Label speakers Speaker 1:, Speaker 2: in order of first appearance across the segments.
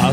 Speaker 1: I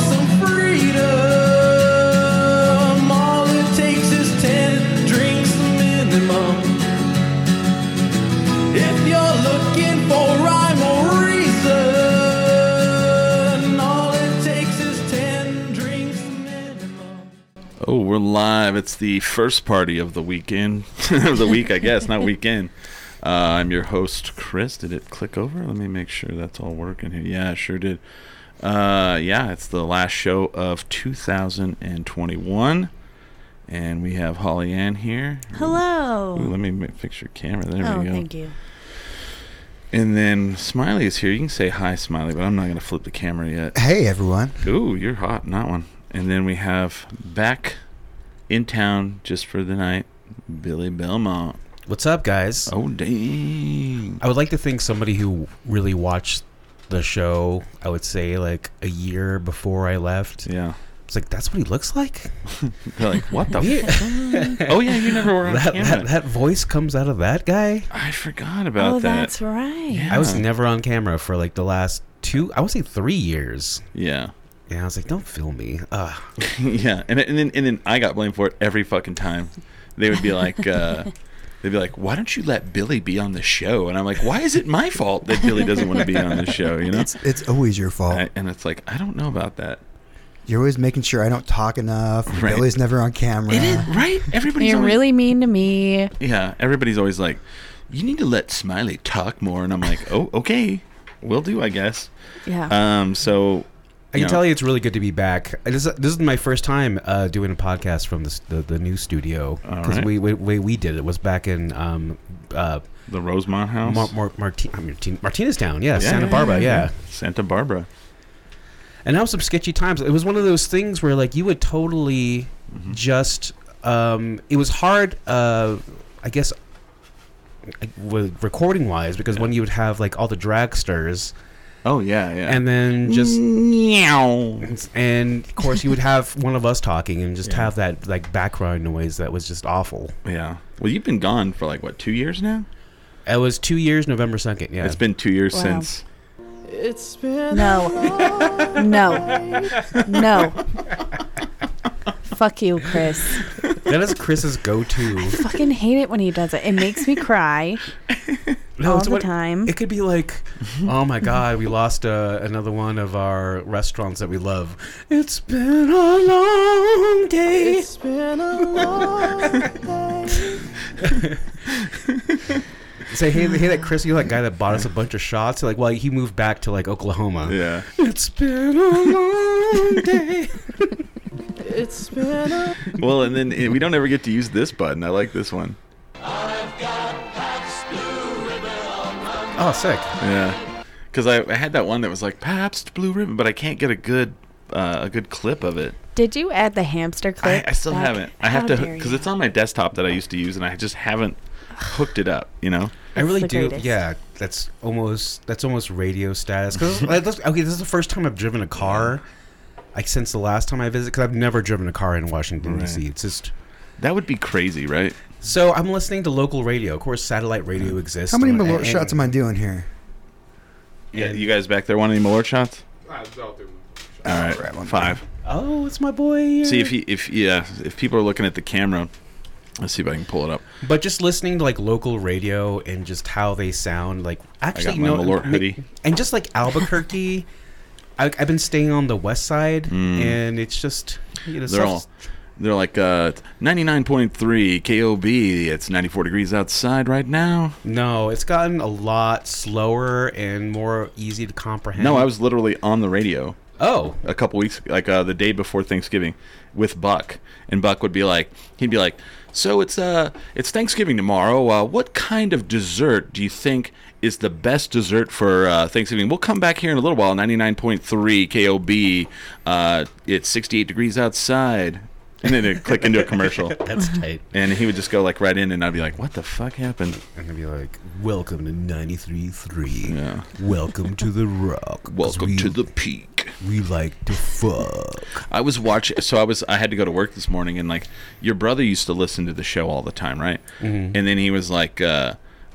Speaker 1: some freedom, all it takes is 10 drinks minimum. If you're looking for rhyme or reason, all it takes is 10 drinks minimum.
Speaker 2: Oh, we're live. It's the first party of the weekend. of the week, I guess, not weekend. Uh, I'm your host, Chris. Did it click over? Let me make sure that's all working here. Yeah, it sure did. Uh, yeah, it's the last show of 2021. And we have Holly Ann here.
Speaker 3: Hello.
Speaker 2: Ooh, let me ma- fix your camera. There
Speaker 3: oh,
Speaker 2: we go.
Speaker 3: thank you.
Speaker 2: And then Smiley is here. You can say hi, Smiley, but I'm not going to flip the camera yet.
Speaker 4: Hey everyone.
Speaker 2: Ooh, you're hot in that one. And then we have back in town just for the night, Billy Belmont.
Speaker 5: What's up, guys?
Speaker 2: Oh dang!
Speaker 5: I would like to think somebody who really watched the show, I would say like a year before I left.
Speaker 2: Yeah,
Speaker 5: It's like that's what he looks like.
Speaker 2: they're like, what the?
Speaker 5: Yeah.
Speaker 2: fuck? Oh yeah, you never were on
Speaker 5: that,
Speaker 2: camera.
Speaker 5: that that voice comes out of that guy.
Speaker 2: I forgot about
Speaker 3: Oh,
Speaker 2: that.
Speaker 3: that's right.
Speaker 2: Yeah.
Speaker 5: I was never on camera for like the last two, I would say three years.
Speaker 2: Yeah,
Speaker 5: Yeah, I was like, don't film me. Uh,
Speaker 2: yeah, and and then and then I got blamed for it every fucking time. They would be like. uh They'd be like, "Why don't you let Billy be on the show?" And I'm like, "Why is it my fault that Billy doesn't want to be on the show?" You know,
Speaker 4: It's it's always your fault.
Speaker 2: I, and it's like I don't know about that.
Speaker 4: You're always making sure I don't talk enough.
Speaker 2: Right.
Speaker 4: Billy's never on camera.
Speaker 2: It is right. Everybody's
Speaker 3: You're
Speaker 2: always-
Speaker 3: really mean to me.
Speaker 2: Yeah, everybody's always like, "You need to let Smiley talk more," and I'm like, "Oh, okay, will do, I guess."
Speaker 3: Yeah.
Speaker 2: Um, so
Speaker 5: I can
Speaker 2: know,
Speaker 5: tell you it's really good to be back. I just, this is my first time uh, doing a podcast from this, the, the new studio.
Speaker 2: All
Speaker 5: Because
Speaker 2: right.
Speaker 5: we, we, we, we did it was back in um, uh,
Speaker 2: the Rosemont House,
Speaker 5: Mar- Mar- Marti- I mean, Martin- Martinez Town, yeah,
Speaker 2: Yeah,
Speaker 5: Santa
Speaker 2: yeah,
Speaker 5: Barbara, yeah.
Speaker 2: Santa Barbara.
Speaker 5: And that was some sketchy times. It was one of those things where like you would totally
Speaker 2: Mm-hmm.
Speaker 5: just. Um, it was hard, uh, I guess, like, with recording wise, because when you would have like all the dragsters,
Speaker 2: Oh yeah, yeah.
Speaker 5: and then
Speaker 2: Mm-hmm.
Speaker 5: just.
Speaker 2: meow.
Speaker 5: And of course, you would have one of us talking, and just
Speaker 2: Yeah.
Speaker 5: have that like background noise that was just awful.
Speaker 2: Yeah. Well, you've been gone for like what two years now?
Speaker 5: It was two years, November second. Yeah,
Speaker 2: It's been two years
Speaker 3: Wow.
Speaker 2: since.
Speaker 1: It's been
Speaker 3: no. no. No. Fuck you, Chris.
Speaker 5: that is Chris's go-to.
Speaker 3: Fucking hate it when he does it. It makes me cry all
Speaker 5: it's
Speaker 3: the
Speaker 5: what-
Speaker 3: time.
Speaker 5: It could be like, oh my God, we lost uh, another one of our restaurants that we love. It's been a long day.
Speaker 1: been a long
Speaker 5: Say, hey, hey, that Chris, you that guy that bought us a bunch of shots. Like, well, he moved back to like Oklahoma.
Speaker 2: Yeah.
Speaker 5: It's been a long day.
Speaker 1: It's been a
Speaker 2: well, and then eh, we don't ever get to use this button. I like this one.
Speaker 5: oh, sick.
Speaker 2: Yeah. Because I, I had that one that was like Pabst Blue Ribbon, but I can't get a good uh, a good clip of it.
Speaker 3: Did you add the hamster
Speaker 2: I,
Speaker 3: clip?
Speaker 2: I still
Speaker 3: back?
Speaker 2: haven't. I
Speaker 3: How
Speaker 2: have to
Speaker 3: dare
Speaker 2: because
Speaker 3: you.
Speaker 2: it's on my desktop that I used to use, and I just haven't hooked it up. You know?
Speaker 5: I really
Speaker 3: the
Speaker 5: do.
Speaker 3: greatest.
Speaker 5: Yeah, that's almost that's almost radio status. 'Cause, like, this- okay, this is the first time I've driven a car. Like since the last time I visited, because I've never driven a car in Washington D.C. It's just
Speaker 2: That would be crazy, right?
Speaker 5: So I'm listening to local radio. Of course, satellite radio exists.
Speaker 4: How many
Speaker 5: And-
Speaker 4: more
Speaker 5: and-
Speaker 4: shots am I doing here?
Speaker 2: Yeah.
Speaker 5: And-
Speaker 2: You guys back there want any more shots? All right,
Speaker 4: Grab one.
Speaker 2: five.
Speaker 5: Oh, it's my boy. Here.
Speaker 2: See if he, if yeah, if people are looking at the camera. Let's see if I can pull it up.
Speaker 5: But just listening to like local radio and just how they sound, like actually,
Speaker 2: my
Speaker 5: no,
Speaker 2: Malort
Speaker 5: ma-
Speaker 2: hoodie.
Speaker 5: and just like Albuquerque. I, I've been staying on the west side, and it's just you know,
Speaker 2: Hmm. They're
Speaker 5: stuff-
Speaker 2: all. They're like uh, 99.3 KOB. It's 94 degrees outside right now.
Speaker 5: no. It's gotten a lot slower and more easy to comprehend.
Speaker 2: No, I was literally on the radio.
Speaker 5: oh
Speaker 2: a couple weeks, like uh, the day before Thanksgiving, with Buck, and Buck would be like, he'd be like, "So it's uh, it's Thanksgiving tomorrow. Uh, what kind of dessert do you think is the best dessert for uh, Thanksgiving?" We'll come back here in a little while. Ninety nine point three KOB. Uh, it's sixty eight degrees outside. and then it'd click into a commercial.
Speaker 5: That's tight.
Speaker 2: And he would just go like right in, and I'd be like, "What the fuck happened?"
Speaker 5: I'm gonna be like, welcome to 93.3.
Speaker 2: Yeah.
Speaker 5: Welcome to the rock. 'cause
Speaker 2: Welcome
Speaker 5: we-
Speaker 2: to the peak.
Speaker 5: We like to fuck.
Speaker 2: I was watching, so I was. I had to go to work this morning, and like your brother used to listen to the show all the time, right? And then he was like, uh,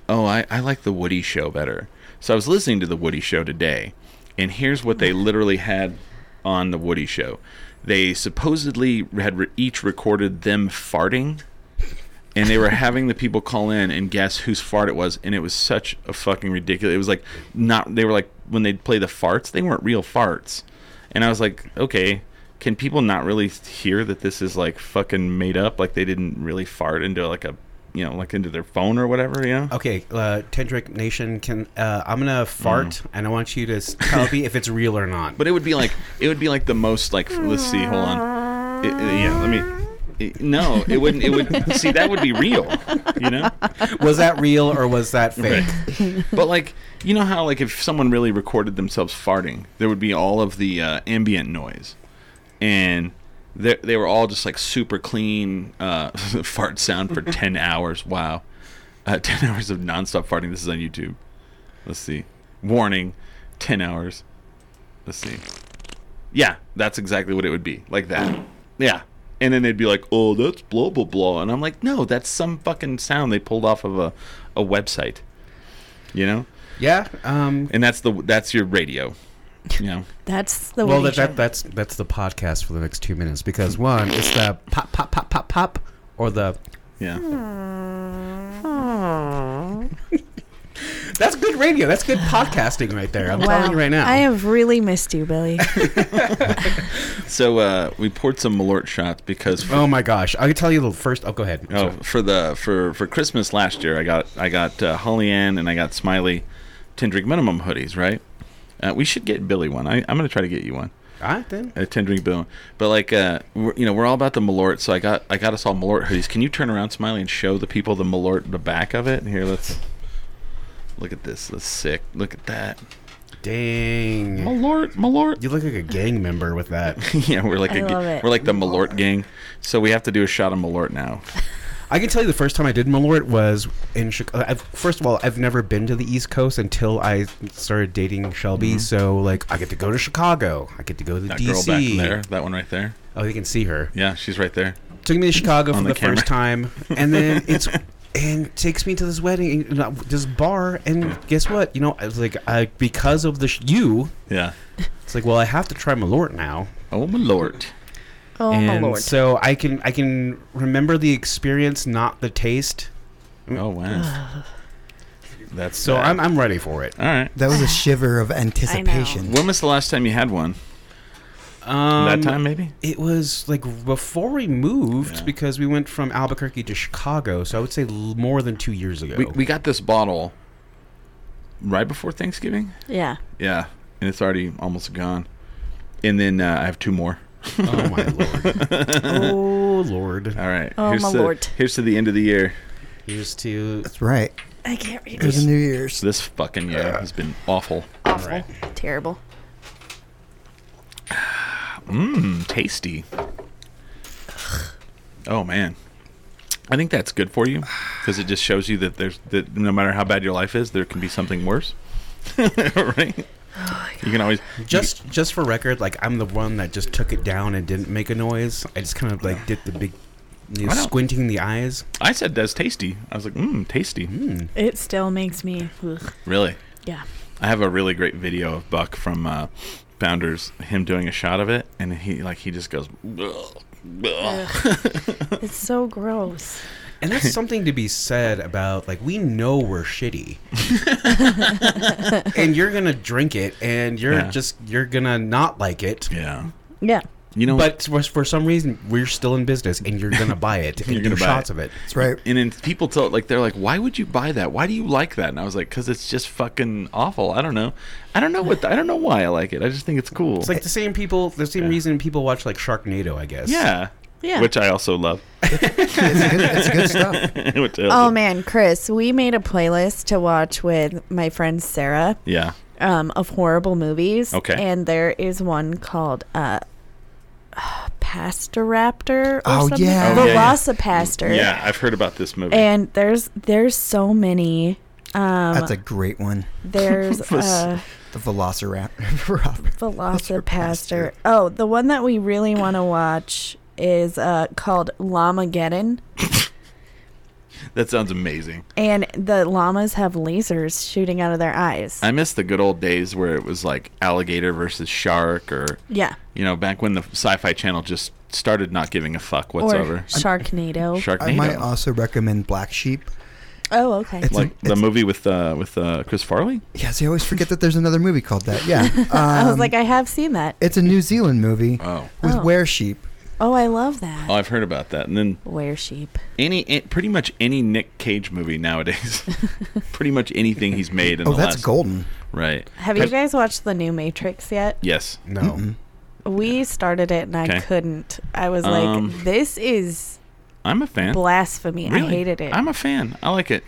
Speaker 2: "Oh, I, I like the Woody Show better." So I was listening to the Woody Show today, and here's what they literally had on the Woody Show. They supposedly had re- each recorded them farting, and they were having the people call in and guess whose fart it was, and it was such a fucking ridiculous. It was like not. They were like when they play the farts, they weren't real farts. And I was like, okay, can people not really hear that this is like fucking made up? Like they didn't really fart into like a, you know, like into their phone or whatever, you know?
Speaker 5: Okay, uh, Tendrick Nation, can uh, I'm gonna fart, and I want you to s- tell me if it's real or not.
Speaker 2: But it would be like, it would be like the most like, let's see, hold on. It- it- yeah, let me. it- no, it wouldn't. It would see that would be real, you know.
Speaker 5: was that real or was that fake?
Speaker 2: But like, you know how like if someone really recorded themselves farting, there would be all of the uh, ambient noise, and they they were all just like super clean uh, fart sound for ten hours. Wow, uh, ten hours of nonstop farting. This is on YouTube. Let's see. Warning, ten hours. Let's see. Yeah, that's exactly what it would be like that. Yeah. And then they'd be like, "Oh, that's blah blah blah," and I'm like, "No, that's some fucking sound they pulled off of a, a website." you know
Speaker 5: Yeah. Um,
Speaker 2: and that's the that's your radio you know
Speaker 3: That's the
Speaker 5: well,
Speaker 3: way.
Speaker 5: that, that that's that's the podcast for the next two minutes because one, it's the pop pop pop pop pop or the
Speaker 2: yeah
Speaker 5: that's good radio. That's good podcasting right there. I'm telling you right now.
Speaker 3: I have really missed you, Billy.
Speaker 2: so uh we poured some malort shots because for,
Speaker 5: Oh my gosh! I can tell you the first. Oh, go ahead.
Speaker 2: oh, for the for for christmas last year i got i got uh, holly ann and i got smiley tendrick minimum hoodies right uh, we should get billy one I, i'm gonna try to get you one
Speaker 5: All right then.
Speaker 2: a ten drink bill. But like, uh, we're, you know, we're all about the Malort. So I got I got us all Malort hoodies. Can you turn around, Smiley, and show the people the Malort the back of it? Here, let's look at this. That's sick. Look at that
Speaker 5: Dang.
Speaker 2: Malort, Malort.
Speaker 5: You look like a gang member with that.
Speaker 2: yeah, we're like
Speaker 3: I
Speaker 2: a g-
Speaker 3: love it.
Speaker 2: we're like the Malort gang. So we have to do a shot of Malort now.
Speaker 5: I can tell you the first time I did Malort was in Chicago. I've, first of all, I've never been to the East Coast until I started dating Shelby. So, like, I get to go to Chicago. I get to go to
Speaker 2: That girl back
Speaker 5: DC.
Speaker 2: there, that one right there.
Speaker 5: Oh, you can see her.
Speaker 2: Yeah, she's right there.
Speaker 5: Took me to Chicago for
Speaker 2: On
Speaker 5: the,
Speaker 2: the
Speaker 5: first time, and then it's and takes me to this wedding, and, uh, this bar, and guess what? You know, I was like, I, because of the sh- you,
Speaker 2: Yeah.
Speaker 5: it's like, well, I have to try Malort now.
Speaker 2: Oh, Malort.
Speaker 3: Oh my
Speaker 5: and
Speaker 3: lord.
Speaker 5: so I can I can remember the experience, not the taste.
Speaker 2: Oh wow. That's
Speaker 5: Mm. So
Speaker 2: bad.
Speaker 5: I'm I'm ready for it.
Speaker 2: all right.
Speaker 4: That was a shiver of anticipation.
Speaker 2: When was the last time you had one?
Speaker 5: Um,
Speaker 2: that time maybe.
Speaker 5: It was like before we moved
Speaker 2: Yeah.
Speaker 5: because we went from Albuquerque to Chicago. So I would say l- more than two years ago.
Speaker 2: We, we got this bottle right before Thanksgiving.
Speaker 3: yeah.
Speaker 2: Yeah, and it's already almost gone. And then uh, I have two more.
Speaker 5: oh my lord! oh lord!
Speaker 2: All right.
Speaker 3: Oh,
Speaker 2: here's
Speaker 3: my
Speaker 2: to,
Speaker 3: lord.
Speaker 2: Here's to the end of the year.
Speaker 5: Here's to
Speaker 4: That's right.
Speaker 3: I can't read
Speaker 4: It was
Speaker 3: it.
Speaker 4: New Year's.
Speaker 2: This fucking year has been awful.
Speaker 3: Awful.
Speaker 5: right.
Speaker 3: Terrible.
Speaker 2: Mmm, tasty. Oh man, I think that's good for you because it just shows you that there's that no matter how bad your life is, there can be something worse. right? you can always
Speaker 5: just just for record, like I'm the one that just took it down and didn't make a noise. I just kind of like did the big you know,
Speaker 2: I don't-
Speaker 5: squinting the eyes.
Speaker 2: I said that's tasty. I was like, mmm, tasty.
Speaker 3: It still makes me. Ugh.
Speaker 2: Really?
Speaker 3: Yeah.
Speaker 2: I have a really great video of Buck from uh, Founders, him doing a shot of it, and he like he just goes. "Ugh, ugh."
Speaker 3: It's so gross.
Speaker 5: And that's something to be said about like we know we're shitty. and you're gonna drink it and you're
Speaker 2: Yeah.
Speaker 5: just you're gonna not like it.
Speaker 2: Yeah,
Speaker 3: Yeah.
Speaker 2: you know.
Speaker 5: But for, for some reason we're still in business and you're gonna buy it and
Speaker 2: You're
Speaker 5: you're
Speaker 2: gonna
Speaker 5: do
Speaker 2: buy
Speaker 5: shots
Speaker 2: it.
Speaker 5: of it.
Speaker 4: That's right.
Speaker 2: and then people tell like they're like, why would you buy that? Why do you like that? And I was like, because it's just fucking awful. I don't know. I don't know what. I don't know why I like it. I just think it's cool.
Speaker 5: It's like the same people the same
Speaker 2: Yeah.
Speaker 5: reason people watch like Sharknado, I guess.
Speaker 2: yeah,
Speaker 3: Yeah.
Speaker 2: which I also love.
Speaker 4: It's good, it's good stuff.
Speaker 2: Which I
Speaker 3: Oh
Speaker 2: also-
Speaker 3: man, Chris, we made a playlist to watch with my friend Sarah
Speaker 2: Yeah,
Speaker 3: um, of horrible movies.
Speaker 2: Okay.
Speaker 3: And there is one called uh, uh, Pastoraptor or
Speaker 4: Oh,
Speaker 3: something.
Speaker 4: yeah.
Speaker 2: Oh, yeah, yeah.
Speaker 3: Velocipaster.
Speaker 2: Yeah, I've heard about this movie.
Speaker 3: And there's there's so many. Um,
Speaker 4: That's a great one.
Speaker 3: there's uh,
Speaker 4: The Velociraptor.
Speaker 3: Velocipaster. Oh, the one that we really want to watch is uh, called Llamageddon.
Speaker 2: that sounds amazing.
Speaker 3: And the llamas have lasers shooting out of their eyes.
Speaker 2: I miss the good old days where it was like alligator versus shark, or
Speaker 3: yeah.
Speaker 2: you know, back when the Sci-Fi Channel just started not giving a fuck
Speaker 3: Or
Speaker 2: whatsoever.
Speaker 3: Sharknado.
Speaker 2: Sharknado.
Speaker 4: I might also recommend Black Sheep.
Speaker 3: oh, okay.
Speaker 4: It's
Speaker 2: like
Speaker 4: a-
Speaker 2: the
Speaker 4: it's-
Speaker 2: movie with uh, with uh, Chris Farley.
Speaker 4: Yes, I always forget that there's another movie called that. Yeah. Um,
Speaker 3: I was like, I have seen that.
Speaker 4: it's a New Zealand movie
Speaker 2: Oh.
Speaker 4: with
Speaker 3: Oh.
Speaker 4: were sheep.
Speaker 3: Oh, I love that.
Speaker 2: Oh, I've heard about that. And then
Speaker 3: Where sheep.
Speaker 2: any, a- pretty much any Nick Cage movie nowadays, pretty much anything he's made. In
Speaker 4: Oh,
Speaker 2: the
Speaker 4: that's
Speaker 2: last,
Speaker 4: golden.
Speaker 2: Right.
Speaker 3: Have you guys watched the new Matrix yet?
Speaker 2: Yes.
Speaker 5: No.
Speaker 4: Mm-mm.
Speaker 3: We started it and I
Speaker 2: Okay.
Speaker 3: couldn't. I was
Speaker 2: Um,
Speaker 3: like, this is
Speaker 2: I'm a fan.
Speaker 3: blasphemy.
Speaker 2: Really?
Speaker 3: I hated it.
Speaker 2: I'm a fan. I like it.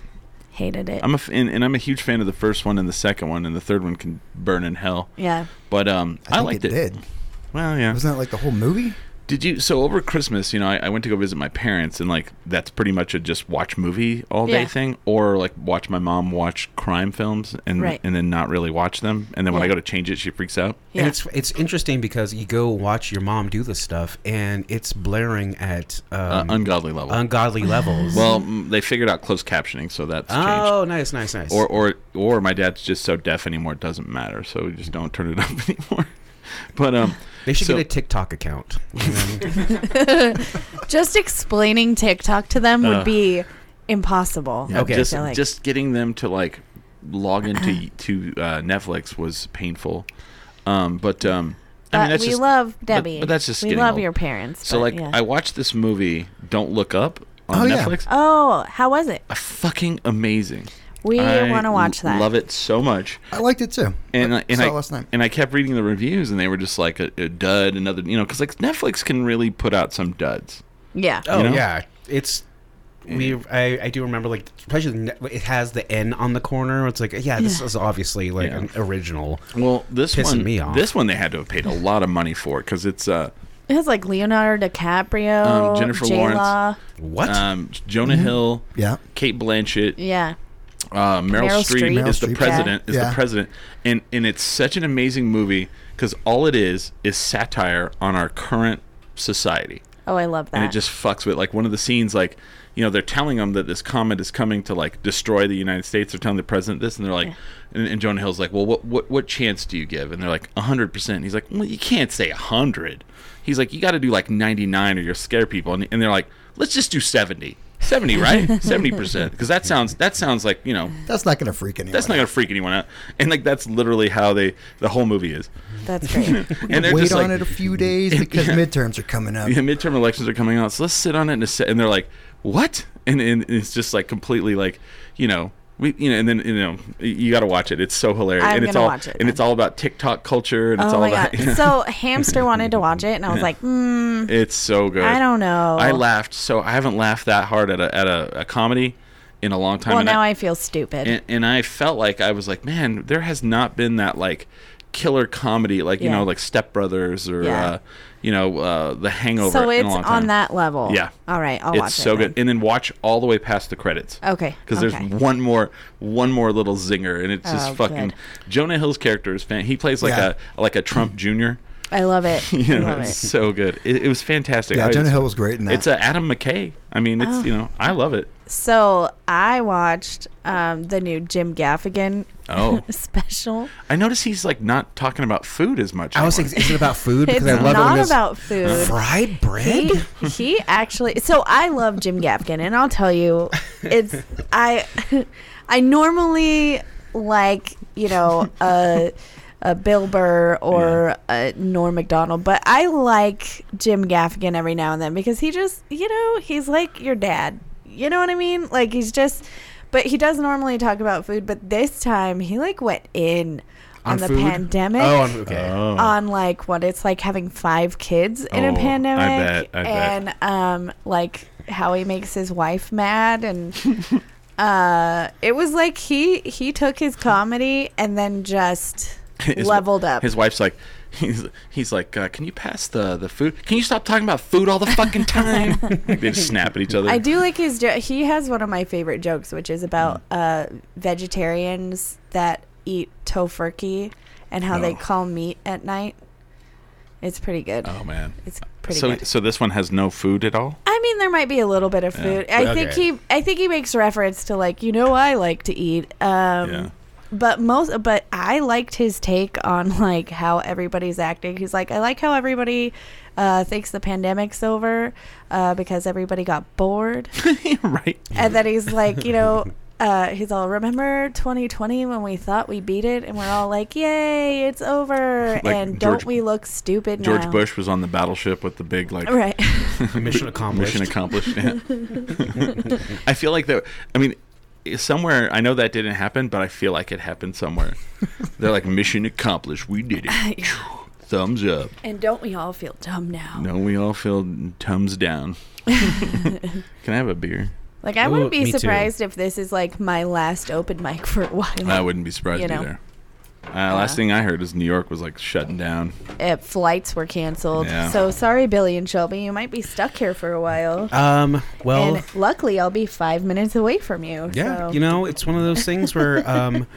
Speaker 3: hated it.
Speaker 2: I'm a f- and, and I'm a huge fan of the first one and the second one, and the third one can burn in hell.
Speaker 3: yeah.
Speaker 2: But um, I,
Speaker 4: think
Speaker 2: liked it.
Speaker 4: it. Did
Speaker 2: Well, yeah.
Speaker 4: wasn't that like the whole movie?
Speaker 2: Did you? So over Christmas, you know, I, I went to go visit my parents, and like that's pretty much a just watch movie all day
Speaker 3: Yeah.
Speaker 2: thing, or like watch my mom watch crime films and
Speaker 3: Right.
Speaker 2: and then not really watch them, and then when I
Speaker 3: Yeah.
Speaker 2: go to change it, she freaks out.
Speaker 3: Yeah.
Speaker 5: And it's it's interesting because you go watch your mom do this stuff, and it's blaring at
Speaker 2: Uh,
Speaker 5: um,
Speaker 2: ungodly level.
Speaker 5: ungodly levels.
Speaker 2: well, mm, they figured out closed captioning, so that's changed.
Speaker 5: oh, nice, nice, nice.
Speaker 2: Or or or my dad's just so deaf anymore, it doesn't matter. So we just don't turn it up anymore. But um,
Speaker 5: they should
Speaker 2: so-
Speaker 5: get a TikTok account.
Speaker 3: Just explaining TikTok to them would
Speaker 2: Ugh.
Speaker 3: be impossible.
Speaker 5: Yeah. Okay.
Speaker 3: I
Speaker 2: just
Speaker 3: feel like.
Speaker 2: just getting them to like log into to uh, Netflix was painful. Um, but um, I mean
Speaker 3: But
Speaker 2: that's
Speaker 3: we
Speaker 2: just
Speaker 3: love Debbie.
Speaker 2: but that's just
Speaker 3: we
Speaker 2: getting
Speaker 3: love
Speaker 2: old.
Speaker 3: your parents.
Speaker 2: So
Speaker 3: but
Speaker 2: like
Speaker 3: yeah.
Speaker 2: I watched this movie Don't Look Up on
Speaker 4: Oh, yeah.
Speaker 2: Netflix.
Speaker 3: oh, how was it?
Speaker 2: Uh, fucking amazing.
Speaker 3: We
Speaker 2: I
Speaker 3: want to watch
Speaker 2: l-
Speaker 3: that.
Speaker 2: Love it so much.
Speaker 4: I liked it too.
Speaker 2: And I, and
Speaker 4: saw
Speaker 2: I
Speaker 4: it last night.
Speaker 2: and I kept reading the reviews and they were just like a, a dud another you know cuz like Netflix can really put out some duds.
Speaker 3: Yeah.
Speaker 5: Oh
Speaker 2: You know?
Speaker 5: yeah, it's we. I, I do remember like especially the ne- it has the N on the corner. It's like yeah, this is obviously like
Speaker 2: Yeah. Uh,
Speaker 5: an original.
Speaker 2: Well, this
Speaker 5: Pissing
Speaker 2: one
Speaker 5: me off.
Speaker 2: this one they had to have paid a lot of money for cuz it's uh
Speaker 3: It has like Leonardo DiCaprio,
Speaker 2: Um, Jennifer
Speaker 3: J-Lo.
Speaker 2: Lawrence.
Speaker 5: What?
Speaker 2: um Jonah Hill,
Speaker 4: Mm-hmm. Yeah.
Speaker 2: Kate Blanchett,
Speaker 3: Yeah.
Speaker 2: uh, Meryl,
Speaker 3: Meryl
Speaker 2: Streep,
Speaker 3: Streep.
Speaker 2: is the
Speaker 4: Meryl Streep.
Speaker 2: president.
Speaker 4: Yeah.
Speaker 2: Is
Speaker 4: Yeah.
Speaker 2: the president, and and it's such an amazing movie because all it is is satire on our current society,
Speaker 3: Oh, I love that.
Speaker 2: and it just fucks with like one of the scenes like. You know, they're telling them that this comet is coming to like destroy the United States. They're telling the president this, and they're like, and, and Jonah Hill's like, "Well, what, what what chance do you give?" And they're like, hundred percent." He's like, "Well, you can't say hundred. He's like, "You got to do like ninety nine, or you'll scare people." And, and they're like, "Let's just do 70. 70, right? Seventy percent, because that sounds that sounds like you know
Speaker 4: That's not gonna freak anyone.
Speaker 2: that's not
Speaker 4: out.
Speaker 2: gonna freak anyone out. And like that's literally how they the whole movie is.
Speaker 3: That's great.
Speaker 2: And they're
Speaker 4: Wait
Speaker 2: just
Speaker 4: on
Speaker 2: like
Speaker 4: it a few days because midterms are coming up.
Speaker 2: yeah, midterm elections are coming out, so let's sit on it and a se- and they're like, What? And and it's just like completely like, you know, we you know, and then you know, y- you gotta watch it. It's so hilarious.
Speaker 3: I'm
Speaker 2: and it's
Speaker 3: gonna
Speaker 2: all
Speaker 3: watch it
Speaker 2: and it's all about TikTok culture and it's
Speaker 3: oh
Speaker 2: all
Speaker 3: my
Speaker 2: about
Speaker 3: god. So Hamster wanted to watch it, and I was like, mm,
Speaker 2: it's so good.
Speaker 3: I don't know.
Speaker 2: I laughed so I haven't laughed that hard at a at a, a comedy in a long time.
Speaker 3: Well,
Speaker 2: and
Speaker 3: now I, feel stupid.
Speaker 2: and, and I felt like I was like, man, there has not been that like killer comedy, like you
Speaker 3: Yeah.
Speaker 2: know, like Step Brothers or
Speaker 3: Yeah.
Speaker 2: uh, you know, uh, The Hangover.
Speaker 3: so
Speaker 2: in
Speaker 3: it's
Speaker 2: a long
Speaker 3: on
Speaker 2: time.
Speaker 3: that level.
Speaker 2: Yeah.
Speaker 3: All right. I'll
Speaker 2: it's
Speaker 3: watch it.
Speaker 2: so
Speaker 3: then.
Speaker 2: good, and then watch all the way past the credits.
Speaker 3: Okay,
Speaker 2: Because
Speaker 3: okay.
Speaker 2: there's one more, one more little zinger, and it's just
Speaker 3: Oh,
Speaker 2: fucking
Speaker 3: good.
Speaker 2: Jonah Hill's character is fan. He plays like
Speaker 4: Yeah.
Speaker 2: a like a Trump Jr.
Speaker 3: I love it.
Speaker 2: You
Speaker 3: I
Speaker 2: know,
Speaker 3: love
Speaker 2: it's
Speaker 3: it.
Speaker 2: so good. It, it was fantastic.
Speaker 4: Yeah,
Speaker 2: I
Speaker 4: Jonah
Speaker 2: just-
Speaker 4: Hill was great in that.
Speaker 2: It's a Adam McKay. I mean,
Speaker 3: Oh.
Speaker 2: it's you know, I love it.
Speaker 3: So I watched um, the new Jim Gaffigan
Speaker 2: Oh,
Speaker 3: special.
Speaker 2: I noticed he's like not talking about food as much.
Speaker 5: I was
Speaker 2: anymore.
Speaker 5: thinking, is it about food?
Speaker 3: It's
Speaker 5: Because I love it when
Speaker 3: not
Speaker 5: there's
Speaker 3: about food.
Speaker 5: fried bread.
Speaker 3: He, he actually so I love Jim Gaffigan and I'll tell you it's I I normally like, you know, a a Bill Burr or a Norm Macdonald, but I like Jim Gaffigan every now and then because he just, you know, he's like your dad. You know what I mean? Like he's just but he does normally talk about food, but this time he like went in on, the
Speaker 5: food?
Speaker 3: pandemic
Speaker 5: Oh, on, okay.
Speaker 2: Oh.
Speaker 3: on like what it's like having five kids in
Speaker 2: Oh, I
Speaker 3: a pandemic
Speaker 2: bet, I bet.
Speaker 3: and um like how he makes his wife mad and uh it was like he he took his comedy and then just
Speaker 2: His-
Speaker 3: leveled up
Speaker 2: His wife's like, he's he's like, uh, can you pass the the food? Can you stop talking about food all the fucking time? like they just snap at each other.
Speaker 3: I do like his joke. He has one of my favorite jokes, which is about
Speaker 2: Mm.
Speaker 3: uh, vegetarians that eat tofurkey and how they
Speaker 2: Oh.
Speaker 3: call meat at night. It's pretty good.
Speaker 2: Oh man.
Speaker 3: It's pretty
Speaker 2: so
Speaker 3: good.
Speaker 2: so this one has no food at all.
Speaker 3: I mean, there might be a little bit of food. I think
Speaker 5: Okay.
Speaker 3: he, I think he makes reference to like, you know, I like to eat. Um,
Speaker 2: Yeah.
Speaker 3: But most, but I liked his take on like how everybody's acting. He's like, I like how everybody uh, thinks the pandemic's over uh, because everybody got bored,
Speaker 2: right.
Speaker 3: and then he's like, you know. Uh, he's all remember 2020 when we thought we beat it and we're all like yay it's over
Speaker 2: Like
Speaker 3: and
Speaker 2: George-
Speaker 3: don't we look stupid
Speaker 2: George
Speaker 3: now
Speaker 2: Bush was on the battleship with the big like
Speaker 3: right
Speaker 5: Mission accomplished.
Speaker 2: Mission accomplished. Yeah. I feel like that. I mean, somewhere I know that didn't happen, but I feel like it happened somewhere. They're like, mission accomplished. We did it. Thumbs up.
Speaker 3: and don't we all feel dumb now
Speaker 2: No, we all feel thumbs down. Can I have a beer?
Speaker 3: Like I wouldn't
Speaker 5: Ooh,
Speaker 3: be
Speaker 5: me too.
Speaker 3: surprised if this is like my last open mic for a while.
Speaker 2: I wouldn't be surprised
Speaker 3: You know.
Speaker 2: either. Uh, last
Speaker 3: Uh.
Speaker 2: thing I heard is New York was like shutting down.
Speaker 3: If flights were canceled.
Speaker 2: Yeah.
Speaker 3: So sorry, Billy and Shelby, you might be stuck here for a while.
Speaker 5: Um, well,
Speaker 3: and luckily, I'll be five minutes away from you.
Speaker 5: Yeah,
Speaker 3: so.
Speaker 5: you know, it's one of those things where um,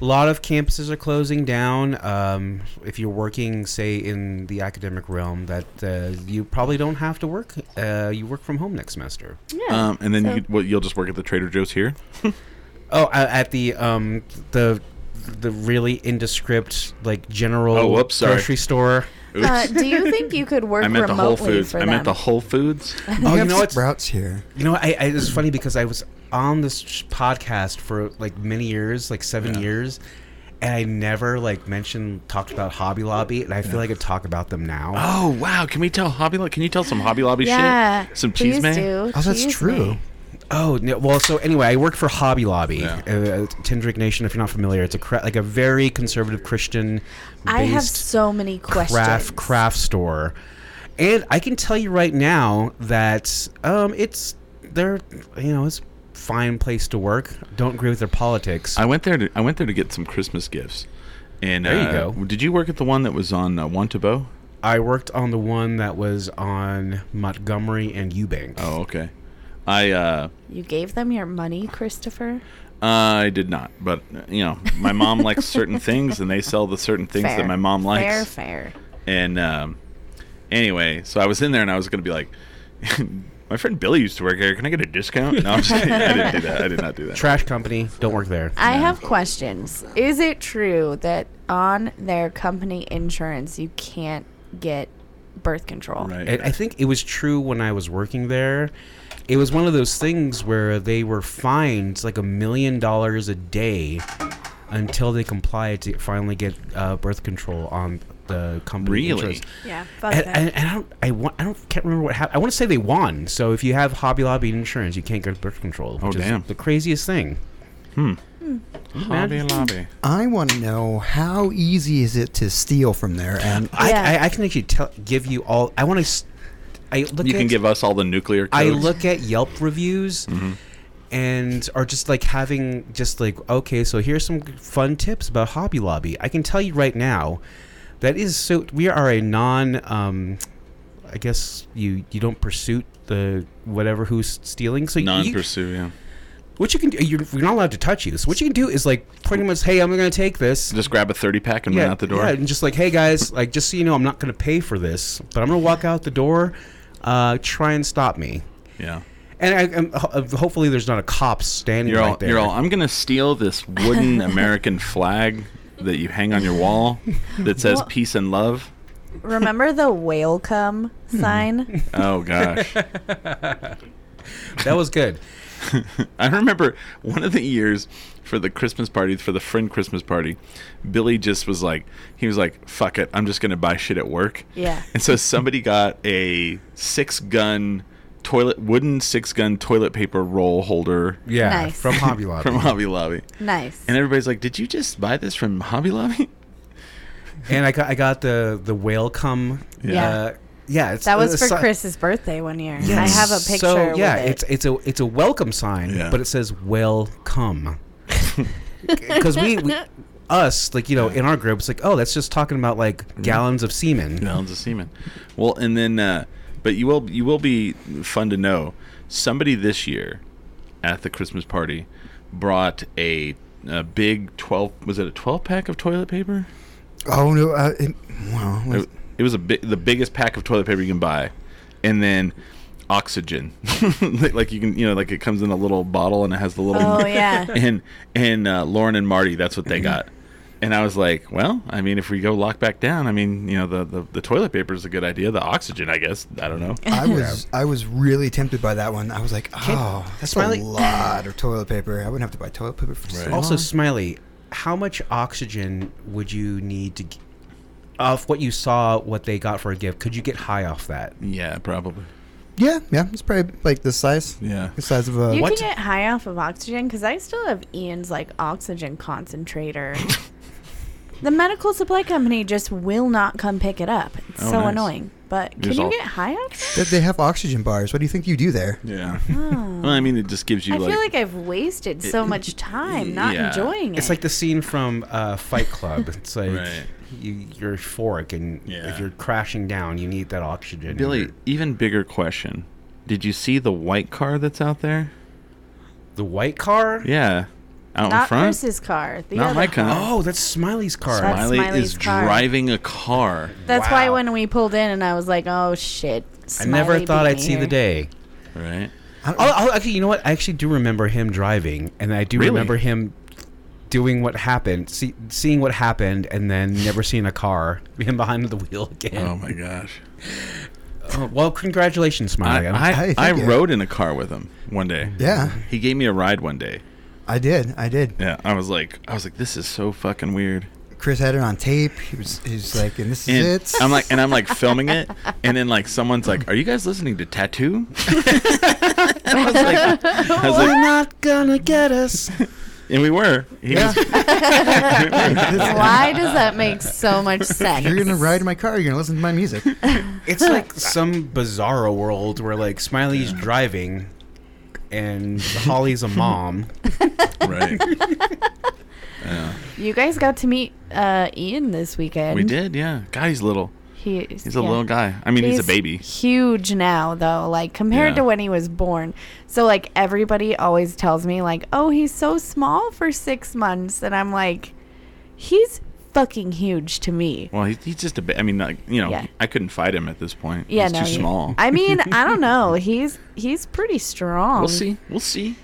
Speaker 5: a lot of campuses are closing down. Um, if you're working, say, in the academic realm, that uh, you probably don't have to work. Uh, you work from home next semester.
Speaker 3: Yeah.
Speaker 2: Um, and then
Speaker 3: So-
Speaker 2: you, what, you'll just work at the Trader Joe's here.
Speaker 5: Oh, a- at the um, the the really indescript like general
Speaker 2: Oh, whoops, sorry.
Speaker 5: grocery store.
Speaker 2: Oops.
Speaker 3: uh, do you think you could work
Speaker 2: I meant the Whole
Speaker 3: remotely
Speaker 2: Foods.
Speaker 3: for
Speaker 2: I
Speaker 3: them?
Speaker 2: meant the Whole Foods.
Speaker 5: Oh, you know what's
Speaker 4: Sprouts here.
Speaker 5: You know, I, I it's funny because I was on this sh- podcast for like many years, like seven years, and I never like mentioned talked about Hobby Lobby, and I feel like I talk about them now.
Speaker 2: Oh wow! Can we tell Hobby Lobby? Can you tell some Hobby Lobby
Speaker 3: yeah.
Speaker 2: shit? Some
Speaker 3: please
Speaker 2: cheese man.
Speaker 3: do.
Speaker 4: Oh, that's
Speaker 3: Please
Speaker 4: true.
Speaker 3: do.
Speaker 5: Oh, no, well, so anyway, I worked for Hobby Lobby,
Speaker 2: Yeah.
Speaker 5: uh, Tindrick Nation. If you're not familiar, it's a cra- like a very conservative Christian.
Speaker 3: I have
Speaker 5: based-
Speaker 3: so many questions.
Speaker 5: craft craft store, and I can tell you right now that um, it's they're you know it's a fine place to work. Don't agree with their politics.
Speaker 2: I went there to I went there to get some Christmas gifts. And
Speaker 5: There you
Speaker 2: uh,
Speaker 5: go.
Speaker 2: Did you work at the one that was on uh, Wantabo?
Speaker 5: I worked on the one that was on Montgomery and Eubank.
Speaker 2: Oh, okay. I uh,
Speaker 3: You gave them your money, Christopher.
Speaker 2: I did not, but uh, you know, my mom likes certain things, and they sell the certain things
Speaker 3: Fair.
Speaker 2: that my mom likes.
Speaker 3: Fair, fair.
Speaker 2: And um, anyway, so I was in there, and I was gonna be like, my friend Billy used to work here. Can I get a discount? No, I'm just kidding. I didn't do that. I did not do that.
Speaker 5: Trash company, don't work there.
Speaker 3: I have questions. Is it true that on their company insurance you can't get birth control?
Speaker 2: right.
Speaker 5: I, I think it was true when I was working there. It was one of those things where they were fined like a million dollars a day until they complied to finally get uh, birth control on the company.
Speaker 2: Really?
Speaker 5: insurance.
Speaker 3: Yeah.
Speaker 5: And, and, and I don't, I, want, I don't, can't remember what happened. I want to say they won. So if you have Hobby Lobby insurance, you can't get birth control, which
Speaker 2: Oh,
Speaker 5: is
Speaker 2: damn.
Speaker 5: the craziest thing. Hmm.
Speaker 2: Hobby Lobby.
Speaker 4: I want to know how easy is it to steal from there? And
Speaker 5: I,
Speaker 3: Yeah.
Speaker 5: I, I can actually tell, give you all. I want to. I look.
Speaker 2: You
Speaker 5: at,
Speaker 2: can give Mm-hmm. us all the nuclear. Codes.
Speaker 5: I look at Yelp reviews, and are just like having just like okay, so here's some fun tips about Hobby Lobby. I can tell you right now, that is so. We are a non. Um, I guess you you don't pursue the whatever who's stealing. So you-
Speaker 2: non-pursue. Yeah.
Speaker 5: what you can do, you're, you're not allowed to touch you. So what you can do is like pretty much, hey, I'm going to take this.
Speaker 2: Just grab a thirty pack and run out the door.
Speaker 5: Yeah, and just like, hey guys, like just so you know, I'm not gonna pay for this, but I'm gonna walk out the door. Uh, try and stop me.
Speaker 2: yeah.
Speaker 5: And I, I'm, ho- uh, hopefully, there's not a cop standing
Speaker 2: You're
Speaker 5: right
Speaker 2: all,
Speaker 5: there.
Speaker 2: you're all, I'm going to steal this wooden American flag that you hang on your wall that says
Speaker 3: Well-
Speaker 2: peace and love.
Speaker 3: Remember the whale come
Speaker 5: Hmm.
Speaker 3: sign?
Speaker 2: Oh, gosh.
Speaker 5: that was good.
Speaker 2: I remember one of the years for the Christmas party, for the friend Christmas party, Billy just was like, he was like, fuck it. I'm just going to buy shit at work.
Speaker 3: Yeah.
Speaker 2: And so somebody got a six gun toilet, wooden six gun toilet paper roll holder
Speaker 5: Yeah,
Speaker 3: Nice.
Speaker 5: from Hobby Lobby.
Speaker 2: from Hobby Lobby.
Speaker 3: Nice.
Speaker 2: And everybody's like, did you just buy this from Hobby Lobby?
Speaker 5: and I got I got the the whale cum.
Speaker 2: Yeah.
Speaker 5: uh, yeah. It's,
Speaker 3: that was
Speaker 5: it's
Speaker 3: for
Speaker 5: so-
Speaker 3: Chris's birthday one year.
Speaker 5: yeah,
Speaker 3: I
Speaker 5: it's
Speaker 3: have a picture.
Speaker 5: So yeah,
Speaker 3: with it.
Speaker 5: it's it's a it's a welcome sign,
Speaker 2: Yeah.
Speaker 5: but it says "whale come," because we, we us, like you know, in our group, it's like, oh, that's just talking about like gallons of semen.
Speaker 2: Gallons of semen. Well, and then, uh, but you will you will be fun to know. Somebody this year at the Christmas party brought a, a big twelve. Was it a twelve pack of toilet paper?
Speaker 4: Oh no! Uh, it, well,
Speaker 2: It, it was a bi- the biggest pack of toilet paper you can buy, and then oxygen. like like you can you know like it comes in a little bottle and it has the little
Speaker 3: Oh yeah.
Speaker 2: and and uh, Lauren and Marty, that's what they got. And I was like, well, I mean, if we go lock back down, I mean, you know, the, the, the toilet paper is a good idea. The oxygen, I guess. I don't know.
Speaker 4: I was I was really tempted by that one. I was like, oh, that's
Speaker 5: Smiley-
Speaker 4: a lot of toilet paper. I wouldn't have to buy toilet paper for so
Speaker 5: Also,
Speaker 4: long.
Speaker 5: Smiley, how much oxygen would you need to, g- off what you saw, what they got for a gift? Could you get high off that?
Speaker 2: Yeah, probably.
Speaker 4: Yeah, yeah, it's probably like this size.
Speaker 2: Yeah.
Speaker 4: the size of a.
Speaker 3: You
Speaker 5: What?
Speaker 3: can get high off of oxygen because I still have Ian's like oxygen concentrator. the medical supply company just will not come pick it up. It's
Speaker 2: Oh,
Speaker 3: so
Speaker 2: nice.
Speaker 3: annoying. But can
Speaker 2: There's
Speaker 3: you
Speaker 2: all-
Speaker 3: get high off?
Speaker 4: They- They have oxygen bars. What do you think you do there?
Speaker 2: Yeah.
Speaker 3: that? Oh.
Speaker 2: Well, I mean, it just gives you
Speaker 3: I
Speaker 2: like,
Speaker 3: feel like I've wasted so much time not
Speaker 2: Yeah.
Speaker 3: enjoying it.
Speaker 5: It's like the scene from uh, Fight Club. It's like
Speaker 2: Right.
Speaker 5: you, you're euphoric, and
Speaker 2: Yeah.
Speaker 5: if you're crashing down, you need that oxygen.
Speaker 2: Billy, even bigger question. Did you see the white car that's out there?
Speaker 5: the white car.
Speaker 2: Yeah. Out in
Speaker 3: not
Speaker 2: front?
Speaker 3: Chris's car. The
Speaker 2: Not
Speaker 3: other
Speaker 2: my
Speaker 3: car.
Speaker 2: kind.
Speaker 5: Oh, that's Smiley's car.
Speaker 3: Smiley-
Speaker 2: Miley
Speaker 3: That's
Speaker 2: is
Speaker 3: Miley's car.
Speaker 2: driving a car.
Speaker 3: That's why
Speaker 5: Wow.
Speaker 3: when we pulled in and I was like, oh shit.
Speaker 5: I never
Speaker 3: Smiley
Speaker 5: thought
Speaker 3: beat
Speaker 5: I'd
Speaker 3: me
Speaker 5: see the
Speaker 3: here.
Speaker 5: day.
Speaker 2: Right?
Speaker 4: I don't-
Speaker 5: Oh, oh, actually, you know what? I actually do remember him driving, and I do
Speaker 2: Really?
Speaker 5: remember him doing what happened, see, seeing what happened, and then never seeing a car, him behind the wheel
Speaker 2: Oh,
Speaker 5: again.
Speaker 2: my gosh.
Speaker 5: Uh, well, congratulations,
Speaker 2: I,
Speaker 5: Smiley. I'm-
Speaker 2: I,
Speaker 4: Hey, thank
Speaker 2: I
Speaker 4: you.
Speaker 2: rode in a car with him one day.
Speaker 4: Yeah,
Speaker 2: He gave me a ride one day.
Speaker 4: I did. I did.
Speaker 2: Yeah, I was like, I was like, this is so fucking weird.
Speaker 4: Chris had it on tape. He was he's like, and this
Speaker 2: And
Speaker 4: is it.
Speaker 2: I'm like, and I'm like filming it, and then like someone's like, "Are you guys listening to Tattoo?" and I was like, I was
Speaker 5: They're
Speaker 2: like,
Speaker 5: not gonna get us.
Speaker 2: and we were. He
Speaker 4: Yeah.
Speaker 2: was,
Speaker 3: Why does that make so much sense?
Speaker 4: You're gonna ride in my car. You're gonna listen to my music.
Speaker 5: It's like some bizarro world where like Smiley's driving, and Holly's a mom.
Speaker 2: right.
Speaker 3: You guys got to meet uh, Ian this weekend.
Speaker 2: We did, yeah. God, he's little.
Speaker 3: He,
Speaker 2: He's a
Speaker 3: yeah.
Speaker 2: little guy. I mean, he's, a baby.
Speaker 3: Huge now though, like compared
Speaker 2: Yeah.
Speaker 3: to when he was born. So like everybody always tells me like, "Oh, he's so small for 6 months." And I'm like, "He's fucking huge to me."
Speaker 2: Well, he's, he's just a. Ba- I mean, like you know,
Speaker 3: Yeah.
Speaker 2: I couldn't fight him at this point.
Speaker 3: Yeah,
Speaker 2: he's
Speaker 3: no.
Speaker 2: too
Speaker 3: you-
Speaker 2: small.
Speaker 3: I um, mean, I don't know. He's he's pretty strong.
Speaker 2: we'll see. We'll see.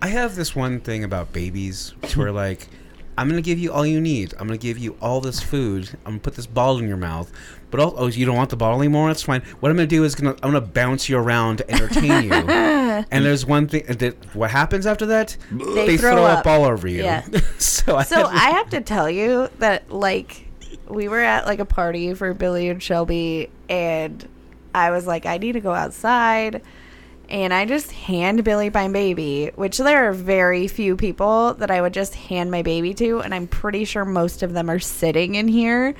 Speaker 5: I have this one thing about babies where like I'm gonna give you all you need. I'm gonna give you all this food. I'm gonna put this bottle in your mouth. But all, oh, you don't want the bottle anymore? That's fine. What I'm gonna do is gonna I'm gonna bounce you around to entertain you. and there's one thing that what happens after that?
Speaker 3: They throw up.
Speaker 5: all over you.
Speaker 3: Yeah.
Speaker 5: so I,
Speaker 3: So
Speaker 5: had-
Speaker 3: I have to tell you that like we were at like a party for Billy and Shelby and I was like I need to go outside and I just hand Billy my baby, which there are very few people that I would just hand my baby to and I'm pretty sure most of them are sitting in here.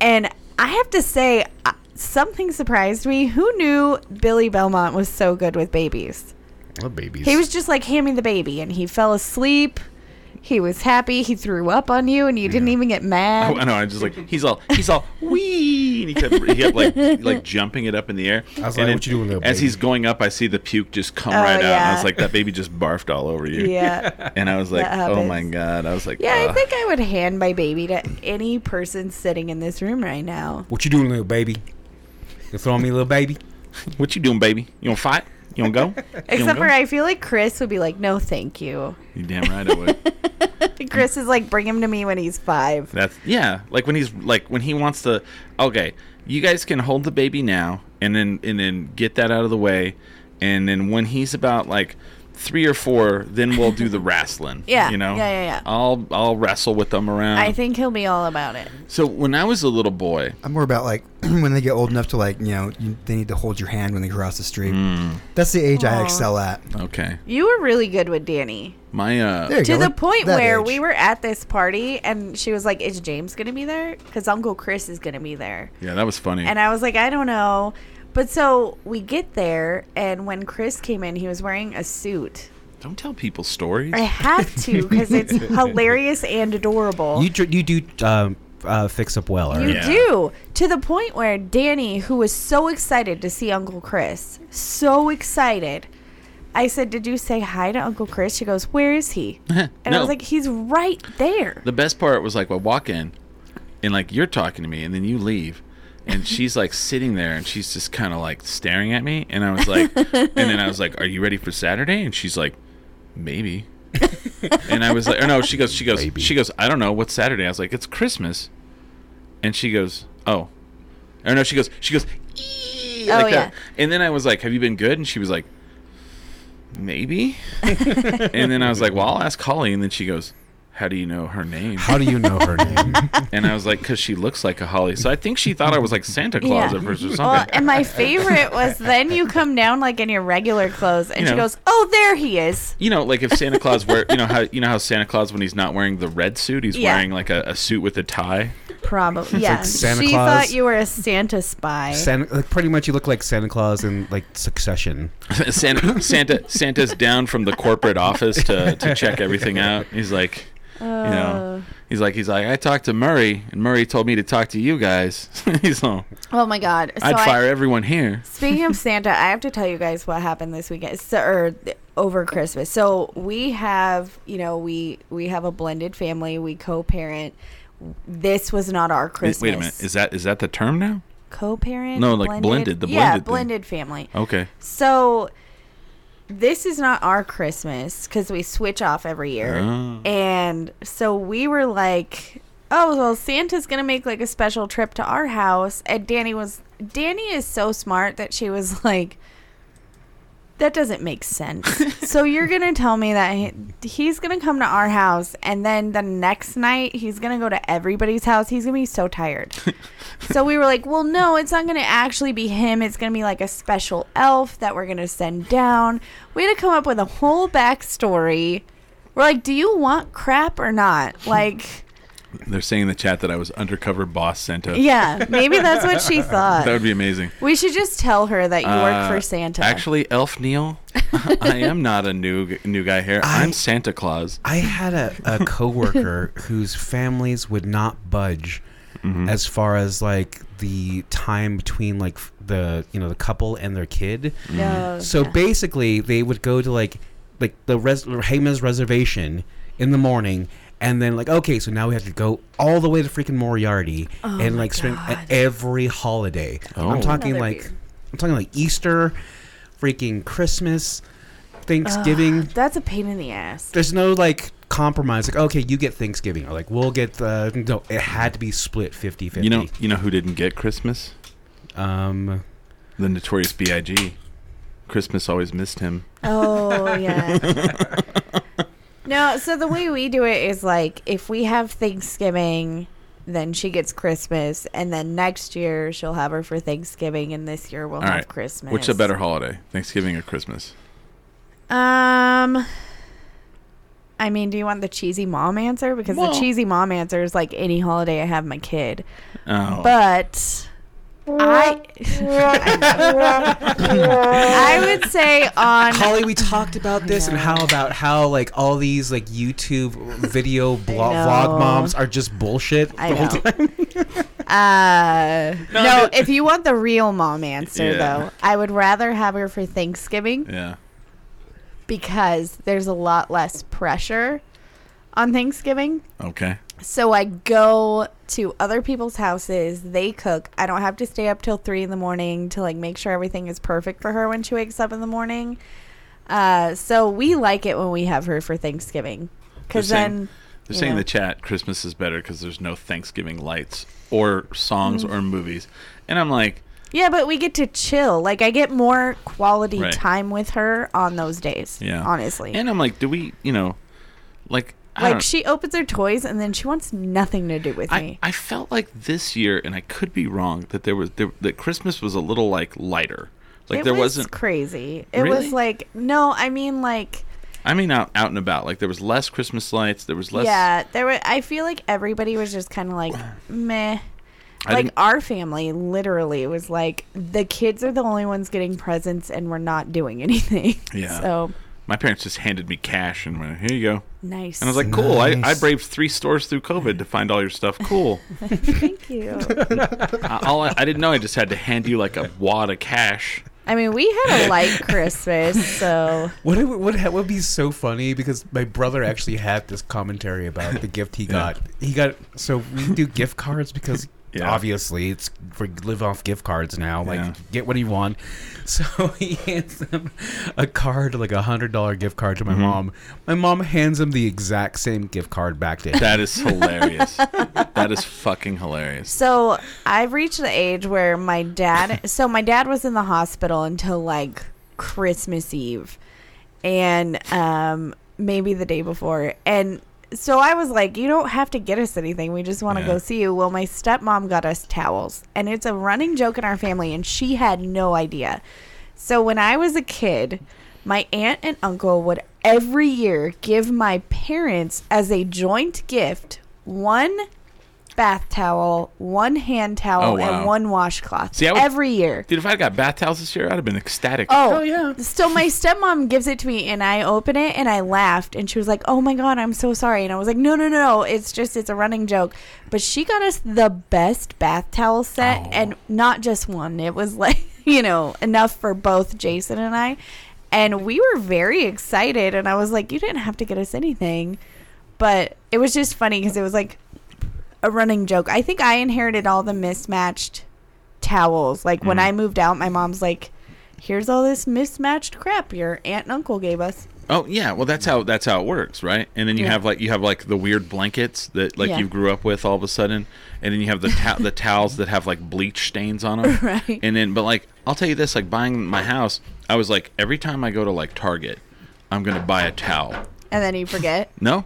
Speaker 3: And I have to say uh, something surprised me. Who knew Billy Belmont was so good with babies?
Speaker 5: love babies.
Speaker 3: He was just like, hand me the baby. And he fell asleep. He was happy. He threw up on you and you didn't even get
Speaker 2: I,
Speaker 3: mad.
Speaker 2: Oh, I know. I just like he's all he's all wee, and he kept he kept like like jumping it up in the air.
Speaker 5: I was
Speaker 2: And
Speaker 5: like, "What you doing, little
Speaker 2: As
Speaker 5: baby?"
Speaker 2: he's going up, I see the puke just come
Speaker 3: Oh,
Speaker 2: right out. And I was
Speaker 3: yeah.
Speaker 2: like, that baby just barfed all over you.
Speaker 3: yeah.
Speaker 2: And I was like,
Speaker 3: That
Speaker 2: oh my
Speaker 3: happens.
Speaker 2: god. I was like,
Speaker 3: Yeah, I
Speaker 2: "Ugh."
Speaker 3: think I would hand my baby to any person sitting in this room right now.
Speaker 5: what you doing, little baby? You throwing me, little baby?
Speaker 2: What you doing, baby? You don't fight? You don't go? you don't
Speaker 3: Except
Speaker 2: go?
Speaker 3: for I feel like Chris would be like, no, thank you.
Speaker 2: You damn right I would. Mm.
Speaker 3: Chris is like, bring him to me when he's five.
Speaker 2: That's yeah. Like when he's like when he wants to. Okay, you guys can hold the baby now, and then and then get that out of the way, and then when he's about like three or four, then we'll do the wrestling.
Speaker 3: Yeah,
Speaker 2: you know.
Speaker 3: yeah, yeah, yeah.
Speaker 2: I'll I'll wrestle with them around.
Speaker 3: I think he'll be all about it.
Speaker 2: so when I was a little boy,
Speaker 4: I'm more about like when they get old enough to like you know you, they need to hold your hand when they cross the street.
Speaker 2: Mm.
Speaker 4: That's the age I
Speaker 3: Aw.
Speaker 4: excel at.
Speaker 2: okay,
Speaker 3: You were really good with Danny.
Speaker 2: my
Speaker 4: There
Speaker 2: uh,
Speaker 4: you
Speaker 3: to
Speaker 4: go,
Speaker 3: the
Speaker 4: like
Speaker 3: point
Speaker 4: that
Speaker 3: where
Speaker 4: age.
Speaker 3: we were at this party and she was like, is James going to be there? Because Uncle Chris is going to be there.
Speaker 2: yeah, that was funny.
Speaker 3: And I was like, I don't know. But so we get there, and when Chris came in, he was wearing a suit.
Speaker 2: Don't tell people stories.
Speaker 3: I have to because it's hilarious and adorable.
Speaker 5: You dr- you do um, uh, fix up well, all
Speaker 3: Oh. You
Speaker 2: Yeah.
Speaker 5: right?
Speaker 3: do to the point where Danny, who was so excited to see Uncle Chris, so excited. I said, "Did you say hi to Uncle Chris?" She goes, "Where is he?" And I
Speaker 2: No.
Speaker 3: was like, "He's right there."
Speaker 2: The best part was like, I walk in, and like you're talking to me, and then you leave, and she's like sitting there, and she's just kind of like staring at me, and I was like, and then I was like, "Are you ready for Saturday?" And she's like, "Maybe." and I was like, or no, she goes, she goes,
Speaker 5: Maybe.
Speaker 2: she goes, I don't know, what's Saturday? I was like, it's Christmas, and she goes, oh, or no, she goes, she goes, "Ee,"
Speaker 3: Oh,
Speaker 2: like
Speaker 3: yeah.
Speaker 2: that, and then I was like, have you been good? And she was like, maybe, and then I was like, well, I'll ask Holly, and then she goes. How do you know her name?
Speaker 5: How do you know her name?
Speaker 2: And I was like, because she looks like a Holly. So I think she thought I was like Santa Claus
Speaker 3: Yeah.
Speaker 2: at first or
Speaker 3: Well,
Speaker 2: something.
Speaker 3: and my favorite was then you come down like in your regular clothes, and
Speaker 2: You
Speaker 3: she
Speaker 2: know.
Speaker 3: goes, "Oh, there he is."
Speaker 2: you know, like if Santa Claus wear, you know how you know how Santa Claus when he's not wearing the red suit, he's
Speaker 3: Yeah.
Speaker 2: wearing like a, a suit with a tie.
Speaker 3: Probably, yeah.
Speaker 5: Santa
Speaker 3: she
Speaker 5: Claus.
Speaker 3: thought you were a Santa spy.
Speaker 5: Santa, like pretty much, you look like Santa Claus in like Succession.
Speaker 2: Santa Santa Santa's down from the corporate office to to check everything out. He's like, you know,
Speaker 3: Uh.
Speaker 2: he's like he's like I talked to Murray and Murray told me to talk to you guys. he's like,
Speaker 3: oh my god! So
Speaker 2: I'd
Speaker 3: I-
Speaker 2: fire everyone here.
Speaker 3: Speaking of Santa, I have to tell you guys what happened this weekend so, or th- over Christmas. So we have, you know, we we have a blended family. We co-parent. This was not our Christmas.
Speaker 2: Wait a minute, is that is that the term now?
Speaker 3: co-parent?
Speaker 2: No, like blended, the
Speaker 3: yeah,
Speaker 2: blended thing.
Speaker 3: blended family.
Speaker 2: Okay,
Speaker 3: So this is not our Christmas because we switch off every year.
Speaker 2: Oh.
Speaker 3: And so we were like, oh, well, Santa's going to make like a special trip to our house. And Danny was, Danny is so smart that she was like, that doesn't make sense. so you're going to tell me that he- he's going to come to our house and then the next night he's going to go to everybody's house. He's going to be so tired. so we were like, well, no, it's not going to actually be him. It's going to be like a special elf that we're going to send down. We had to come up with a whole backstory. We're like, do you want crap or not? Like,
Speaker 2: they're saying in the chat that I was undercover boss Santa.
Speaker 3: yeah, maybe that's what she
Speaker 2: That
Speaker 3: thought.
Speaker 2: would be amazing.
Speaker 3: We should just tell her that you work
Speaker 2: Uh,
Speaker 3: for Santa.
Speaker 2: Actually, Elf Neil, I am not a new g- new guy here. I,
Speaker 5: I-
Speaker 2: am Santa Claus.
Speaker 5: I had a, a coworker whose families would not budge as far as like the time between like f- the you know the couple and their kid.
Speaker 3: No,
Speaker 5: So basically, they would go to like like the res- Hema's reservation in the morning, and then like okay, so now we have to go all the way to freaking Moriarty and like spend
Speaker 3: Oh
Speaker 5: e,
Speaker 3: God.
Speaker 5: every holiday.
Speaker 2: Oh.
Speaker 5: I'm talking
Speaker 3: Another
Speaker 5: like
Speaker 3: beer.
Speaker 5: I'm talking like Easter, freaking Christmas, Thanksgiving.
Speaker 3: that's a pain in the ass.
Speaker 5: There's no like compromise. Like okay, you get Thanksgiving, or like we'll get the no. It had to be split 50-50.
Speaker 2: You know, you know who didn't get Christmas?
Speaker 5: um,
Speaker 2: The Notorious B.I.G. Christmas always missed him.
Speaker 3: Oh yeah. no, so the way we do it is like if we have Thanksgiving, then she gets Christmas, and then next year she'll have her for Thanksgiving, and this year we'll
Speaker 2: All
Speaker 3: have
Speaker 2: right.
Speaker 3: Christmas.
Speaker 2: Which is a better holiday, Thanksgiving or Christmas?
Speaker 3: Um. I mean, do you want the cheesy mom answer? Because
Speaker 2: Well-
Speaker 3: the cheesy mom answer is like any holiday I have my kid.
Speaker 2: Oh,
Speaker 3: But I, I would say on
Speaker 5: Holly, we talked about this, and
Speaker 3: know.
Speaker 5: how about how like all these like YouTube video blog
Speaker 3: know.
Speaker 5: vlog moms are just bullshit.
Speaker 3: I know. uh, no,
Speaker 2: No,
Speaker 3: if you want the real mom answer,
Speaker 2: Yeah.
Speaker 3: though, I would rather have her for Thanksgiving
Speaker 2: yeah.
Speaker 3: because there's a lot less pressure on Thanksgiving.
Speaker 2: Okay.
Speaker 3: So I go to other people's houses. They cook. I don't have to stay up till three in the morning to like make sure everything is perfect for her when she wakes up in the morning. Uh, so we like it when we have her for Thanksgiving because
Speaker 2: The same.
Speaker 3: then
Speaker 2: They're
Speaker 3: You
Speaker 2: saying in
Speaker 3: know.
Speaker 2: the chat Christmas is better because there's no Thanksgiving lights or songs
Speaker 3: Mm.
Speaker 2: or movies, and I'm like,
Speaker 3: Yeah, but we get to chill. Like I get more quality
Speaker 2: Right.
Speaker 3: time with her on those days.
Speaker 2: yeah,
Speaker 3: Honestly.
Speaker 2: and I'm like, do we, you know, like, I
Speaker 3: like
Speaker 2: don't-
Speaker 3: she opens her toys and then she wants nothing to do with
Speaker 2: I,
Speaker 3: me.
Speaker 2: I felt like this year, and I could be wrong, that there was there, that Christmas was a little like lighter. Like
Speaker 3: it
Speaker 2: there
Speaker 3: was
Speaker 2: was not
Speaker 3: crazy. It was
Speaker 2: Really?
Speaker 3: like no, I mean like
Speaker 2: I mean, out out and about. Like there was less Christmas lights. There was less.
Speaker 3: yeah, there were I feel like everybody was just kind of like meh.
Speaker 2: I
Speaker 3: like
Speaker 2: didn't-
Speaker 3: our family literally was like the kids are the only ones getting presents and we're not doing anything.
Speaker 2: Yeah.
Speaker 3: So
Speaker 2: My parents just handed me cash and went, "Here you go."
Speaker 3: Nice.
Speaker 2: And I was like, "Cool! I, I
Speaker 4: Nice.
Speaker 2: braved three stores through COVID to find all your stuff. Cool."
Speaker 3: thank you.
Speaker 2: I, all I, I didn't know I just had to hand you like a wad of cash.
Speaker 3: I mean, we had a light Christmas, so
Speaker 5: What it would, what ha- would be so funny because my brother actually had this commentary about the gift he got. He got so we do gift cards because
Speaker 2: Yeah.
Speaker 5: obviously it's we live off gift cards now. Like
Speaker 2: Yeah.
Speaker 5: get what you want. So he hands them a card, like a hundred dollar gift card to my mom. My mom hands him the exact same gift card back to him.
Speaker 2: That is hilarious. that is fucking hilarious.
Speaker 3: So I've reached the age where my dad. So my dad was in the hospital until like Christmas Eve, and um, maybe the day before. And so I was like, "You don't have to get us anything. We just want to
Speaker 2: Yeah.
Speaker 3: go see you." Well, my stepmom got us towels, and it's a running joke in our family, and she had no idea. So when I was a kid, my aunt and uncle would every year give my parents as a joint gift one bath towel, one hand towel,
Speaker 2: Oh, wow.
Speaker 3: and one washcloth
Speaker 2: See, I would-
Speaker 3: every year.
Speaker 2: Dude, if I got bath towels this year, I'd have been ecstatic.
Speaker 3: Oh,
Speaker 5: yeah.
Speaker 3: So my stepmom gives it to me, and I open it, and I laughed, and she was like, "Oh my god, I'm so sorry," and I was like, "No, no, no, no, it's just it's a running joke." But she got us the best bath towel set,
Speaker 2: Oh.
Speaker 3: and not just one. It was like you know enough for both Jason and I, and we were very excited. And I was like, "You didn't have to get us anything," but it was just funny because it was like a running joke. I think I inherited all the mismatched towels. Like
Speaker 2: Mm-hmm.
Speaker 3: when I moved out, my mom's like, "Here's all this mismatched crap your aunt and uncle gave us."
Speaker 2: Oh yeah, well that's how that's how it works, right? And then you
Speaker 3: Yeah.
Speaker 2: have like you have like the weird blankets that like
Speaker 3: Yeah.
Speaker 2: you grew up with all of a sudden, and then you have the ta- the towels that have like bleach stains on them,
Speaker 3: Right.
Speaker 2: And then but like I'll tell you this, like buying my house, I was like every time I go to like Target, I'm gonna buy a towel.
Speaker 3: And then you forget.
Speaker 2: No,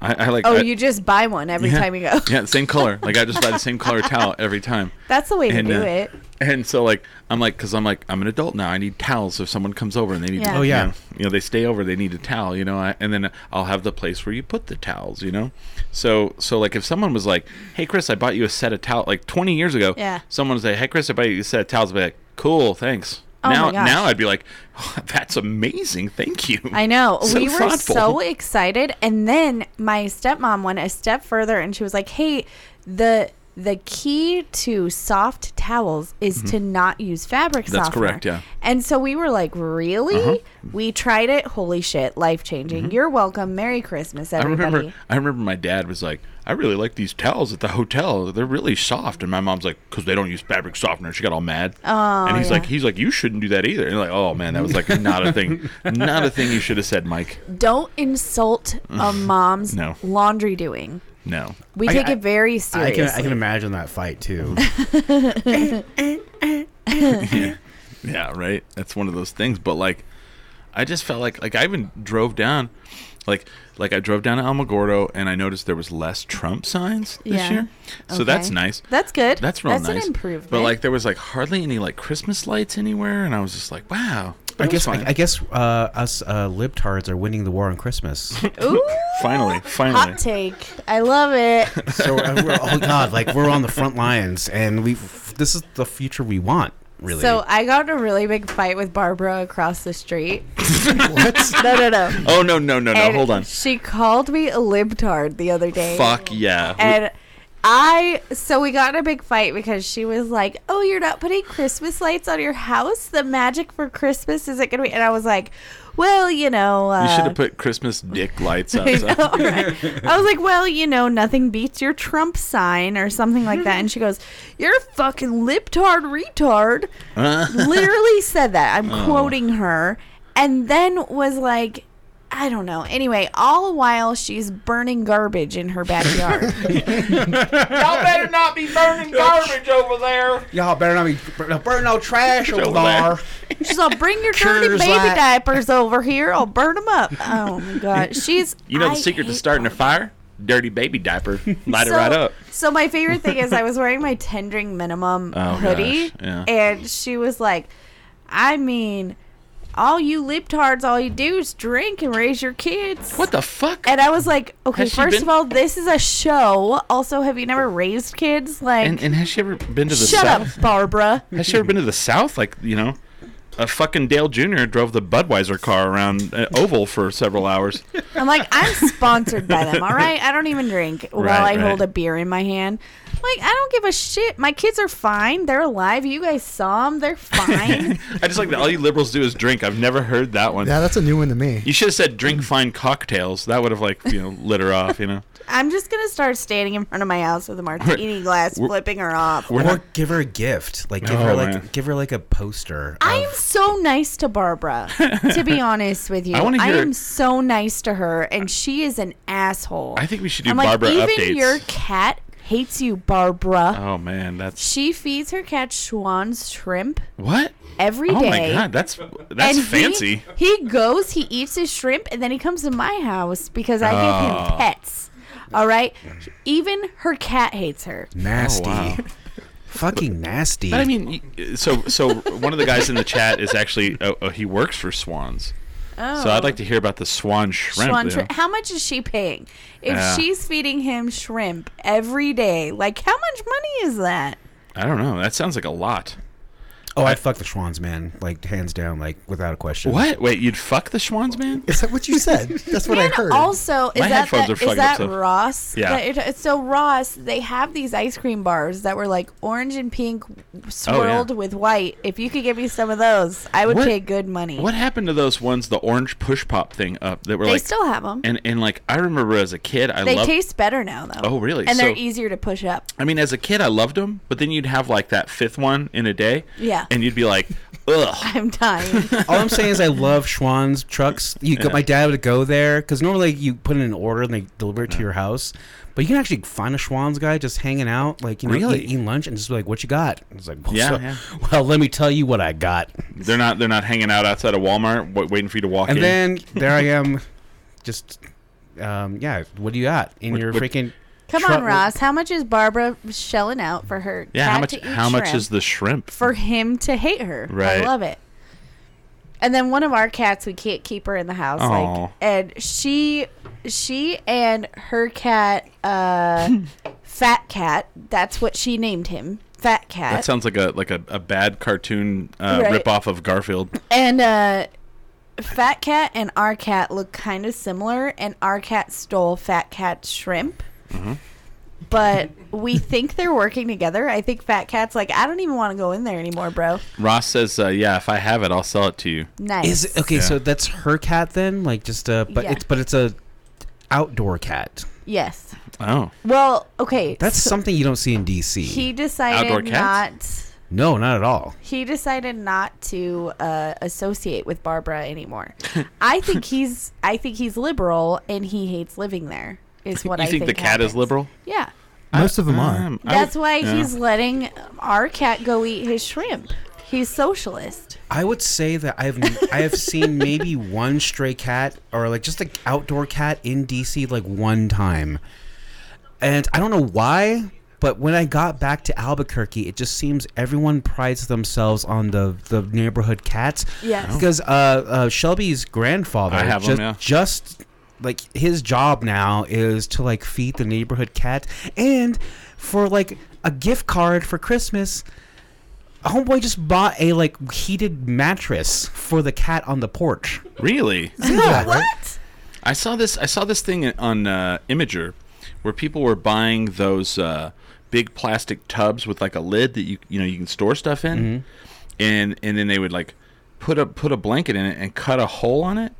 Speaker 2: I, I like
Speaker 3: Oh,
Speaker 2: I-
Speaker 3: you just buy one every time you go.
Speaker 2: yeah, same color. Like I just buy the same color towel every time.
Speaker 3: That's the way to
Speaker 2: And,
Speaker 3: do
Speaker 2: uh,
Speaker 3: it.
Speaker 2: And so like I'm like because I'm like I'm an adult now. I need towels if someone comes over and they need.
Speaker 3: Yeah.
Speaker 5: Oh, yeah.
Speaker 2: You know, you know, they stay over. They need a towel. You know, I, and then I'll have the place where you put the towels. You know, so so like if someone was like, "Hey Chris, I bought you a set of towels like 20 years ago."
Speaker 3: Yeah.
Speaker 2: Someone would say, "Hey Chris, I bought you a set of towels." I'd be like, "Cool, thanks."
Speaker 3: Oh, my
Speaker 2: now
Speaker 3: gosh.
Speaker 2: now I'd be like, oh, "That's amazing, thank you."
Speaker 3: I know.
Speaker 2: So
Speaker 3: we were
Speaker 2: thoughtful.
Speaker 3: so excited and then my stepmom went a step further and she was like, "Hey, the the key to soft towels is to not use fabric
Speaker 2: Mm-hmm. That's
Speaker 3: softener."
Speaker 2: correct, yeah. Uh-huh.
Speaker 3: And so we were like, "Really?" We tried it. Holy shit, life-changing. You're welcome. Merry Christmas,
Speaker 2: Mm-hmm. I
Speaker 3: everybody.
Speaker 2: remember I remember my dad was like, I really like these towels at the hotel. They're really soft. And my mom's like, because they don't use fabric softener. She got all mad. Oh, and he's
Speaker 3: yeah.
Speaker 2: like, he's like, you shouldn't do that either. And like, oh man, that was like not a thing, not a thing you should have said, Mike.
Speaker 3: Don't insult a mom's
Speaker 2: No.
Speaker 3: laundry doing.
Speaker 2: No.
Speaker 3: We
Speaker 5: I-
Speaker 3: take
Speaker 5: I-
Speaker 3: it very
Speaker 5: I
Speaker 3: seriously.
Speaker 5: can I can imagine that fight too.
Speaker 2: Yeah, right. That's one of those things. But like, I just felt like like I even drove down, like like I drove down to Alamogordo and I noticed there was less Trump signs this
Speaker 3: Yeah.
Speaker 2: year. So that's
Speaker 3: Okay.
Speaker 2: nice.
Speaker 3: That's good.
Speaker 2: That's real
Speaker 3: That's
Speaker 2: nice.
Speaker 3: an improvement.
Speaker 2: But like there was like hardly any like Christmas lights anywhere, and I was just like, wow. that
Speaker 5: I
Speaker 2: was
Speaker 5: guess I,
Speaker 2: fine.
Speaker 5: I guess uh, us uh, libtards are winning the war on Christmas.
Speaker 3: Ooh,
Speaker 2: finally, finally.
Speaker 3: hot take. I love it.
Speaker 5: So uh, we're, oh god, like we're on the front lines, and we this is the future we want. Really.
Speaker 3: So I got in a really big fight with Barbara across the street. No, no, no.
Speaker 2: Oh no no no no!
Speaker 3: And
Speaker 2: Hold on.
Speaker 3: She called me a libtard the other day.
Speaker 2: Fuck yeah! We-
Speaker 3: And I, so we got in a big fight because she was like, "Oh, you're not putting Christmas lights on your house. The magic for Christmas isn't gonna be." And I was like, "Well, you know." Uh,
Speaker 2: you should have put Christmas dick lights up.
Speaker 3: I know, right? I was like, well, you know, nothing beats your Trump sign or something like that. And she goes, You're a fucking libtard retard. Literally said that. I'm
Speaker 2: Oh.
Speaker 3: quoting her. And then was like, I don't know. Anyway, all while she's burning garbage in her backyard.
Speaker 1: Y'all better not be burning garbage over there.
Speaker 5: Y'all better not be burn, burn no trash over
Speaker 2: there.
Speaker 3: she's all, bring your dirty
Speaker 5: Coors
Speaker 3: baby
Speaker 5: Light."
Speaker 3: diapers over here. I'll burn them up. Oh my god, she's.
Speaker 2: You know the
Speaker 3: I
Speaker 2: secret to
Speaker 3: hate
Speaker 2: starting a
Speaker 3: her.
Speaker 2: fire? Dirty baby diaper. Light it right up.
Speaker 3: So my favorite thing is I was wearing my tendering minimum
Speaker 2: Oh,
Speaker 3: hoodie,
Speaker 2: gosh, yeah.
Speaker 3: and she was like, "I mean, all you libtards, all you do is drink and raise your kids."
Speaker 2: What the fuck?
Speaker 3: And I was like, "Okay,
Speaker 2: Has she
Speaker 3: first
Speaker 2: been-
Speaker 3: of all, this is a show. Also, have you never raised kids? Like,
Speaker 2: And, and has she ever been to the
Speaker 3: shut
Speaker 2: south?
Speaker 3: up, Barbara."
Speaker 2: Has she ever been to the south? Like you know, a fucking Dale Jr. drove the Budweiser car around uh, Oval for several hours.
Speaker 3: I'm like, I'm sponsored by them, all right? I don't even drink while
Speaker 2: Right,
Speaker 3: I hold
Speaker 2: right.
Speaker 3: a beer in my hand. Like, I don't give a shit. My kids are fine. They're alive. You guys saw them. They're fine.
Speaker 2: I just like that all you liberals do is drink. I've never heard that one.
Speaker 4: Yeah, that's a new one to me.
Speaker 2: You should have said drink fine cocktails. That would have like you know lit her off. You know,
Speaker 3: I'm just going to start standing in front of my house with a martini glass,
Speaker 2: We're-
Speaker 3: flipping her off.
Speaker 2: we're
Speaker 5: or
Speaker 2: not.
Speaker 5: give her a gift. Like give
Speaker 2: No,
Speaker 5: her like
Speaker 2: man.
Speaker 5: give her like a poster.
Speaker 3: I
Speaker 5: of-
Speaker 3: am so nice to Barbara, to be honest with you.
Speaker 2: I wanna hear-
Speaker 3: am so nice to her, and she is an asshole.
Speaker 2: I think we should do
Speaker 3: I'm like,
Speaker 2: Barbara
Speaker 3: even
Speaker 2: updates.
Speaker 3: your cat hates you, Barbara.
Speaker 2: oh man, that's
Speaker 3: She feeds her cat Schwann's shrimp
Speaker 2: what?
Speaker 3: every day.
Speaker 2: Oh my god, that's that's
Speaker 3: and he-
Speaker 2: fancy.
Speaker 3: He, goes, he eats his shrimp, and then he comes to my house because I give
Speaker 2: Oh.
Speaker 3: him pets. All right? Even her cat hates her.
Speaker 5: nasty.
Speaker 2: Oh, wow.
Speaker 5: Fucking nasty.
Speaker 2: But I mean, y- so so one of the guys in the chat is actually oh, oh, he works for Swans.
Speaker 3: Oh.
Speaker 2: So I'd like to hear about the Swan Shrimp.
Speaker 3: Swan
Speaker 2: you know?
Speaker 3: shrimp. How much is she paying? If
Speaker 2: Yeah.
Speaker 3: she's feeding him shrimp every day, like how much money is that?
Speaker 2: I don't know. That sounds like a lot.
Speaker 5: oh, I'd fuck the Schwans, man. Like hands down, like without a question.
Speaker 2: What? Wait, you'd fuck the Schwans, man?
Speaker 4: Is that what you said? That's what I heard.
Speaker 3: Also, is
Speaker 2: My
Speaker 3: that,
Speaker 2: headphones
Speaker 3: that,
Speaker 2: are
Speaker 3: is
Speaker 2: fucking
Speaker 3: that
Speaker 2: up, so-
Speaker 3: Ross?
Speaker 2: Yeah.
Speaker 3: that you're ta- so Ross, they have these ice cream bars that were like orange and pink
Speaker 2: Oh,
Speaker 3: swirled with white. If you could give me some of those, I would
Speaker 2: What-
Speaker 3: pay good money.
Speaker 2: What happened to those ones, the orange push pop thing up that were
Speaker 3: they
Speaker 2: like,
Speaker 3: still have them.
Speaker 2: and and like I remember as a kid, I
Speaker 3: They
Speaker 2: loved.
Speaker 3: taste better now, though.
Speaker 2: Oh, really?
Speaker 3: And they're
Speaker 2: So-
Speaker 3: easier to push up.
Speaker 2: I mean, as a kid, I loved them, but then you'd have like that fifth one in a day.
Speaker 3: Yeah.
Speaker 2: And you'd be like, ugh.
Speaker 3: I'm dying.
Speaker 5: All I'm saying is I love Schwann's trucks. You go, my dad would go there because normally you put in an order and they deliver it to your house. But you can actually find a Schwann's guy just hanging out, like you know,
Speaker 2: Really?
Speaker 5: eat- eating lunch and just be like, "What you got?" And it's like, well,
Speaker 2: Yeah,
Speaker 5: so-
Speaker 2: yeah.
Speaker 5: well, let me tell you what I got."
Speaker 2: They're not. They're not hanging out outside of Walmart, wa waiting for you to walk
Speaker 5: And
Speaker 2: in.
Speaker 5: then there I am, just um, yeah. What do you got in
Speaker 2: What-
Speaker 5: your
Speaker 2: what-
Speaker 5: freaking?
Speaker 3: Come
Speaker 5: Shrimp-
Speaker 3: on, Ross. How much is Barbara shelling out for her?
Speaker 2: yeah.
Speaker 3: cat
Speaker 2: How much?
Speaker 3: to eat
Speaker 2: How much
Speaker 3: shrimp?
Speaker 2: is the shrimp?
Speaker 3: for him to hate her.
Speaker 2: Right.
Speaker 3: I love it. And then one of our cats, we can't keep her in the house.
Speaker 2: Aw.
Speaker 3: Like, and she, she and her cat, uh, Fat Cat. That's what she named him, Fat
Speaker 2: That
Speaker 3: Cat.
Speaker 2: sounds like a like a, a bad cartoon uh,
Speaker 3: Right.
Speaker 2: ripoff of Garfield.
Speaker 3: and uh, Fat Cat and our cat look kind of similar. And our cat stole Fat Cat's shrimp.
Speaker 2: Mm-hmm.
Speaker 3: But we think they're working together. I think Fat Cat's like, I don't even want to go in there anymore, bro.
Speaker 2: Ross says, uh, "Yeah, if I have it, I'll sell it to you."
Speaker 3: Nice.
Speaker 5: Is it, okay,
Speaker 2: Yeah.
Speaker 5: so that's her cat then, like just a but
Speaker 3: Yeah.
Speaker 5: it's but it's a outdoor cat.
Speaker 3: Yes.
Speaker 2: Oh,
Speaker 3: Well, okay.
Speaker 5: That's
Speaker 3: so-
Speaker 5: something you don't see in DC.
Speaker 3: he decided
Speaker 2: Outdoor cats?
Speaker 3: not.
Speaker 5: no, not at all.
Speaker 3: He decided not to uh, associate with Barbara anymore. I think he's. I think he's liberal, and he hates living there. Is what
Speaker 2: you
Speaker 3: I
Speaker 2: think, the cat is
Speaker 3: happens.
Speaker 2: liberal?
Speaker 3: Yeah,
Speaker 4: Most of them are.
Speaker 2: Um, I
Speaker 3: that's
Speaker 2: would-
Speaker 3: why
Speaker 2: yeah.
Speaker 3: he's letting our cat go eat his shrimp. He's socialist.
Speaker 5: I would say that I've I have seen maybe one stray cat or like just an outdoor cat in DC like one time, and I don't know why. But when I got back to Albuquerque, it just seems everyone prides themselves on the, the neighborhood cats.
Speaker 3: Yes. Oh.
Speaker 5: Because uh, uh, Shelby's grandfather
Speaker 2: I have 'em,
Speaker 5: just,
Speaker 2: yeah.
Speaker 5: just like his job now is to like feed the neighborhood cat and for like a gift card for Christmas homeboy just bought a like heated mattress for the cat on the porch.
Speaker 2: Really?
Speaker 3: What?
Speaker 2: I saw this. I saw this thing on uh, Imager, where people were buying those uh, big plastic tubs with like a lid that you you know you can store stuff in, and and then they would like put a put a blanket in it and cut a hole on it,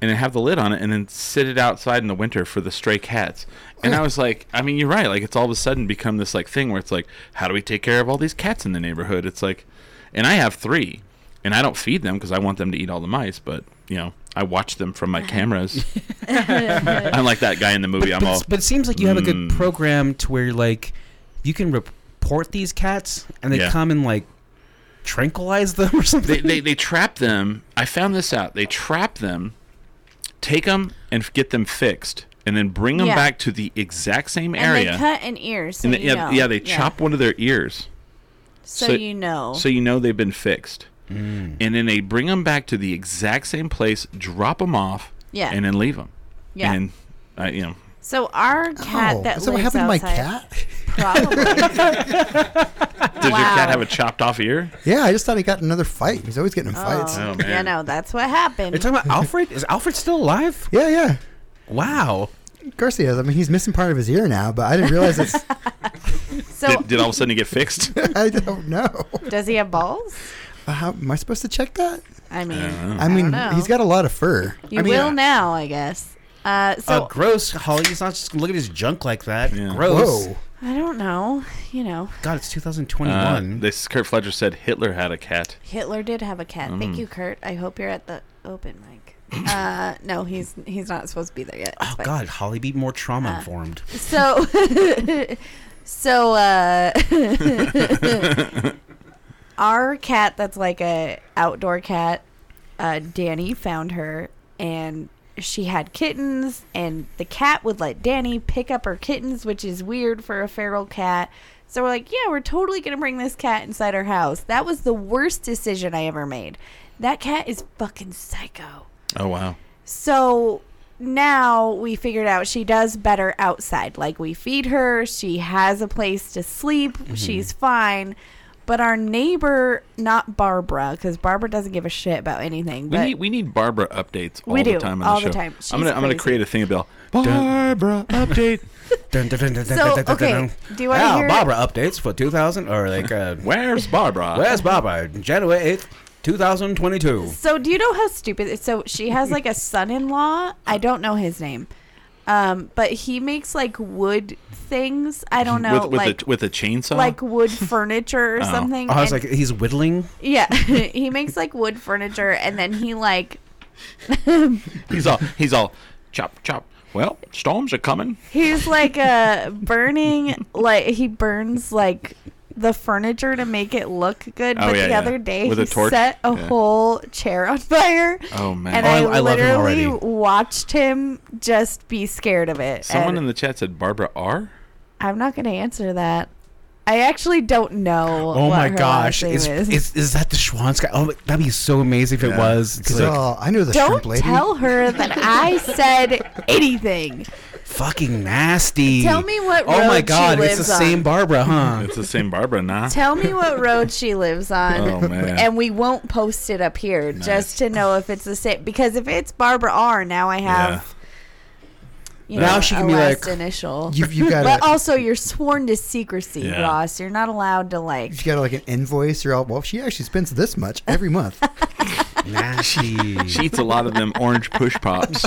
Speaker 2: and then have the lid on it, and then sit it outside in the winter for the stray cats. And I was like, I mean, you're right. Like it's all of a sudden become this like thing where it's like, how do we take care of all these cats in the neighborhood? It's like, and I have three. And I don't feed them because I want them to eat all the mice, but you know, I watch them from my cameras. I'm like that guy in the movie. I'm
Speaker 5: But,
Speaker 2: all. mm.
Speaker 5: it's- but it seems like you have a good program to where like you can report these cats and they
Speaker 2: Yeah.
Speaker 5: come and like tranquilize them or
Speaker 2: They,
Speaker 5: something.
Speaker 2: they they trap them. I found this out. They trap them, take them, and f- get them fixed, and then bring them
Speaker 3: Yeah.
Speaker 2: back to the exact same
Speaker 3: And
Speaker 2: area.
Speaker 3: they cut an ear, so
Speaker 2: and they-
Speaker 3: you
Speaker 2: yeah,
Speaker 3: know.
Speaker 2: yeah, they chop one of their ears,
Speaker 3: So,
Speaker 2: so-
Speaker 3: you know.
Speaker 2: so you know they've been fixed. And then they bring them back to the exact same place, drop them off,
Speaker 3: Yeah.
Speaker 2: and then leave them.
Speaker 3: Yeah.
Speaker 2: And then, I, you know,
Speaker 3: so our cat
Speaker 4: Oh,
Speaker 3: that
Speaker 4: is
Speaker 3: lives
Speaker 4: that what happened
Speaker 3: outside,
Speaker 4: to my cat?
Speaker 3: probably.
Speaker 2: Did your cat
Speaker 3: Oh, Wow.
Speaker 2: have a chopped off ear?
Speaker 4: Yeah, I just thought he got another fight. He's always getting in fights.
Speaker 3: Oh,
Speaker 2: Oh, man.
Speaker 3: you know, that's what happened.
Speaker 5: You're talking about Alfred? Is Alfred still alive?
Speaker 4: Yeah, yeah.
Speaker 5: Wow.
Speaker 4: Of course he is. I mean, he's missing part of his ear now, but I didn't realize that's.
Speaker 3: so,
Speaker 2: did, did all of a sudden he get fixed?
Speaker 4: I don't know.
Speaker 3: does he have balls?
Speaker 4: Uh, How, am I supposed to check that?
Speaker 3: I mean,
Speaker 2: don't
Speaker 4: I mean,
Speaker 3: know.
Speaker 4: he's got a lot of fur.
Speaker 3: you
Speaker 5: I mean,
Speaker 3: will
Speaker 5: uh,
Speaker 3: now, I guess. Uh, so
Speaker 5: uh, gross, Holly. He's not just gonna look at his junk like that.
Speaker 2: Yeah.
Speaker 5: Gross.
Speaker 4: Whoa.
Speaker 3: I don't know. You know,
Speaker 5: God, it's
Speaker 2: Uh,
Speaker 5: 2021.
Speaker 2: this Kurt Fletcher said Hitler had a cat.
Speaker 3: Hitler did have a cat. Thank you, Kurt. I hope you're at the open mic. Uh, no, he's he's not supposed to be there yet.
Speaker 5: oh
Speaker 3: but-
Speaker 5: God, Holly, be more trauma
Speaker 3: Uh,
Speaker 5: informed.
Speaker 3: So, so uh, our cat that's like a outdoor cat, uh, Danny found her and she had kittens and the cat would let Danny pick up her kittens, which is weird for a feral cat. So we're like, yeah, we're totally going to bring this cat inside our house. That was the worst decision I ever made. That cat is fucking psycho.
Speaker 2: Oh wow.
Speaker 3: So now we figured out she does better outside. Like we feed her, she has a place to sleep,
Speaker 5: Mm-hmm.
Speaker 3: she's fine. But our neighbor, not Barbara, because Barbara doesn't give a shit about anything.
Speaker 2: We
Speaker 3: But
Speaker 2: need we need Barbara updates all
Speaker 3: We
Speaker 2: the
Speaker 3: do,
Speaker 2: time on
Speaker 3: all
Speaker 2: the
Speaker 3: the
Speaker 2: show.
Speaker 3: time. She's
Speaker 2: I'm gonna I'm gonna
Speaker 3: crazy.
Speaker 2: create a thing about Barbara update.
Speaker 5: Dun, dun, dun, dun, dun,
Speaker 3: So,
Speaker 5: dun, dun,
Speaker 3: okay,
Speaker 5: dun.
Speaker 3: do you wanna
Speaker 5: Wow,
Speaker 3: hear-
Speaker 5: Barbara updates for 2000 or like uh,
Speaker 2: Where's Barbara?
Speaker 5: where's Barbara? January 8th, 2022.
Speaker 3: so do you know how stupid? So she has like a son-in-law. I don't know his name, um, but he makes like wood things. I don't know,
Speaker 2: with with
Speaker 3: like
Speaker 2: a with a chainsaw.
Speaker 3: like wood furniture or something.
Speaker 5: Oh, I was
Speaker 3: and-
Speaker 5: like, he's whittling.
Speaker 3: yeah, he makes like wood furniture, and then he like
Speaker 2: he's all he's all chop chop. Well, storms are coming.
Speaker 3: He's like uh burning like he burns like the furniture to make it look good.
Speaker 2: Oh,
Speaker 3: but
Speaker 2: yeah,
Speaker 3: the
Speaker 2: yeah.
Speaker 3: other day
Speaker 2: With
Speaker 3: he
Speaker 2: a torch?
Speaker 3: set a
Speaker 2: Yeah.
Speaker 3: whole chair on fire.
Speaker 2: Oh man.
Speaker 3: And
Speaker 5: Oh, I-
Speaker 3: I,
Speaker 5: I love him
Speaker 3: literally
Speaker 5: already.
Speaker 3: watched him just be scared of it.
Speaker 2: Someone
Speaker 3: and
Speaker 2: in the chat said Barbara R.
Speaker 3: I'm not gonna answer that. I actually don't know.
Speaker 5: Oh
Speaker 3: what
Speaker 5: my
Speaker 3: her
Speaker 5: gosh,
Speaker 3: last name is.
Speaker 5: is, is is that the Schwanz guy? Oh, that'd be so amazing if it was. It's
Speaker 4: Because
Speaker 5: like,
Speaker 4: I know the
Speaker 3: don't
Speaker 4: shrimp lady.
Speaker 3: tell her that I said anything.
Speaker 5: fucking nasty.
Speaker 3: Tell me what
Speaker 5: Oh
Speaker 3: road
Speaker 5: my
Speaker 3: she
Speaker 5: god, it's the
Speaker 3: lives
Speaker 5: same
Speaker 3: on.
Speaker 5: Barbara, huh?
Speaker 2: It's the same Barbara, nah.
Speaker 3: Tell me what road she lives on.
Speaker 2: Oh, man.
Speaker 3: And we won't post it up here just to know if it's the same. Because if it's Barbara R, now I have you know,
Speaker 5: Now she can
Speaker 3: a
Speaker 5: be
Speaker 3: last
Speaker 5: like,
Speaker 3: initial.
Speaker 4: You've, you've got
Speaker 3: but
Speaker 4: a,
Speaker 3: also, you're sworn to secrecy,
Speaker 2: Yeah.
Speaker 3: Ross. You're not allowed to like.
Speaker 4: you've got like an invoice. You're all well. She actually spends this much every month.
Speaker 5: nasty.
Speaker 2: She eats a lot of them orange push pops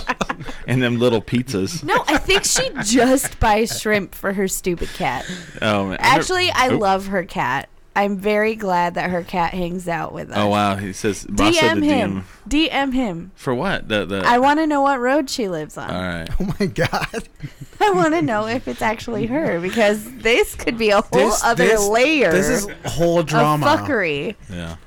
Speaker 2: and them little pizzas.
Speaker 3: No, I think she just buys shrimp for her stupid cat.
Speaker 2: Oh, man.
Speaker 3: Actually, I
Speaker 2: Oop.
Speaker 3: love her cat. I'm very glad that her cat hangs out with us.
Speaker 2: Oh wow, he says Ross said
Speaker 3: DM
Speaker 2: the
Speaker 3: him. DM him.
Speaker 2: for what? The the.
Speaker 3: I want to know what road she lives on.
Speaker 2: all right.
Speaker 4: Oh my god.
Speaker 3: I want to know if it's actually her because this could be a whole other layer
Speaker 5: This is whole
Speaker 3: of
Speaker 5: drama.
Speaker 3: fuckery.
Speaker 2: Yeah.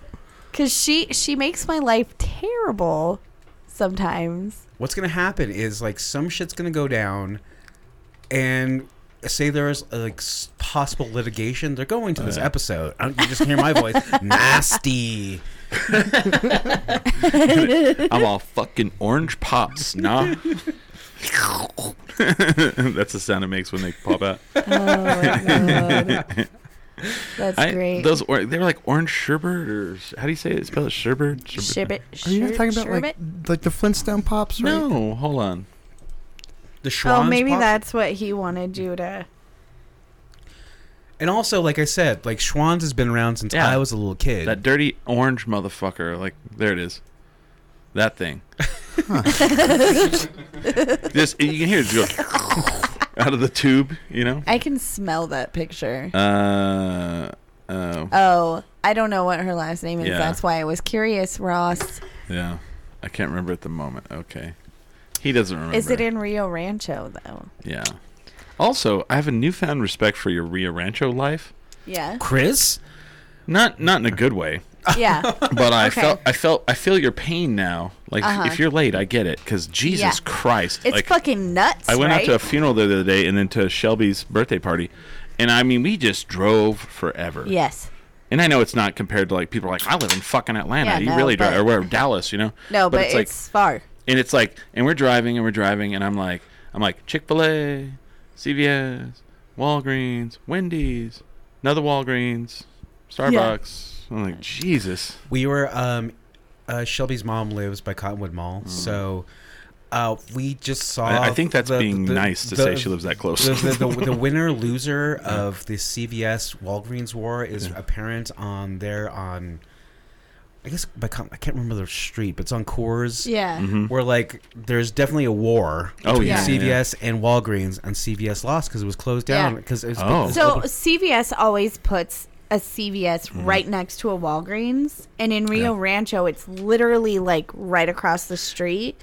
Speaker 3: Because she she makes my life terrible sometimes.
Speaker 5: What's gonna happen is like some shit's gonna go down, and say there's like s- possible litigation. They're going to this
Speaker 2: Uh.
Speaker 5: episode. I, you just hear my voice, nasty.
Speaker 2: I'm all fucking orange pops, nah. That's the sound it makes when they pop out.
Speaker 3: Oh my god, that's
Speaker 2: I-
Speaker 3: great.
Speaker 2: Those or, they were like orange sherbet or sh- how do you say it? Spell it sherbet. sherbet.
Speaker 3: Shibbit,
Speaker 4: Are you not
Speaker 3: shir-
Speaker 4: talking about like
Speaker 3: sherbet?
Speaker 4: like the Flintstone pops? right?
Speaker 2: No, hold on.
Speaker 5: The Schwanz
Speaker 3: Oh, maybe
Speaker 5: pop-
Speaker 3: that's what he wanted you to.
Speaker 5: And also, like I said, like Schwanz has been around since
Speaker 2: Yeah.
Speaker 5: I was a little kid.
Speaker 2: That dirty orange motherfucker. Like there it is. That thing. Just you can hear it just go out of the tube. You know.
Speaker 3: I can smell that picture.
Speaker 2: Uh. Oh.
Speaker 3: Oh, I don't know what her last name is.
Speaker 2: Yeah.
Speaker 3: That's why I was curious, Ross.
Speaker 2: Yeah. I can't remember at the moment. Okay. He doesn't remember.
Speaker 3: Is it in Rio Rancho though?
Speaker 2: Yeah. Also, I have a newfound respect for your Rio Rancho life.
Speaker 3: Yeah,
Speaker 5: Chris,
Speaker 2: Not not in a good way,
Speaker 3: yeah.
Speaker 2: but I
Speaker 3: Okay.
Speaker 2: felt I felt I feel your pain now. Like
Speaker 3: Uh-huh.
Speaker 2: if you're late, I get it cuz Jesus
Speaker 3: Yeah.
Speaker 2: Christ.
Speaker 3: It's
Speaker 2: like
Speaker 3: fucking nuts.
Speaker 2: I went
Speaker 3: right?
Speaker 2: out to a funeral the other day and then to Shelby's birthday party. And I mean, we just drove forever.
Speaker 3: Yes.
Speaker 2: And I know it's not compared to like people are like I live in fucking Atlanta.
Speaker 3: Yeah,
Speaker 2: you
Speaker 3: no,
Speaker 2: really drive
Speaker 3: but-
Speaker 2: or wherever Dallas, you know.
Speaker 3: No, but, it's,
Speaker 2: like
Speaker 3: far.
Speaker 2: and it's like and we're driving and we're driving and i'm like i'm like chick-fil-a cvs walgreens wendy's another walgreens Starbucks. I'm like, Jesus.
Speaker 5: We were um, uh, Shelby's mom lives by Cottonwood Mall, so uh, we just saw.
Speaker 2: Mm. I, I think that's
Speaker 5: Uh, the-
Speaker 2: being
Speaker 5: the-
Speaker 2: nice to
Speaker 5: the-
Speaker 2: say she lives that close.
Speaker 5: The, the, the, the winner loser of the CVS Walgreens war is apparent on there on, I guess by Cotton- I can't remember the street, but it's on Coors.
Speaker 3: Yeah.
Speaker 2: Mhm.
Speaker 5: Where like there's definitely a war
Speaker 2: Oh,
Speaker 5: between
Speaker 3: yeah.
Speaker 5: CVS and Walgreens, and CVS lost because it was closed down
Speaker 3: Yeah.
Speaker 5: because it was
Speaker 2: Oh.
Speaker 5: it's
Speaker 3: So
Speaker 5: open-
Speaker 3: CVS always puts a CVS
Speaker 2: Mm-hmm.
Speaker 3: right next to a Walgreens, and in Rio Rancho, it's literally like right across the street.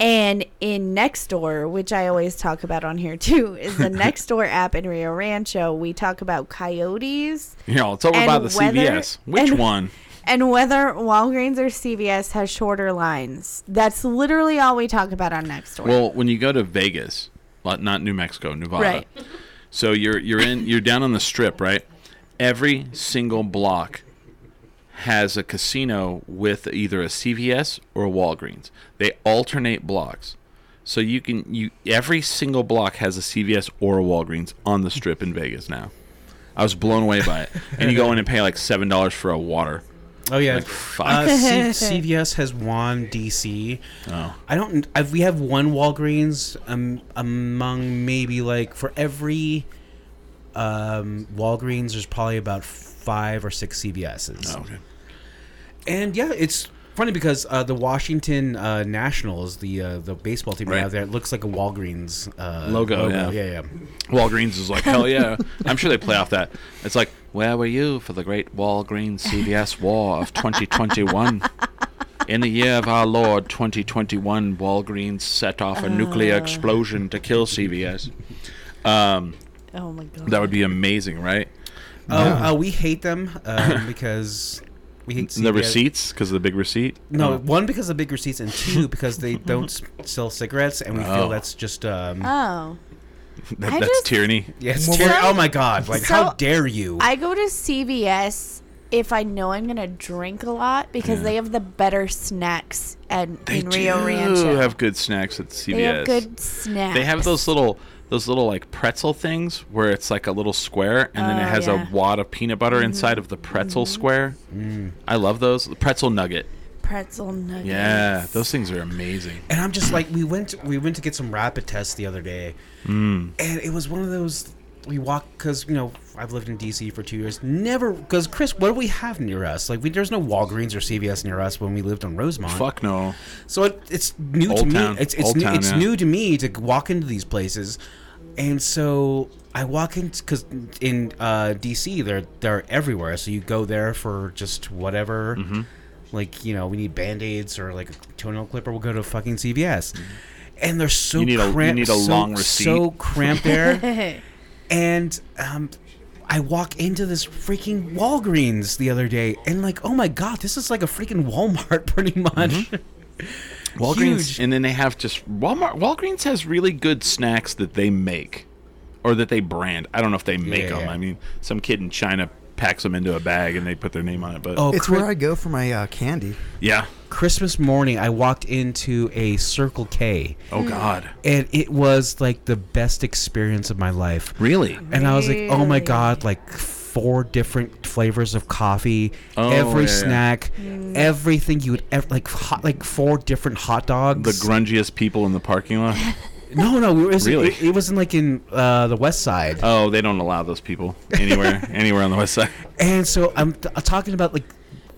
Speaker 3: And in Nextdoor, which I always talk about on here too, is the Nextdoor app in Rio Rancho. We talk about coyotes
Speaker 2: you know, it's over
Speaker 3: and
Speaker 2: by the
Speaker 3: whether-
Speaker 2: CVS. Which
Speaker 3: and-
Speaker 2: one?
Speaker 3: and whether Walgreens or CVS has shorter lines. That's literally all we talk about on Nextdoor.
Speaker 2: Well, uh, when you go to Vegas, like, not New Mexico, Nevada.
Speaker 3: Right.
Speaker 2: So you're you're in you're down on the strip, right? Every single block has a casino with either a CVS or a Walgreens. They alternate blocks. So you can you every single block has a CVS or a Walgreens on the strip in Vegas now. I was blown away by it. And you go in and pay like seven dollars for a water.
Speaker 5: Oh yeah,
Speaker 2: Like, fuck.
Speaker 5: Uh, C- CVS has one DC.
Speaker 2: Oh.
Speaker 5: I don't. i we have one Walgreens um, among maybe like for every um, Walgreens, there's probably about five or six CVSs.
Speaker 2: Oh, okay.
Speaker 5: And yeah, it's funny because uh, the Washington uh, Nationals, the uh, the baseball team right.
Speaker 2: Right.
Speaker 5: out there, it looks like a Walgreens uh,
Speaker 2: Logo, yeah.
Speaker 5: yeah, yeah.
Speaker 2: Walgreens is like, hell yeah. I'm sure they play off that. It's like, where were you for the great Walgreens CVS war of 2021? In the year of our Lord 2021, Walgreens set off a
Speaker 3: Ah.
Speaker 2: nuclear explosion to kill CVS. Um,
Speaker 3: oh my god.
Speaker 2: that would be amazing, right?
Speaker 5: Oh, uh, we hate them um, because we hate
Speaker 2: The
Speaker 5: CVS.
Speaker 2: receipts, Oh. because of the big receipt.
Speaker 5: No, one because of big receipts, and two because they don't s- sell cigarettes, and we feel
Speaker 2: Oh.
Speaker 5: that's just um,
Speaker 3: oh.
Speaker 2: That,
Speaker 3: I
Speaker 2: that's
Speaker 3: just-
Speaker 2: tyranny.
Speaker 5: yeah, it's
Speaker 4: Well,
Speaker 5: terri-
Speaker 3: so-
Speaker 5: oh my god, like how
Speaker 3: so
Speaker 5: dare you?
Speaker 3: I go to CVS if I know I'm gonna drink a lot because they have the better snacks at
Speaker 2: They
Speaker 3: in Rio
Speaker 2: do
Speaker 3: Rancho.
Speaker 2: have good snacks at CVS.
Speaker 3: they have good snacks.
Speaker 2: They have those little those little like pretzel things where it's like a little square and then it
Speaker 3: Oh,
Speaker 2: has
Speaker 3: yeah. Mm-hmm.
Speaker 2: a wad of peanut butter inside of the pretzel square.
Speaker 5: Mm.
Speaker 2: I love those. The pretzel nugget.
Speaker 3: pretzel nuggets.
Speaker 2: Yeah, those things are amazing.
Speaker 5: and I'm just like, we went, we went to get some rapid tests the other day, and it was one of those. We walk because you know I've lived in DC for two years. Never because Chris, what do we have near us? Like we, there's no Walgreens or CVS near us when we lived on Rosemont.
Speaker 2: Fuck no.
Speaker 5: So it, it's new to
Speaker 2: Old Town.
Speaker 5: me. It's it's
Speaker 2: Old
Speaker 5: new,
Speaker 2: Town,
Speaker 5: it's
Speaker 2: yeah.
Speaker 5: new to me to walk into these places, and so I walk in because in uh, DC they're they're everywhere. So you go there for just whatever,
Speaker 2: Mm-hmm.
Speaker 5: like you know we need band aids or like a toenail clipper. We'll go to fucking CVS, and they're so
Speaker 2: Mm-hmm. You need a- you
Speaker 5: cramped.
Speaker 2: need a
Speaker 5: so-
Speaker 2: long
Speaker 5: So
Speaker 2: receipt.
Speaker 5: cramped there, and um. I walk into this freaking Walgreens the other day and like, oh my god, this is like a freaking Walmart pretty much.
Speaker 2: Walgreens
Speaker 5: Huge.
Speaker 2: and then they have just Walmart Walgreens has really good snacks that they make or that they brand. I don't know if they make
Speaker 5: Yeah,
Speaker 2: them.
Speaker 5: yeah.
Speaker 2: I mean, some kid in China packs them into a bag and they put their name on it, but
Speaker 5: Oh,
Speaker 4: It's
Speaker 5: Chris-
Speaker 4: where I go for my uh, candy.
Speaker 2: yeah.
Speaker 5: Christmas morning, I walked into a Circle K,
Speaker 2: Oh
Speaker 3: Hmm.
Speaker 2: god.
Speaker 5: and it was like the best experience of my life.
Speaker 2: Really?
Speaker 5: And I was like, oh my
Speaker 3: Really?
Speaker 5: god, like four different flavors of coffee,
Speaker 2: Oh,
Speaker 5: every
Speaker 2: yeah, yeah.
Speaker 5: snack, everything you would ever like, hot, like four different hot
Speaker 2: The
Speaker 5: dogs.
Speaker 2: grungiest people in the parking lot.
Speaker 5: no, no, it was,
Speaker 2: Really?
Speaker 5: it, it wasn't like in uh, the West Side.
Speaker 2: Oh, they don't allow those people anywhere, anywhere on the west side.
Speaker 5: And so I'm t- I'm talking about like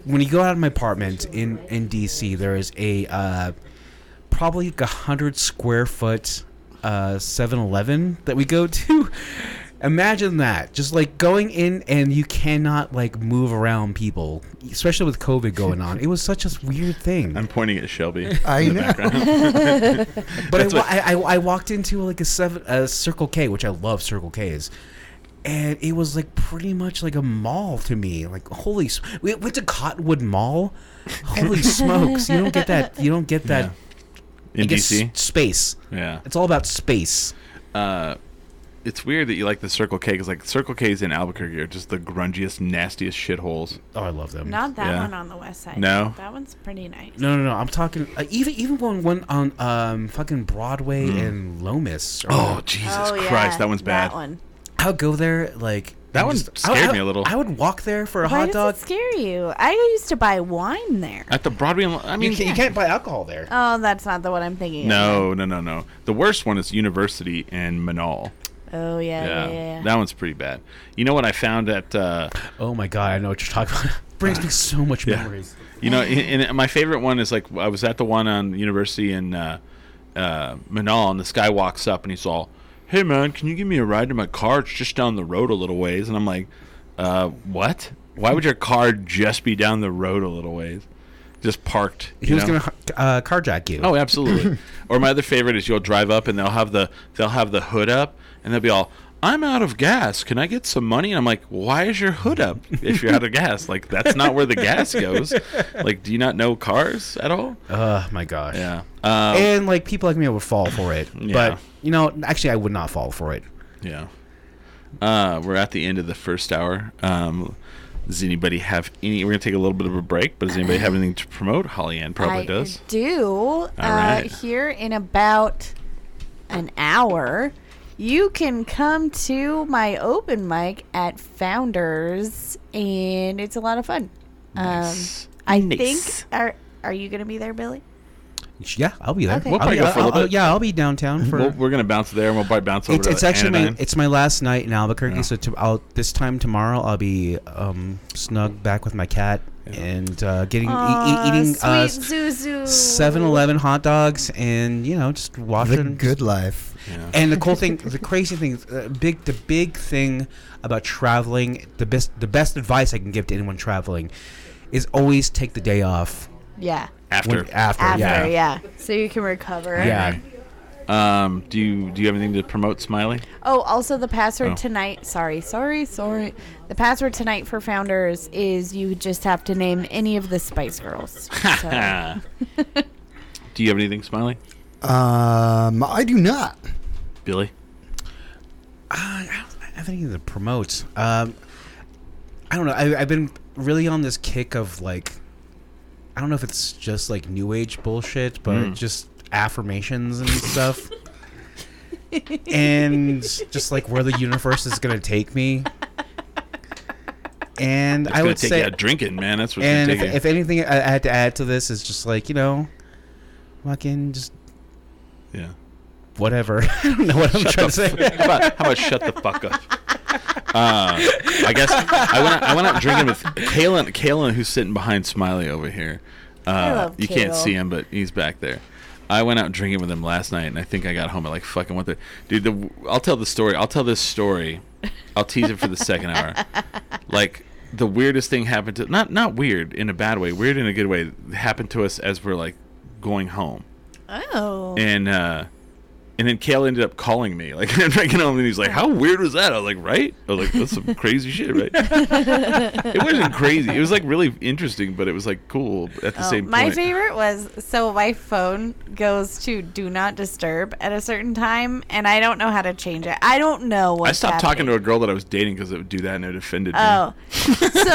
Speaker 5: when you go out of my apartment in in DC, there is a uh, probably like a hundred square foot uh, 7-Eleven that we go to. Imagine that, just like going in and you cannot like move around people, especially with COVID going on. It was such a weird thing.
Speaker 2: I'm pointing at Shelby.
Speaker 4: I know.
Speaker 5: But I, wa- I, I, I walked into like a seven a Circle K, which I love Circle K's, and it was like pretty much like a mall to me. Like holy, s- we went to Cottonwood Mall. Holy smokes, you don't get that. You don't get that. I
Speaker 2: In
Speaker 5: guess,
Speaker 2: DC.
Speaker 5: space.
Speaker 2: Yeah.
Speaker 5: It's all about space.
Speaker 2: It's weird that you like the Circle K because like Circle K's in Albuquerque are just the grungiest, nastiest shitholes.
Speaker 5: Oh, I love them.
Speaker 3: Not that
Speaker 2: Yeah.
Speaker 3: one on the west side.
Speaker 2: No?
Speaker 3: That one's pretty nice.
Speaker 5: no, no, no. I'm talking uh, even even one one on um fucking Mm. Broadway and Lomas. or-
Speaker 2: Oh Jesus
Speaker 3: Oh, yeah,
Speaker 2: Christ, that one's bad.
Speaker 3: That one.
Speaker 5: I'll go there like
Speaker 2: That one
Speaker 5: Just- I-
Speaker 2: scared
Speaker 5: I-
Speaker 2: me a little.
Speaker 5: I would walk there for a
Speaker 3: Why
Speaker 5: hot
Speaker 3: does
Speaker 5: dog.
Speaker 3: it scare you? I used to buy wine there.
Speaker 2: At the Broadway, and- I mean,
Speaker 5: you, can, you can't buy alcohol there.
Speaker 3: Oh, that's not the one I'm thinking. of.
Speaker 2: no, no, no, no. The worst one is University and Manal.
Speaker 3: Oh yeah, yeah, yeah. yeah.
Speaker 2: that one's pretty bad. You know what I found at? Uh,
Speaker 5: Oh my god, I know what you're talking about. Brings me so much memories.
Speaker 2: you know, and and my favorite one is like I was at the one on University and uh, uh, Manal, and this guy walks up and he's all, "Hey man, can you give me a ride to my car? It's just down the road a little ways." And I'm like, uh, "What? Why would your car just be down the road a little ways? Just parked?"
Speaker 5: He
Speaker 2: you
Speaker 5: was
Speaker 2: know?
Speaker 5: gonna uh, carjack you.
Speaker 2: Oh, absolutely. or my other favorite is you'll drive up and they'll have the they'll have the hood up and they'll be all, "I'm out of gas. Can I get some money?" And I'm like, "Why is your hood up if you're out of gas? Like that's not where the gas goes. Like do you not know cars at all?"
Speaker 5: Uh, my gosh.
Speaker 2: Yeah. Um,
Speaker 5: And like people like me would fall for it,
Speaker 2: Yeah.
Speaker 5: but you know, actually, I would not fall for it.
Speaker 2: yeah. Uh, we're at the end of the first hour. Um, does anybody have any? We're gonna take a little bit of a break, but does anybody have anything to promote? Holly Ann probably
Speaker 3: I
Speaker 2: does.
Speaker 3: do. uh,
Speaker 2: right.
Speaker 3: Here in about an hour, you can come to my open mic at Founders, and it's a lot of fun.
Speaker 2: Nice.
Speaker 3: Um, I
Speaker 2: Nice.
Speaker 3: think are are you going to be there, Billy?
Speaker 5: Yeah, I'll be there.
Speaker 3: Okay. We'll
Speaker 5: I'll
Speaker 2: probably
Speaker 5: be-
Speaker 2: go for a
Speaker 5: I'll-
Speaker 2: little
Speaker 5: I'll-
Speaker 2: bit.
Speaker 5: Yeah, I'll be downtown for.
Speaker 2: Well, we're gonna bounce there, and we'll probably bounce over.
Speaker 5: it's
Speaker 2: to
Speaker 5: it's actually my
Speaker 2: Anodyne.
Speaker 5: it's my last night in Albuquerque,
Speaker 2: Yeah.
Speaker 5: so to, I'll, this time tomorrow I'll be um, snug back with my cat and uh, getting e-
Speaker 3: Aw,
Speaker 5: e- eating
Speaker 3: sweet
Speaker 5: uh,
Speaker 3: Zuzu.
Speaker 5: 7-Eleven hot dogs and you know just
Speaker 4: The
Speaker 5: watching
Speaker 4: good life.
Speaker 2: Yeah.
Speaker 5: And the cool thing, the crazy thing, uh, big the big thing about traveling, the best the best advice I can give to anyone traveling, is always take the day off
Speaker 3: Yeah.
Speaker 2: after.
Speaker 5: When- after,
Speaker 3: After,
Speaker 5: yeah,
Speaker 3: yeah. So you can recover.
Speaker 5: yeah.
Speaker 2: Um, do you do you have anything to promote, Smiley?
Speaker 3: Oh, also the password
Speaker 2: Oh.
Speaker 3: tonight. Sorry, sorry, sorry. The password tonight for Founders is you just have to name any of the Spice Girls. So,
Speaker 2: do you have anything, Smiley?
Speaker 4: Um, I do not.
Speaker 2: Billy?
Speaker 5: Uh, I don't have anything to promote. Um, I don't know. I, I've been really on this kick of like, I don't know if it's just like new age bullshit, but
Speaker 2: Mm.
Speaker 5: just affirmations and stuff. and just like where the universe is gonna take me. And
Speaker 2: It's
Speaker 5: I
Speaker 2: gonna
Speaker 5: would
Speaker 2: take
Speaker 5: say,
Speaker 2: you out drinking, man. That's what's
Speaker 5: and
Speaker 2: gonna
Speaker 5: if,
Speaker 2: take you.
Speaker 5: if anything, I, I had to add to this is just like you know, fucking just
Speaker 2: yeah.
Speaker 5: whatever. I don't know what I'm trying to say.
Speaker 2: How about, how about shut the fuck up? Uh, I guess I went out, I went out drinking with Kalen. Kalen, who's sitting behind Smiley over here. Uh,
Speaker 3: love
Speaker 2: you can't
Speaker 3: Kalen.
Speaker 2: see him, but he's back there. I went out drinking with him last night, and I think I got home at like fucking one thirty. Dude, the, I'll tell the story. I'll tell this story. I'll tease it for the second hour. Like the weirdest thing happened to not not weird in a bad way, weird in a good way happened to us as we're like going home
Speaker 3: oh.
Speaker 2: and uh and then Kale ended up calling me like I'm drinking home, and he's like, "How weird was that?" I was like, "Right?" I was like, "That's some crazy shit, right?" it wasn't crazy. It was like really interesting, but it was like cool at the
Speaker 3: Oh,
Speaker 2: same
Speaker 3: my
Speaker 2: point.
Speaker 3: favorite was so my phone goes to do not disturb at a certain time, and I don't know how to change it. I don't know what.
Speaker 2: I stopped talking to a girl that I was dating because it would do that, and it offended
Speaker 3: Oh, so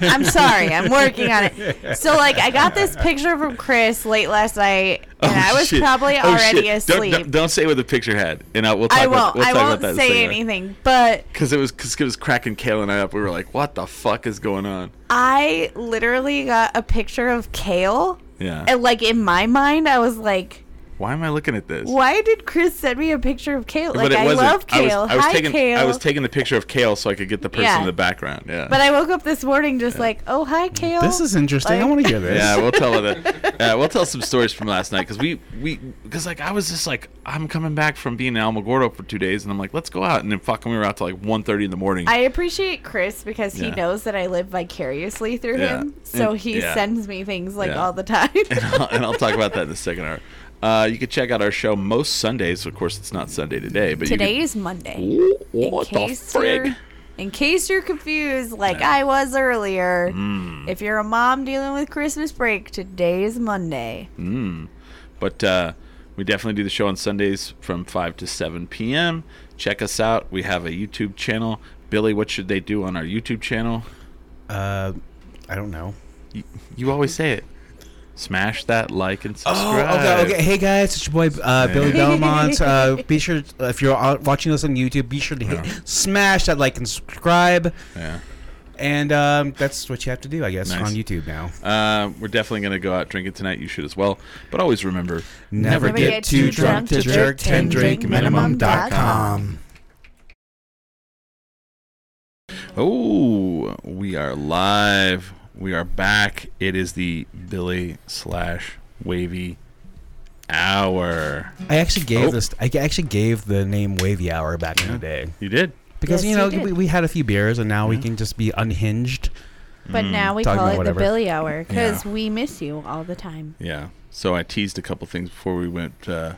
Speaker 3: I'm sorry. I'm working on it. So like, I got this picture from Chris late last night,
Speaker 2: me.
Speaker 3: and I was
Speaker 2: shit.
Speaker 3: probably
Speaker 2: Oh,
Speaker 3: already
Speaker 2: shit. Don't-
Speaker 3: asleep.
Speaker 2: Don't, don't say what the picture had, and I, we'll talk
Speaker 3: I
Speaker 2: about,
Speaker 3: won't.
Speaker 2: we'll
Speaker 3: I
Speaker 2: talk about
Speaker 3: won't
Speaker 2: that
Speaker 3: say anything. But
Speaker 2: because it was because it was cracking Kale and I up. We were like, "What the fuck is going on?"
Speaker 3: I literally got a picture of Kale,
Speaker 2: Yeah.
Speaker 3: and like in my mind, I was like.
Speaker 2: Why am I looking at this?
Speaker 3: Why did Chris send me a picture of Kale? Like
Speaker 2: but it
Speaker 3: I
Speaker 2: wasn't.
Speaker 3: love Kale.
Speaker 2: I was, I was
Speaker 3: Hi,
Speaker 2: taking
Speaker 3: Kale.
Speaker 2: I was taking the picture of Kale so I could get the person
Speaker 3: Yeah.
Speaker 2: in the background. Yeah.
Speaker 3: But I woke up this morning just like, oh hi, Kale.
Speaker 5: This is interesting. I
Speaker 3: Like-
Speaker 5: want to hear this.
Speaker 2: yeah, we'll tell it. Uh, we'll tell some stories from last night because we we because like I was just like I'm coming back from being in Alamogordo for two days and I'm like let's go out and then fucking we were out till like 1.30 in the morning.
Speaker 3: I appreciate Chris because he
Speaker 2: Yeah.
Speaker 3: knows that I live vicariously through
Speaker 2: Yeah.
Speaker 3: him, so
Speaker 2: And-
Speaker 3: he
Speaker 2: yeah.
Speaker 3: sends me things like
Speaker 2: Yeah.
Speaker 3: all the time.
Speaker 2: and, I'll, and I'll talk about that in the second hour. Uh, you can check out our show most Sundays. Of course, it's not Sunday today, but
Speaker 3: Today is Monday.
Speaker 2: You can,
Speaker 3: In
Speaker 2: what the
Speaker 3: case
Speaker 2: frig?
Speaker 3: you're- In case you're confused, like I was earlier,
Speaker 2: Mm.
Speaker 3: if you're a mom dealing with Christmas break, today is Monday.
Speaker 2: But uh, we definitely do the show on Sundays from 5 to 7 p.m. Check us out. We have a YouTube channel. Billy, what should they do on our YouTube channel?
Speaker 5: Uh, I don't know.
Speaker 2: You, you always say it. Smash that like and
Speaker 5: Oh,
Speaker 2: subscribe.
Speaker 5: okay, okay. Hey guys, it's your boy uh, Billy
Speaker 2: Hey.
Speaker 5: Belmont. Uh, be sure uh, if you're out watching this on YouTube, be sure to hit,
Speaker 2: Yeah.
Speaker 5: smash that like and subscribe.
Speaker 2: Yeah.
Speaker 5: And um, that's what you have to do, I guess,
Speaker 2: Nice.
Speaker 5: on YouTube now.
Speaker 2: Uh, we're definitely going to go out drinking tonight. You should as well. But always remember
Speaker 5: Never
Speaker 3: get too drunk to jerk 10 drink minimum dot
Speaker 4: Um,
Speaker 2: Oh, we are live. We are back. It is the Billy slash Wavy hour.
Speaker 5: I actually gave
Speaker 2: Oh.
Speaker 5: this. I g- actually gave the name Wavy Hour back in the day
Speaker 2: You did?
Speaker 5: because
Speaker 3: Yes,
Speaker 5: you know
Speaker 3: you did.
Speaker 5: we, we had a few beers and now we
Speaker 2: Yeah.
Speaker 5: can just be unhinged.
Speaker 3: But now we
Speaker 5: Talking
Speaker 3: call
Speaker 5: about
Speaker 3: it
Speaker 5: whatever.
Speaker 3: the Billy Hour because
Speaker 2: Mm. Yeah.
Speaker 3: we miss you all the time.
Speaker 2: Yeah. So I teased a couple things before we went uh,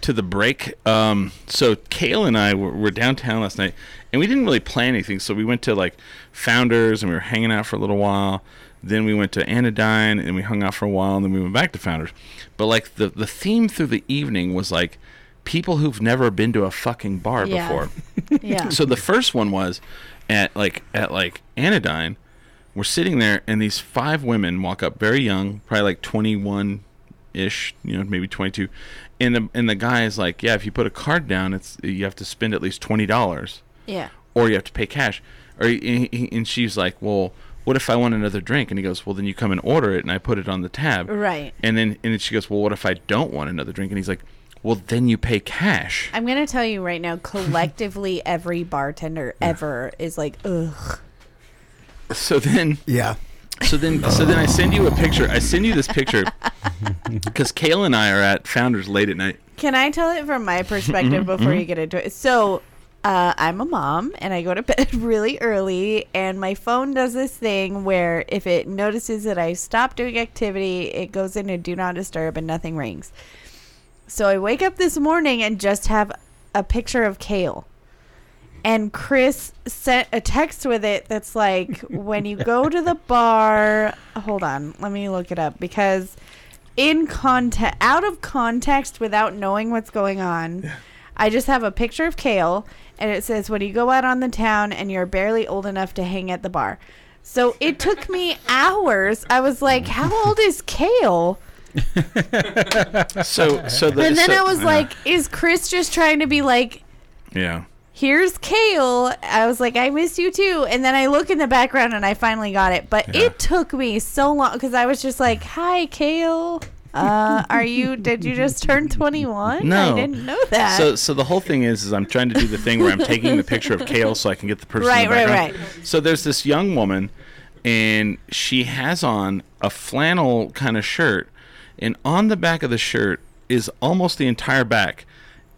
Speaker 2: to the break. Um, so Kale and I were, were downtown last night, and we didn't really plan anything. So we went to like Founders, and we were hanging out for a little while. Then we went to Anodyne, and we hung out for a while, and then we went back to Founders. But like the the theme through the evening was like people who've never been to a fucking bar
Speaker 3: Yeah.
Speaker 2: before.
Speaker 3: Yeah.
Speaker 2: So the first one was at like at like Anodyne. We're sitting there, and these five women walk up, very young, probably like twenty one ish, you know, maybe twenty two, and the and the guy is like, yeah, if you put a card down, it's you have to spend at least twenty dollars,
Speaker 3: yeah.
Speaker 2: or you have to pay cash. Or he- he- and she's like, well, what if I want another drink? And he goes, well, then you come and order it, and I put it on the tab.
Speaker 3: Right.
Speaker 2: And then and then she goes, well, what if I don't want another drink? And he's like, well, then you pay cash.
Speaker 3: I'm gonna tell you right now. Collectively, every bartender ever is like, ugh.
Speaker 2: So then.
Speaker 4: yeah.
Speaker 2: So then, so then I send you a picture. I send you this picture because Kale and I are at Founders late at night.
Speaker 3: Can I tell it from my perspective before you get into it? So, uh, I'm a mom and I go to bed really early, and my phone does this thing where if it notices that I stop doing activity, it goes into do not disturb and nothing rings. So I wake up this morning and just have a picture of Kale. And Chris sent a text with it that's like, when you go to the bar, hold on, let me look it up because in context, out of context, without knowing what's going on, I just have a picture of Kale and it says, when you go out on the town and you're barely old enough to hang at the bar. So it took me hours. I was like, how old is Kale?
Speaker 2: So, so the,
Speaker 3: And then
Speaker 2: so-
Speaker 3: I was
Speaker 2: yeah.
Speaker 3: like, is Chris just trying to be like,
Speaker 2: yeah,
Speaker 3: here's Kale. I was like, I miss you too. And then I look in the background and I finally got it. But
Speaker 2: Yeah.
Speaker 3: it took me so long because I was just like, hi, Kale. Uh, are you, did you just turn 21?
Speaker 2: No.
Speaker 3: I didn't know that.
Speaker 2: So, so the whole thing is, is I'm trying to do the thing where I'm taking the picture of Kale so I can get the person. in the
Speaker 3: Right, right,
Speaker 2: background. So there's this young woman, and she has on a flannel kind of shirt, and on the back of the shirt is almost the entire back,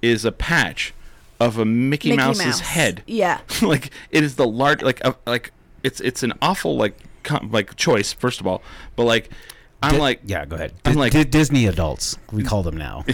Speaker 2: is a patch of a Mickey,
Speaker 3: Mickey
Speaker 2: Mouse's
Speaker 3: Mouse.
Speaker 2: head.
Speaker 3: Yeah.
Speaker 2: like it is the large like uh, like it's it's an awful like com- like choice first of all but like i'm
Speaker 5: Di-
Speaker 2: like
Speaker 5: yeah, go ahead.
Speaker 2: I'm
Speaker 5: Di-
Speaker 2: like-
Speaker 5: Di- Disney adults. We call them now.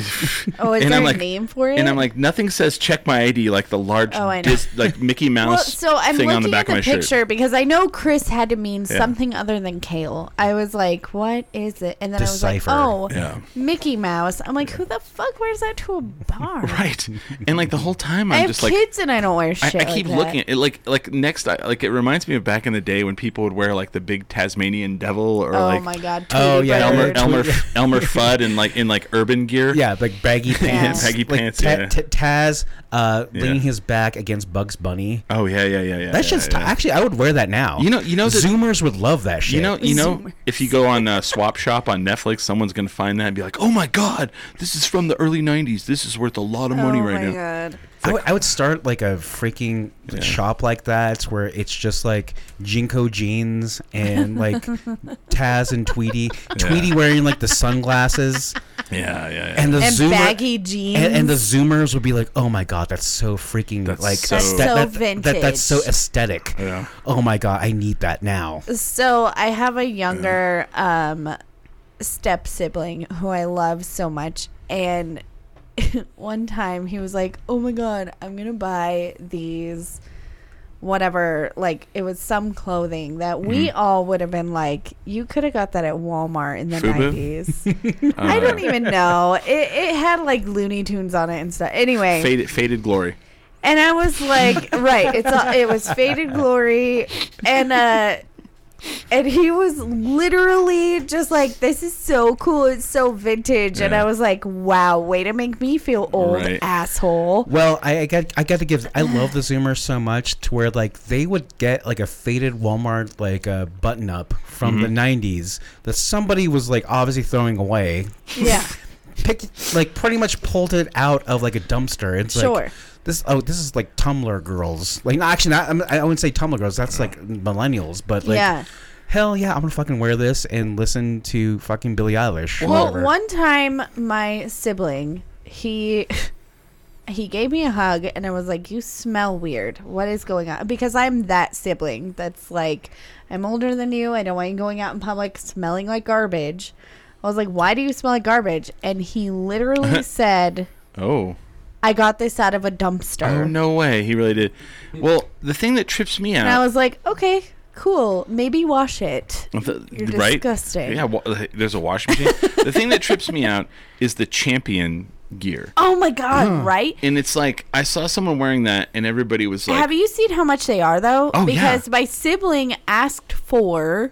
Speaker 3: Oh, is
Speaker 2: and
Speaker 3: there
Speaker 2: I'm
Speaker 3: a
Speaker 2: like-
Speaker 3: name for it?
Speaker 2: and i'm like nothing says check my id like the large
Speaker 3: Oh, I know.
Speaker 2: dis- like mickey mouse
Speaker 3: well, so I'm
Speaker 2: thing
Speaker 3: looking
Speaker 2: on the back
Speaker 3: at the
Speaker 2: of my
Speaker 3: picture
Speaker 2: shirt
Speaker 3: because I know Chris had to mean
Speaker 2: Yeah.
Speaker 3: something other than Kale. I was like, what is it? And then
Speaker 5: Deciphered.
Speaker 3: I was like, oh,
Speaker 2: Yeah.
Speaker 3: Mickey Mouse. I'm like, who the fuck wears that to a bar?
Speaker 2: right and like the whole time i'm
Speaker 3: I have
Speaker 2: just like
Speaker 3: kids and I don't wear
Speaker 2: I,
Speaker 3: shit.
Speaker 2: I keep
Speaker 3: like
Speaker 2: looking
Speaker 3: That.
Speaker 2: at it like like next I, like it reminds me of back in the day when people would wear like the big Tasmanian devil or
Speaker 3: oh
Speaker 2: like
Speaker 3: my god.
Speaker 5: Oh,
Speaker 3: Tweety
Speaker 5: yeah,
Speaker 3: Bird.
Speaker 2: Elmer
Speaker 5: Tweet-
Speaker 2: Elmer Elmer Fudd and like in like urban gear
Speaker 5: yeah, like baggy pants.
Speaker 2: baggy
Speaker 5: like
Speaker 2: pants,
Speaker 5: Ta-
Speaker 2: yeah.
Speaker 5: Ta- Taz uh,
Speaker 2: Yeah.
Speaker 5: leaning his back against Bugs Bunny.
Speaker 2: oh yeah yeah yeah yeah
Speaker 5: That
Speaker 2: yeah,
Speaker 5: shit's t-
Speaker 2: yeah.
Speaker 5: actually. I would wear that now.
Speaker 2: You know- you know that-
Speaker 5: Zoomers would love that shit.
Speaker 2: You know, you know,
Speaker 3: Zoomers.
Speaker 2: if you go on uh, Swap Shop on Netflix, someone's gonna find that and be like, "Oh my god, this is from the early '90s. This is worth a lot of money
Speaker 3: oh
Speaker 2: right
Speaker 3: my
Speaker 2: now."
Speaker 3: god.
Speaker 5: I would, I would start like a freaking shop like that where it's just like Jinko jeans and like Taz and Tweety. Tweety wearing like the sunglasses
Speaker 2: Yeah, yeah, yeah.
Speaker 5: and the
Speaker 3: And
Speaker 5: zoomer,
Speaker 3: baggy jeans.
Speaker 5: And, and the zoomers would be like, "Oh my god, that's so freaking
Speaker 2: That's
Speaker 5: like
Speaker 2: so- That's
Speaker 5: aesthe-
Speaker 3: so
Speaker 5: That, that's so
Speaker 3: vintage.
Speaker 5: aesthetic.
Speaker 2: Yeah.
Speaker 5: Oh my god, I need that now.
Speaker 3: So I have a younger um, step sibling who I love so much, and one time he was like, "Oh my god, I'm gonna buy these." Whatever, like it was some clothing that we all would have been like, you could have got that at Walmart in the
Speaker 2: FUBU?
Speaker 3: 90s. I don't even know. It, it had like Looney Tunes on it and stuff. Anyway,
Speaker 2: faded, faded glory.
Speaker 3: and I was like, right, it's all, it was faded glory, and uh, and he was literally just like, "This is so cool. It's so vintage." And
Speaker 2: Yeah.
Speaker 3: I was like, "Wow, way to make me feel old,
Speaker 2: Right.
Speaker 3: asshole."
Speaker 5: Well, I, I got I got to give I love the Zoomers so much to where like they would get like a faded Walmart like uh, button up from the '90s that somebody was like obviously throwing away.
Speaker 3: Yeah,
Speaker 5: Pick like pretty much pulled it out of like a dumpster. It's
Speaker 3: Sure.
Speaker 5: like this. Oh, this is like Tumblr girls. Like no, actually, not, I'm- I wouldn't say Tumblr girls. That's like millennials. But like,
Speaker 3: yeah.
Speaker 5: hell yeah, I'm gonna fucking wear this and listen to fucking Billie Eilish. or
Speaker 3: Well,
Speaker 5: whatever.
Speaker 3: one time my sibling, he he gave me a hug and I was like, "You smell weird. What is going on?" Because I'm that sibling that's like, I'm older than you. I don't want you going out in public smelling like garbage. I was like, "Why do you smell like garbage?" And he literally said,
Speaker 2: Oh.
Speaker 3: "I got this out of a dumpster."
Speaker 2: Oh no way. He really did. Well, the thing that trips me out.
Speaker 3: And I was like, "Okay, cool. Maybe wash it."
Speaker 2: The-
Speaker 3: You're
Speaker 2: right?
Speaker 3: disgusting.
Speaker 2: Yeah, wa- there's a washing machine. the thing that trips me out is the champion gear.
Speaker 3: Oh my god! Right?
Speaker 2: And it's like I saw someone wearing that and everybody was like
Speaker 3: Have you seen how much they are though?
Speaker 2: Oh, yeah.
Speaker 3: because my sibling asked for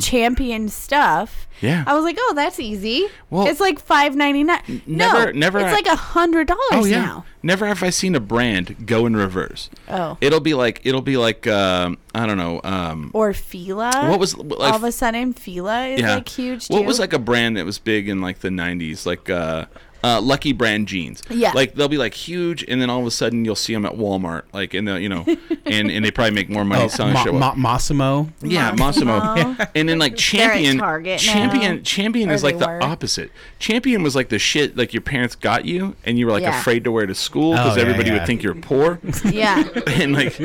Speaker 3: champion stuff.
Speaker 2: Mm-hmm. Yeah.
Speaker 3: I was like, oh, that's easy.
Speaker 2: Well-
Speaker 3: it's like five ninety nine. No,
Speaker 2: Never- never
Speaker 3: It's
Speaker 2: I-
Speaker 3: like a hundred dollars
Speaker 2: Oh yeah.
Speaker 3: now.
Speaker 2: Never have I seen a brand go in reverse.
Speaker 3: Oh,
Speaker 2: It'll be like it'll be like um, I don't know um,
Speaker 3: or Fila.
Speaker 2: what was like,
Speaker 3: all of a sudden Fila is like huge.
Speaker 2: What
Speaker 3: too.
Speaker 2: was like a brand that was big in like the '90s, like uh, uh, Lucky Brand jeans?
Speaker 3: Yeah.
Speaker 2: like they'll be like huge, and then all of a sudden you'll see them at Walmart, like in the you know, and and they probably make more money
Speaker 5: oh,
Speaker 2: selling
Speaker 5: Ma-
Speaker 2: shit.
Speaker 5: Ma- Massimo.
Speaker 2: yeah, Massimo, and then like
Speaker 3: They're at
Speaker 2: Champion,
Speaker 3: Target now.
Speaker 2: Champion, Champion
Speaker 3: Or
Speaker 2: is like
Speaker 3: they
Speaker 2: the
Speaker 3: were.
Speaker 2: opposite. Champion was like the shit like your parents got you, and you were like
Speaker 3: Yeah.
Speaker 2: afraid to wear to school
Speaker 5: Oh,
Speaker 2: because
Speaker 5: yeah,
Speaker 2: everybody
Speaker 5: yeah.
Speaker 2: would think you're poor.
Speaker 3: yeah.
Speaker 2: and like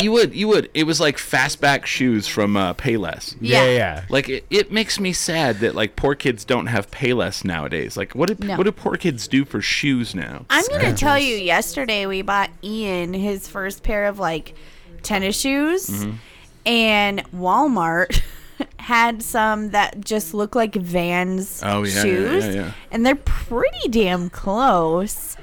Speaker 2: you would you would it was like fastback shoes from uh, Payless.
Speaker 3: Yeah.
Speaker 5: yeah, yeah.
Speaker 2: Like it, it makes me sad that like poor kids don't have Payless nowadays. Like what do
Speaker 3: No.
Speaker 2: what do poor kids do for shoes now?
Speaker 3: I'm gonna tell you. Yesterday, we bought Ian his first pair of like tennis shoes,
Speaker 2: Mm-hmm.
Speaker 3: and Walmart had some that just look like Vans
Speaker 2: Oh, yeah, yeah,
Speaker 3: shoes,
Speaker 2: yeah, yeah.
Speaker 3: and they're pretty damn close,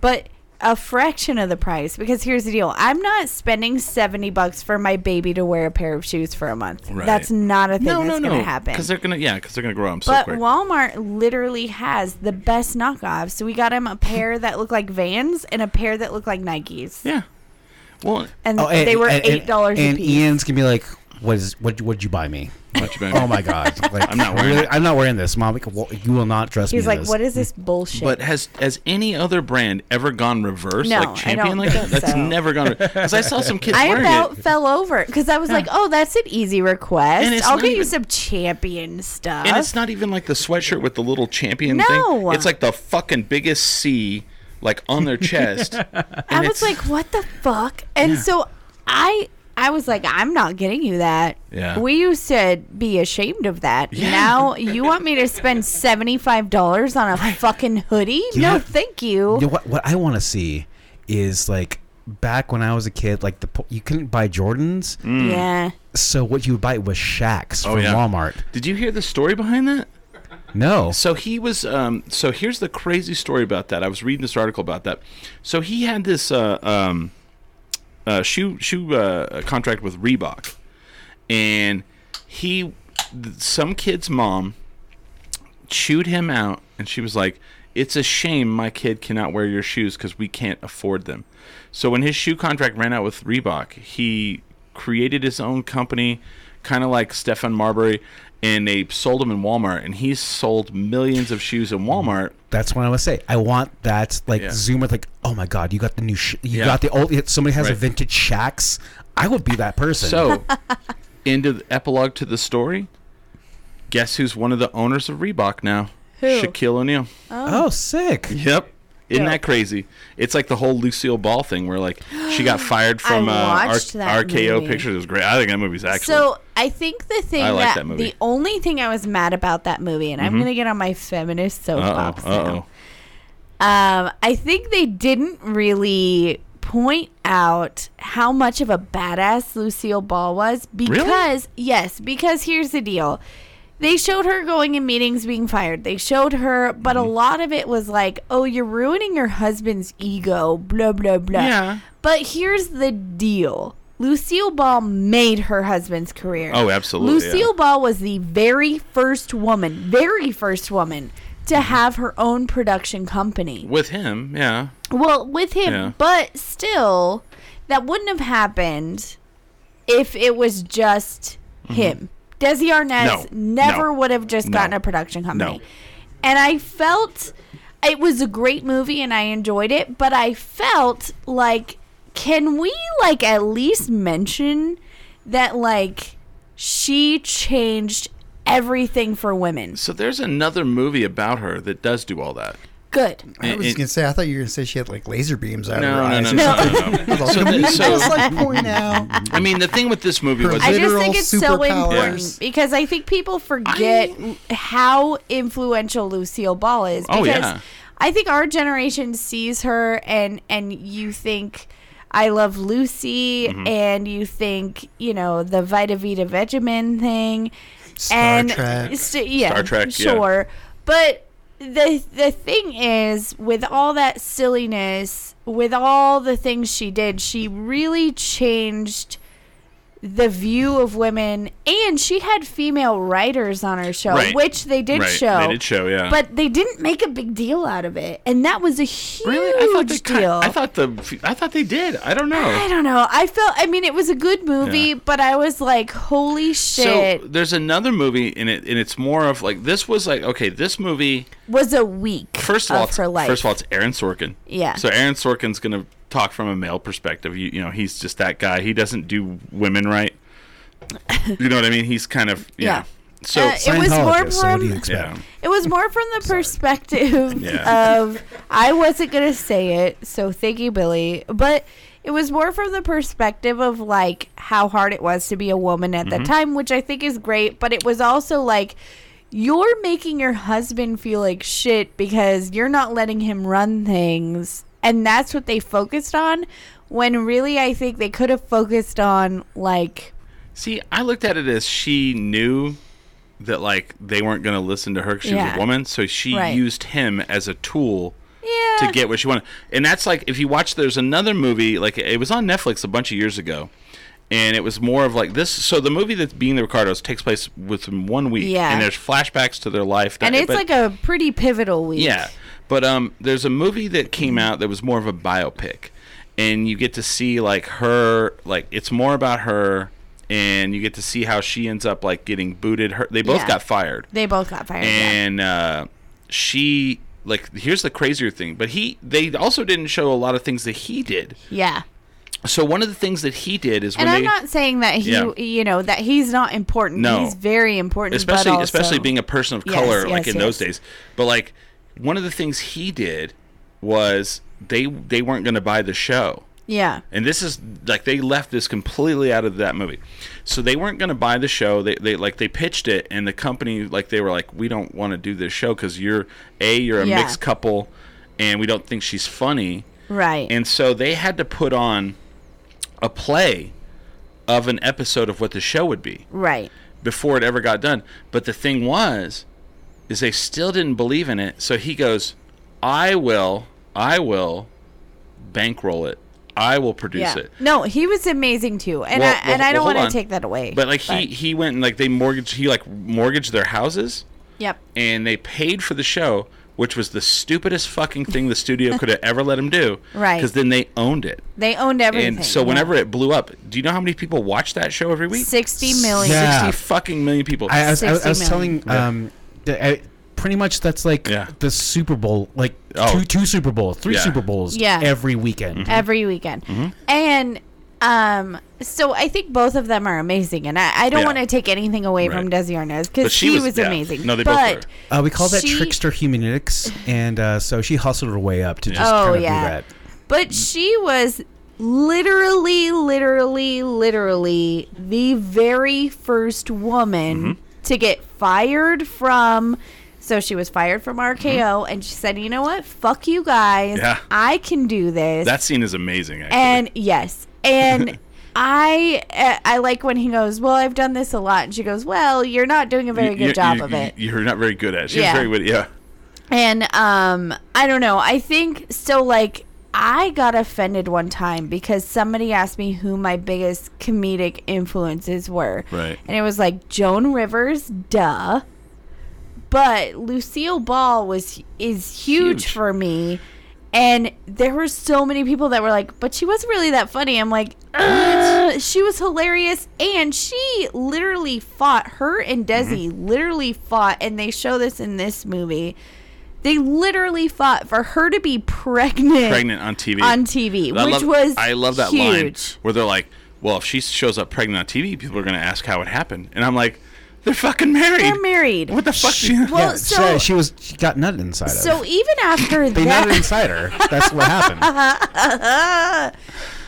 Speaker 3: but a fraction of the price. Because here's the deal: I'm not spending seventy bucks for my baby to wear a pair of shoes for a month.
Speaker 2: Right.
Speaker 3: That's not a thing
Speaker 2: no, no,
Speaker 3: that's gonna
Speaker 2: no.
Speaker 3: happen.
Speaker 2: Because they're gonna yeah, because they're gonna grow up so
Speaker 3: But
Speaker 2: quick.
Speaker 3: Walmart literally has the best knockoffs. So we got him a pair that looked like Vans and a pair that looked like Nikes.
Speaker 2: yeah. Well,
Speaker 3: And,
Speaker 5: Oh, and-
Speaker 3: they were
Speaker 5: and- and-
Speaker 3: eight dollars a
Speaker 5: And
Speaker 3: piece.
Speaker 5: Ian's gonna be like, "What is what? What'd you buy me?
Speaker 2: much better.
Speaker 5: Oh my god! Like,
Speaker 2: I'm not wearing
Speaker 5: really-
Speaker 2: it.
Speaker 5: I'm not wearing this, mom. Like, wha- you will not dress me.
Speaker 3: He's
Speaker 5: in
Speaker 3: like,
Speaker 5: this.
Speaker 3: "What is this bullshit?"
Speaker 2: But has has any other brand ever gone reverse
Speaker 3: No, I
Speaker 2: like champion
Speaker 3: don't
Speaker 2: like that?
Speaker 3: think
Speaker 2: That's
Speaker 3: so.
Speaker 2: never gone. Because I saw some kids
Speaker 3: I
Speaker 2: wearing
Speaker 3: about
Speaker 2: it.
Speaker 3: fell over because I was like, "Oh, that's an easy request.
Speaker 2: And it's
Speaker 3: I'll
Speaker 2: not
Speaker 3: get you
Speaker 2: even-
Speaker 3: some champion stuff."
Speaker 2: And it's not even like the sweatshirt with the little champion
Speaker 3: No.
Speaker 2: thing. It's like the fucking biggest C like on their chest.
Speaker 3: I
Speaker 2: and
Speaker 3: was
Speaker 2: it's-
Speaker 3: like, "What the fuck?" And so I I was like, "I'm not getting you that."
Speaker 2: Yeah.
Speaker 3: We used to be ashamed of that. Now you want me to spend seventy five dollars on a fucking hoodie? No,
Speaker 5: know-
Speaker 3: thank you.
Speaker 5: You know what? What I want to see is like back when I was a kid, like the po- you couldn't buy Jordans,
Speaker 3: Yeah.
Speaker 5: so what you would buy was Shacks
Speaker 2: Mm. Oh,
Speaker 5: from
Speaker 2: yeah.
Speaker 5: Walmart.
Speaker 2: Did you hear the story behind that?
Speaker 5: No,
Speaker 2: So he was. Um, so here's the crazy story about that. I was reading this article about that. So he had this uh, um, uh, shoe shoe uh, contract with Reebok, and he th- some kid's mom chewed him out, and she was like, "It's a shame my kid cannot wear your shoes because we can't afford them." So when his shoe contract ran out with Reebok, he created his own company, kind of like Stefan Marbury, and they sold them in Walmart, and he's sold millions of shoes in Walmart.
Speaker 5: that's what I want to say. I want that like
Speaker 2: Yeah.
Speaker 5: Zoomer, like, oh my god, you got the new, sh- you
Speaker 2: Yeah.
Speaker 5: got the old. if Somebody has a
Speaker 2: Right.
Speaker 5: vintage Shacks. I would be that person.
Speaker 2: So, into the epilogue to the story. Guess who's one of the owners of Reebok now?
Speaker 3: Who?
Speaker 2: Shaquille O'Neal.
Speaker 5: oh, sick.
Speaker 2: Yep. Isn't that crazy? It's like the whole Lucille Ball thing, where like she got fired from uh, R-
Speaker 3: watched that
Speaker 2: RKO
Speaker 3: movie.
Speaker 2: Pictures. It was great. I think that movie's excellent.
Speaker 3: So I think the thing
Speaker 2: I like
Speaker 3: that,
Speaker 2: that movie. Mm-hmm.
Speaker 3: the only thing I was mad about that movie, and I'm gonna get on my feminist
Speaker 2: uh
Speaker 3: soapbox
Speaker 2: oh,
Speaker 3: now.
Speaker 2: uh oh.
Speaker 3: Um, I think they didn't really point out how much of a badass Lucille Ball was because yes, because here's the deal. They showed her going in meetings being fired. They showed her, but a lot of it was like, "Oh, you're ruining your husband's ego." Blah blah blah.
Speaker 2: Yeah.
Speaker 3: But here's the deal. Lucille Ball made her husband's career.
Speaker 2: Oh, absolutely, yeah.
Speaker 3: Lucille Ball was the very first woman, very first woman to have her own production company.
Speaker 2: With him, yeah.
Speaker 3: Well, with him,
Speaker 2: Yeah.
Speaker 3: but still, that wouldn't have happened if it was just him. Desi Arnaz
Speaker 2: Mm-hmm. No.
Speaker 3: never
Speaker 2: No.
Speaker 3: would have just
Speaker 2: No.
Speaker 3: gotten a production company.
Speaker 2: No.
Speaker 3: And I felt it was a great movie and I enjoyed it, but I felt like can we like at least mention that like she changed everything for women.
Speaker 2: So there's another movie about her that does do all that.
Speaker 3: Good.
Speaker 4: I was
Speaker 2: It-
Speaker 4: just gonna say. I thought you were gonna say she had like laser beams out of her
Speaker 2: no, no,
Speaker 4: eyes.
Speaker 2: no,
Speaker 4: or
Speaker 2: no,
Speaker 4: something.
Speaker 2: no, no.
Speaker 4: I was like,
Speaker 2: So
Speaker 4: "Can
Speaker 2: the-
Speaker 4: we
Speaker 2: so-
Speaker 4: just like point out
Speaker 2: I mean, the thing with this movie was
Speaker 4: Her
Speaker 3: I just
Speaker 4: literal
Speaker 3: think it's so important
Speaker 4: superpowers.
Speaker 3: because I think people forget how influential Lucille Ball is.
Speaker 2: Oh,
Speaker 3: Because
Speaker 2: yeah.
Speaker 3: I think our generation sees her and and you think I love Lucy
Speaker 2: Mm-hmm.
Speaker 3: and you think, you know, the Vita Vita Vegemin thing
Speaker 4: Star
Speaker 3: and
Speaker 4: Trek.
Speaker 3: s- yeah,
Speaker 2: Star Trek, yeah.
Speaker 3: sure. But the the thing is, with all that silliness, with all the things she did, she really changed the view of women, and she had female writers on her show,
Speaker 2: Right.
Speaker 3: which they did
Speaker 2: right,
Speaker 3: show.
Speaker 2: They did show, yeah.
Speaker 3: But they didn't make a big deal out of it, and that was a huge
Speaker 2: really, I thought they
Speaker 3: deal.
Speaker 2: kind I thought the I thought they did. I don't know.
Speaker 3: I don't know. I felt. I mean, it was a good movie,
Speaker 2: Yeah.
Speaker 3: but I was like, "Holy shit!"
Speaker 2: So there's another movie and it and it's more of like this was like okay this movie
Speaker 3: was a week.
Speaker 2: first of all
Speaker 3: her
Speaker 2: it's-
Speaker 3: life.
Speaker 2: first of all it's Aaron Sorkin
Speaker 3: Yeah.
Speaker 2: so Aaron Sorkin's gonna talk from a male perspective you you know he's just that guy he doesn't do women right you know what I mean he's kind of yeah,
Speaker 3: Yeah.
Speaker 2: so
Speaker 3: Uh, it was more
Speaker 5: Scientologist, so what do you
Speaker 3: from
Speaker 2: yeah
Speaker 3: it was more from the perspective
Speaker 2: Yeah.
Speaker 3: of I wasn't gonna say it, so thank you, Billy. But it was more from the perspective of like how hard it was to be a woman at
Speaker 2: Mm-hmm.
Speaker 3: that time, which I think is great. But it was also like you're making your husband feel like shit because you're not letting him run things, and that's what they focused on. When really, I think they could have focused on like
Speaker 2: see I looked at it as she knew that like they weren't gonna listen to her 'cause she was
Speaker 3: Yeah.
Speaker 2: a woman so she
Speaker 3: Right.
Speaker 2: used him as a tool
Speaker 3: yeah,
Speaker 2: to get what she wanted. And that's like if you watch there's another movie like it was on Netflix a bunch of years ago. And it was more of like this. So the movie that's being the Ricardos takes place within one week,
Speaker 3: Yeah.
Speaker 2: and there's flashbacks to their life. that-
Speaker 3: and it's
Speaker 2: but-
Speaker 3: like a pretty pivotal week.
Speaker 2: yeah, but um, there's a movie that came out that was more of a biopic, and you get to see like her, like it's more about her, and you get to see how she ends up like getting booted. Her, they both
Speaker 3: Yeah.
Speaker 2: got fired,
Speaker 3: They both got fired. Oh, yeah.
Speaker 2: and uh, she like here's the crazier thing but he they also didn't show a lot of things that he did
Speaker 3: Yeah.
Speaker 2: so one of the things that he did is when
Speaker 3: And I'm
Speaker 2: they
Speaker 3: not saying that he,
Speaker 2: Yeah.
Speaker 3: you know, that he's not important.
Speaker 2: No.
Speaker 3: He's very important.
Speaker 2: especially
Speaker 3: but also,
Speaker 2: especially being a person of
Speaker 3: Yes,
Speaker 2: color like
Speaker 3: yes,
Speaker 2: in those
Speaker 3: yes.
Speaker 2: days but like one of the things he did was they they weren't going to buy the show
Speaker 3: Yeah.
Speaker 2: and this is like they left this completely out of that movie so they weren't going to buy the show they, they like they pitched it and the company like they were like we don't want to do this show because you're a you're a
Speaker 3: Yeah.
Speaker 2: mixed couple and we don't think she's funny
Speaker 3: Right.
Speaker 2: and so they had to put on a play of an episode of what the show would be
Speaker 3: right.
Speaker 2: before it ever got done. But the thing was, is they still didn't believe in it. So he goes, I will, I will bankroll it. I will produce
Speaker 3: Yeah.
Speaker 2: it.
Speaker 3: No, he was amazing too. And
Speaker 2: Well,
Speaker 3: I,
Speaker 2: well,
Speaker 3: and I don't
Speaker 2: well, hold
Speaker 3: want
Speaker 2: on.
Speaker 3: to take that away.
Speaker 2: But like he, he went and like they mortgaged he like mortgaged their houses
Speaker 3: Yep.
Speaker 2: and they paid for the show, which was the stupidest fucking thing the studio could have ever let him do.
Speaker 3: Right.
Speaker 2: Because then they owned it.
Speaker 3: They owned everything.
Speaker 2: And so
Speaker 3: yeah.
Speaker 2: whenever it blew up, do you know how many people watch that show every week?
Speaker 3: 60 million.
Speaker 5: Yeah.
Speaker 2: Sixty fucking million people.
Speaker 5: I, I was, I, was-
Speaker 3: 60
Speaker 5: I was
Speaker 3: million.
Speaker 5: telling um, the, I, pretty much that's like
Speaker 2: Yeah.
Speaker 5: the Super Bowl, like
Speaker 2: Oh.
Speaker 5: two two Super Bowls, three
Speaker 2: Yeah. Mm-hmm.
Speaker 5: Super Bowls,
Speaker 3: Yeah.
Speaker 5: every weekend.
Speaker 3: every weekend. And um, so I think both of them are amazing. And I, I don't
Speaker 2: Yeah.
Speaker 3: want to take anything away
Speaker 2: Right.
Speaker 3: from Desi Arnaz
Speaker 2: But
Speaker 3: because
Speaker 2: she
Speaker 3: she,
Speaker 2: was-
Speaker 3: was,
Speaker 2: yeah.
Speaker 3: amazing.
Speaker 2: No, they both
Speaker 3: but
Speaker 2: were.
Speaker 5: Uh, we call that
Speaker 3: She-
Speaker 5: trickster humanetics, and uh, so she hustled her way up to just
Speaker 3: Oh,
Speaker 5: kind of
Speaker 3: yeah.
Speaker 5: do that.
Speaker 3: But she was literally, literally, literally the very first woman
Speaker 2: Mm-hmm.
Speaker 3: to get fired from. So she was fired from RKO, and she said, "You know what? Fuck you guys.
Speaker 2: Mm-hmm. Yeah.
Speaker 3: I can do this."
Speaker 2: that scene is amazing actually.
Speaker 3: and yes, and. I uh, I like when he goes. Well, I've done this a lot, and she goes. Well, you're not doing a very
Speaker 2: You-
Speaker 3: good
Speaker 2: you-
Speaker 3: job
Speaker 2: you-
Speaker 3: of it.
Speaker 2: You're not very good at. it. She's
Speaker 3: Yeah.
Speaker 2: very good. Yeah.
Speaker 3: And um I don't know. I think so like I got offended one time because somebody asked me who my biggest comedic influences were.
Speaker 2: Right.
Speaker 3: And it was like Joan Rivers, duh. But Lucille Ball was is huge,
Speaker 2: Huge.
Speaker 3: for me. And there were so many people that were like, but she wasn't really that funny. I'm like, "Ugh, she was hilarious. And she literally fought. Her and
Speaker 2: Mm-hmm.
Speaker 3: Desi literally fought. And they show this in this movie. They literally fought for her to be pregnant.
Speaker 2: pregnant on TV.
Speaker 3: On TV,
Speaker 2: I
Speaker 3: which
Speaker 2: love,
Speaker 3: was
Speaker 2: I love that line
Speaker 3: huge.
Speaker 2: where they're like, "Well, if she shows up pregnant on TV, people are going to ask how it happened," and I'm like, "They're fucking married.
Speaker 3: They're married.
Speaker 2: What the fuck? do you-
Speaker 3: Well,
Speaker 5: yeah,
Speaker 3: so-
Speaker 5: so she was she got nutted inside of.
Speaker 3: So even after
Speaker 5: they nutted
Speaker 3: that,
Speaker 5: inside her. That's what happened.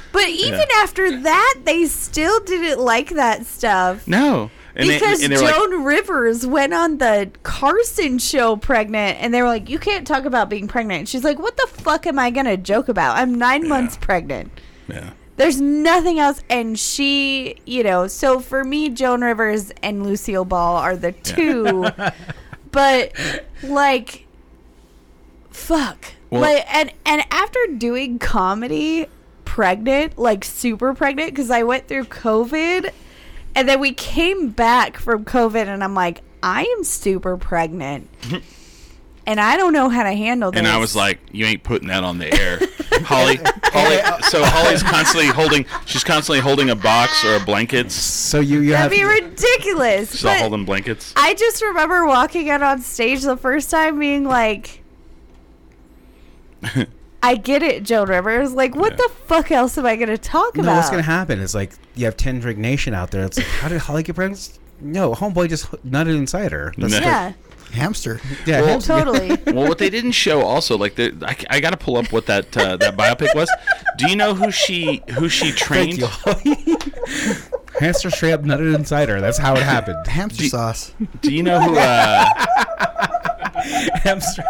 Speaker 3: but even after that, they still didn't like that stuff.
Speaker 2: no." And they-
Speaker 3: because
Speaker 2: and they were like,
Speaker 3: Joan Rivers went on the Carson show pregnant, and they were like, "You can't talk about being pregnant." And she's like, "What the fuck am I gonna joke about? I'm nine months pregnant.
Speaker 2: yeah.
Speaker 3: There's nothing else." And she, you know, so for me, Joan Rivers and Lucille Ball are the two, but like, fuck.
Speaker 2: Well-
Speaker 3: like, and and after doing comedy, pregnant, like super pregnant, because I went through COVID and then we came back from COVID, and I'm like, I am super pregnant, and I don't know how to handle this.
Speaker 2: And I was like, "You ain't putting that on the air, Holly." Holly. So Holly's constantly holding. She's constantly holding a box or a blankets.
Speaker 5: So you you
Speaker 3: that'd
Speaker 5: have
Speaker 3: be ridiculous.
Speaker 2: She's all
Speaker 3: But
Speaker 2: holding blankets.
Speaker 3: I just remember walking out on stage the first time, being like. I get it, Joan Rivers. Like, what
Speaker 2: Yeah.
Speaker 3: the fuck else am I going to talk
Speaker 5: no.
Speaker 3: about?
Speaker 5: What's gonna happen is like you have Tendrick Nation out there. It's like how did Holly get pregnant? No, homeboy just nutted inside her. That's
Speaker 2: No.
Speaker 3: Yeah,
Speaker 4: Hamster.
Speaker 5: yeah,
Speaker 2: Well,
Speaker 5: him-
Speaker 3: totally.
Speaker 2: well, what they didn't show also, like, the, I, I got to pull up what that uh, that biopic was. Do you know who she who she trained?
Speaker 5: Thank you, Holly. Hamster straight up nutted inside her. That's how it happened.
Speaker 4: Hamster
Speaker 2: Do-
Speaker 4: sauce.
Speaker 2: Do you know who? Uh,
Speaker 5: Hamster.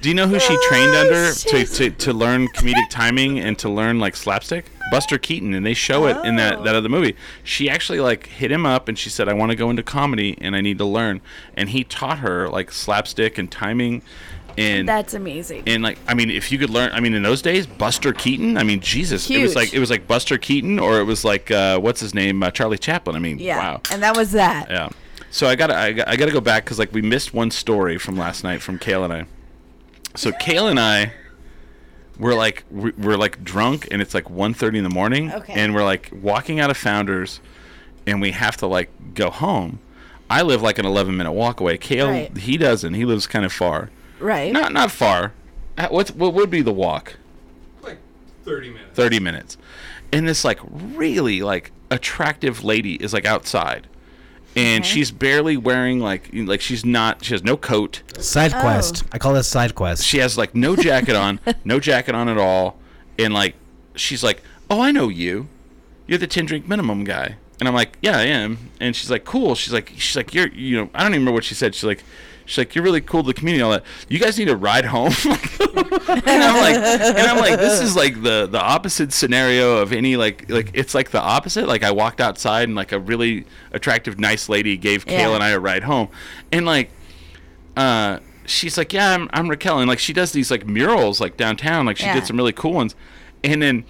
Speaker 2: do you know who she trained
Speaker 3: Oh,
Speaker 2: under to,
Speaker 3: shit.
Speaker 2: to, to learn comedic timing and to learn like slapstick? Buster Keaton, and they show it in that,
Speaker 3: Oh.
Speaker 2: that other movie. She actually like hit him up and she said, "I want to go into comedy and I need to learn." And he taught her like slapstick and timing, and
Speaker 3: That's amazing.
Speaker 2: and like I mean, if you could learn, I mean, in those days, Buster Keaton. I mean, Jesus, it was
Speaker 3: Huge.
Speaker 2: like it was like Buster Keaton, or it was like uh, what's his name, uh, Charlie Chaplin. I mean,
Speaker 3: yeah,
Speaker 2: wow,
Speaker 3: and that was that.
Speaker 2: yeah. So I gotta I, gotta- I gotta go back because like we missed one story from last night from Kale and I. So Kale and I were like we- we're like drunk and it's like 1.30 in the morning
Speaker 3: Okay.
Speaker 2: and we're like walking out of Founders and we have to like go home. I live like an 11 minute walk away. Kale
Speaker 3: Right.
Speaker 2: he doesn't. He lives kind of far.
Speaker 3: Right?
Speaker 2: Not not far. Uh, What's, what would be the walk?
Speaker 1: Like 30 minutes.
Speaker 2: 30 minutes. And this like really like attractive lady is like outside. And
Speaker 3: Okay.
Speaker 2: she's barely wearing like you- like she's not she has no coat.
Speaker 5: Side
Speaker 3: Oh.
Speaker 5: quest. I call this side quest.
Speaker 2: She has like no jacket on, no jacket on at all. And like she's like, "Oh, I know you. You're the 10 drink minimum guy." And I'm like, "Yeah, I am." And she's like, "Cool." She's like she's like, "You're you know, I don't even remember what she said." She's like She's like, you're really cool to the community. and All that. You guys need to ride home. and I'm like, and I'm like, this is like the the opposite scenario of any like like it's like the opposite. Like I walked outside and like a really attractive, nice lady gave Kale
Speaker 3: Yeah.
Speaker 2: and I a ride home, and like, uh, she's like, yeah, I'm I'm Raquel, and like she does these like murals like downtown. Like she
Speaker 3: Yeah.
Speaker 2: did some really cool ones, and then.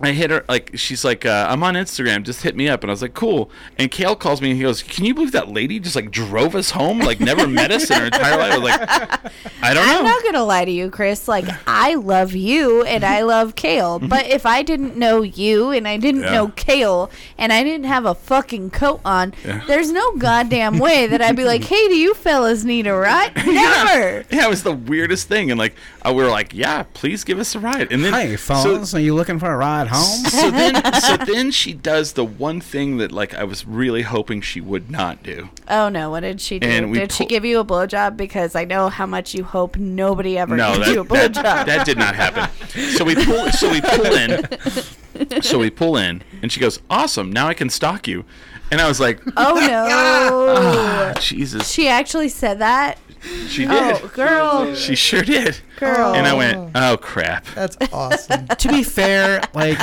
Speaker 2: I hit her like she's like uh, I'm on Instagram, just hit me up, and I was like cool. And Kale calls me and he goes, "Can you believe that lady just like drove us home? Like never met us in her entire life." I was like, "I don't know."
Speaker 3: I'm not gonna lie to you, Chris. Like I love you and I love Kale, but if I didn't know you and I didn't
Speaker 2: Yeah.
Speaker 3: know Kale and I didn't have a fucking coat on, there's no goddamn way that I'd be like, "Hey, do you fellas need a ride?" Never.
Speaker 2: Yeah, it was the weirdest thing, and like uh, we were like, "Yeah, please give us a ride." And then
Speaker 5: Hey,
Speaker 2: so,
Speaker 5: phones, are you looking for a ride home?
Speaker 2: so then, so then she does the one thing that like I was really hoping she would not do.
Speaker 3: Oh no, what did she do?
Speaker 2: And we
Speaker 3: Did she
Speaker 2: pull-
Speaker 3: give you a blowjob? Because I know how much you hope nobody ever
Speaker 2: No,
Speaker 3: gives you a
Speaker 2: that,
Speaker 3: blowjob.
Speaker 2: that, that did not happen. So we pull, so we pull in, so we pull in, and she goes, "Awesome, now I can stalk you." And I was like,
Speaker 3: oh no.
Speaker 2: "Ah, Jesus,
Speaker 3: she actually said that.
Speaker 2: she did,
Speaker 3: Oh, girl,
Speaker 2: she sure did."
Speaker 3: girl.
Speaker 2: And I went, "Oh crap."
Speaker 4: That's awesome.
Speaker 5: to be fair, like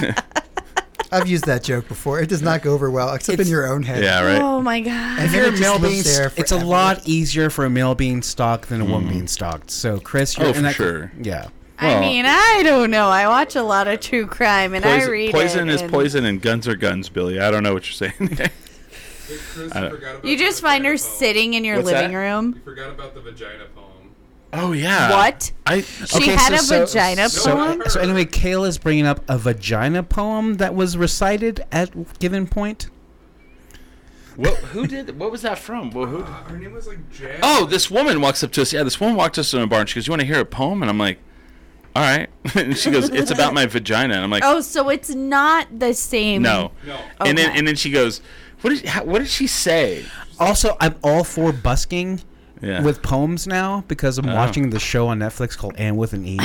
Speaker 4: I've used that joke before. It does not go over well, except in
Speaker 5: It's-
Speaker 4: your own head.
Speaker 2: Yeah, right.
Speaker 3: Oh my god.
Speaker 4: And
Speaker 5: If you're
Speaker 4: then
Speaker 5: a
Speaker 4: it just
Speaker 5: male
Speaker 4: lives
Speaker 5: being,
Speaker 4: there
Speaker 5: it's a
Speaker 4: forever.
Speaker 5: lot easier for a male being stalked than a woman being stalked. So Chris, you're
Speaker 2: Oh,
Speaker 5: in
Speaker 2: for
Speaker 5: that-
Speaker 2: sure.
Speaker 5: Yeah.
Speaker 3: I mean, I don't know. I watch a lot of true crime and I
Speaker 2: Poison,
Speaker 3: read
Speaker 2: poison
Speaker 3: is
Speaker 2: is poison and guns are guns, Billy. I don't know what you're saying. there. I don't-
Speaker 3: You just find her sitting in your
Speaker 2: What's
Speaker 3: living
Speaker 2: that?
Speaker 3: room.
Speaker 6: You forgot about the vagina poem.
Speaker 2: oh yeah.
Speaker 3: What?
Speaker 2: I
Speaker 3: She had a vagina
Speaker 5: so,
Speaker 6: poem?
Speaker 5: so anyway, Kayla is bringing up a vagina poem that was recited at given point.
Speaker 2: what, who did? What was that from? Well, who?
Speaker 6: Uh, her name was like Jan.
Speaker 2: Oh, this woman walks up to us. Yeah, this woman walked us in a bar and she goes, "You want to hear a poem?" And I'm like, "All right." and she goes, "It's about my vagina." And I'm like,
Speaker 3: Oh, so it's not the same.
Speaker 2: "No."
Speaker 6: No.
Speaker 2: And then
Speaker 3: Okay.
Speaker 2: and then she goes, "What did how, what did she say?"
Speaker 5: Also, I'm all for busking
Speaker 2: Yeah.
Speaker 5: with poems now because I'm
Speaker 2: Oh.
Speaker 5: watching the show on Netflix called And with an E.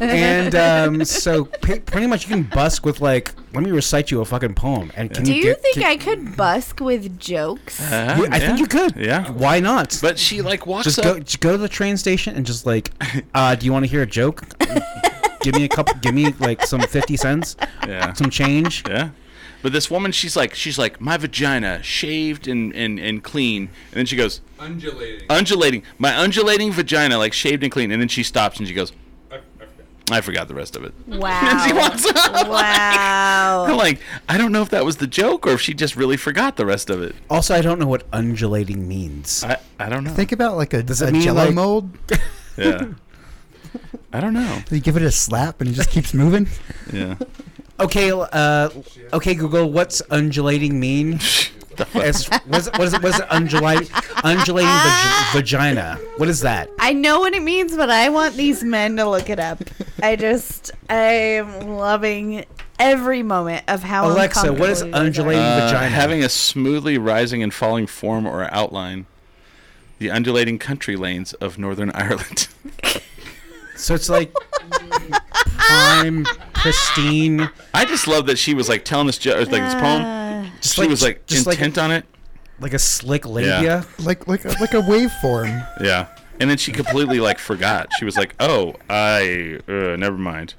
Speaker 5: and um, so p- pretty much you can busk with like, let me recite you a fucking poem. And can
Speaker 3: Do
Speaker 5: you,
Speaker 3: you
Speaker 5: get-
Speaker 3: think
Speaker 5: can-
Speaker 3: I could busk with jokes?
Speaker 2: Uh,
Speaker 5: You- I think
Speaker 2: yeah.
Speaker 5: you could.
Speaker 2: Yeah.
Speaker 5: Why not?
Speaker 2: But she like walks
Speaker 5: just
Speaker 2: up.
Speaker 5: go, just go to the train station and just like, uh, do you want to hear a joke? give me a couple. Give me like some fifty cents,
Speaker 2: Yeah.
Speaker 5: some change.
Speaker 2: Yeah. But this woman, she's like, she's like, my vagina shaved and, and, and clean. And then she goes,
Speaker 6: Undulating.
Speaker 2: undulating, my undulating vagina, like shaved and clean. And then she stops and she goes,
Speaker 6: I, I forgot.
Speaker 2: I forgot the rest of it. And she
Speaker 3: Wow.
Speaker 2: walks out. I'm
Speaker 3: wow.
Speaker 2: like, I don't know if that was the joke or if she just really forgot the rest of it.
Speaker 5: Also, I don't know what undulating means.
Speaker 2: I, I don't know.
Speaker 4: Think about like a,
Speaker 5: Does it
Speaker 4: a
Speaker 5: mean,
Speaker 4: jello
Speaker 5: like-
Speaker 4: mold.
Speaker 2: yeah. I don't know.
Speaker 4: You give it a slap and it just keeps moving.
Speaker 2: Yeah.
Speaker 5: Okay, uh, okay, Google. What's undulating mean? As, was it, was it, was it undulating undulating vag- vagina? What is that?
Speaker 3: I know what it means, but I want these men to look it up. I just, I'm loving every moment of how.
Speaker 5: Alexa, what is
Speaker 3: uncomfortable you guys are.
Speaker 5: undulating
Speaker 2: Uh,
Speaker 5: vagina?
Speaker 2: Having a smoothly rising and falling form or outline. The undulating country lanes of Northern Ireland.
Speaker 5: so it's like prime, pristine.
Speaker 2: I just love that she was like telling this joke, like this poem.
Speaker 5: Just
Speaker 2: she
Speaker 5: like,
Speaker 2: was like
Speaker 5: just
Speaker 2: intent
Speaker 5: like,
Speaker 2: on it.
Speaker 5: like a slick labia.
Speaker 4: Like like a, like a waveform.
Speaker 2: Yeah. And then she completely like forgot. She was like, "Oh, I uh, never mind."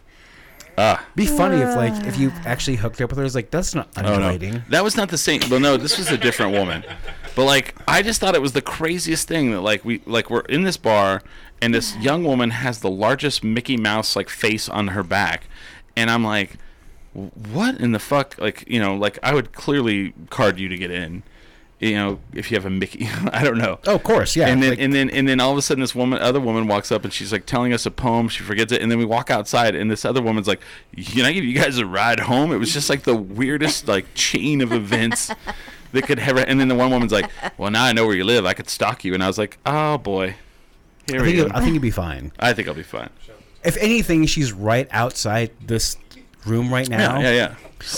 Speaker 5: Be funny if like if you actually hooked up with her. It's like that's not
Speaker 2: Oh no,
Speaker 5: undulating.
Speaker 2: that was not the same. Well, no, this was a different woman. But like, I just thought it was the craziest thing that like we like we're in this bar, and this young woman has the largest Mickey Mouse like face on her back, and I'm like, "What in the fuck?" Like you know, like I would clearly card you to get in. You know, if you have a Mickey, I don't know.
Speaker 5: Oh, of course, yeah.
Speaker 2: and then
Speaker 5: like-
Speaker 2: and then and then all of a sudden this woman other woman walks up and she's like telling us a poem she forgets it and then we walk outside and this other woman's like can i give you guys a ride home it was just like the weirdest like chain of events that could ever and then the one woman's like well now i know where you live i could stalk you and i was like oh boy here
Speaker 5: I
Speaker 2: we
Speaker 5: think,
Speaker 2: go
Speaker 5: it- I think you'd be fine.
Speaker 2: i think i'll be fine
Speaker 5: If anything, she's right outside this room right now.
Speaker 2: yeah yeah yeah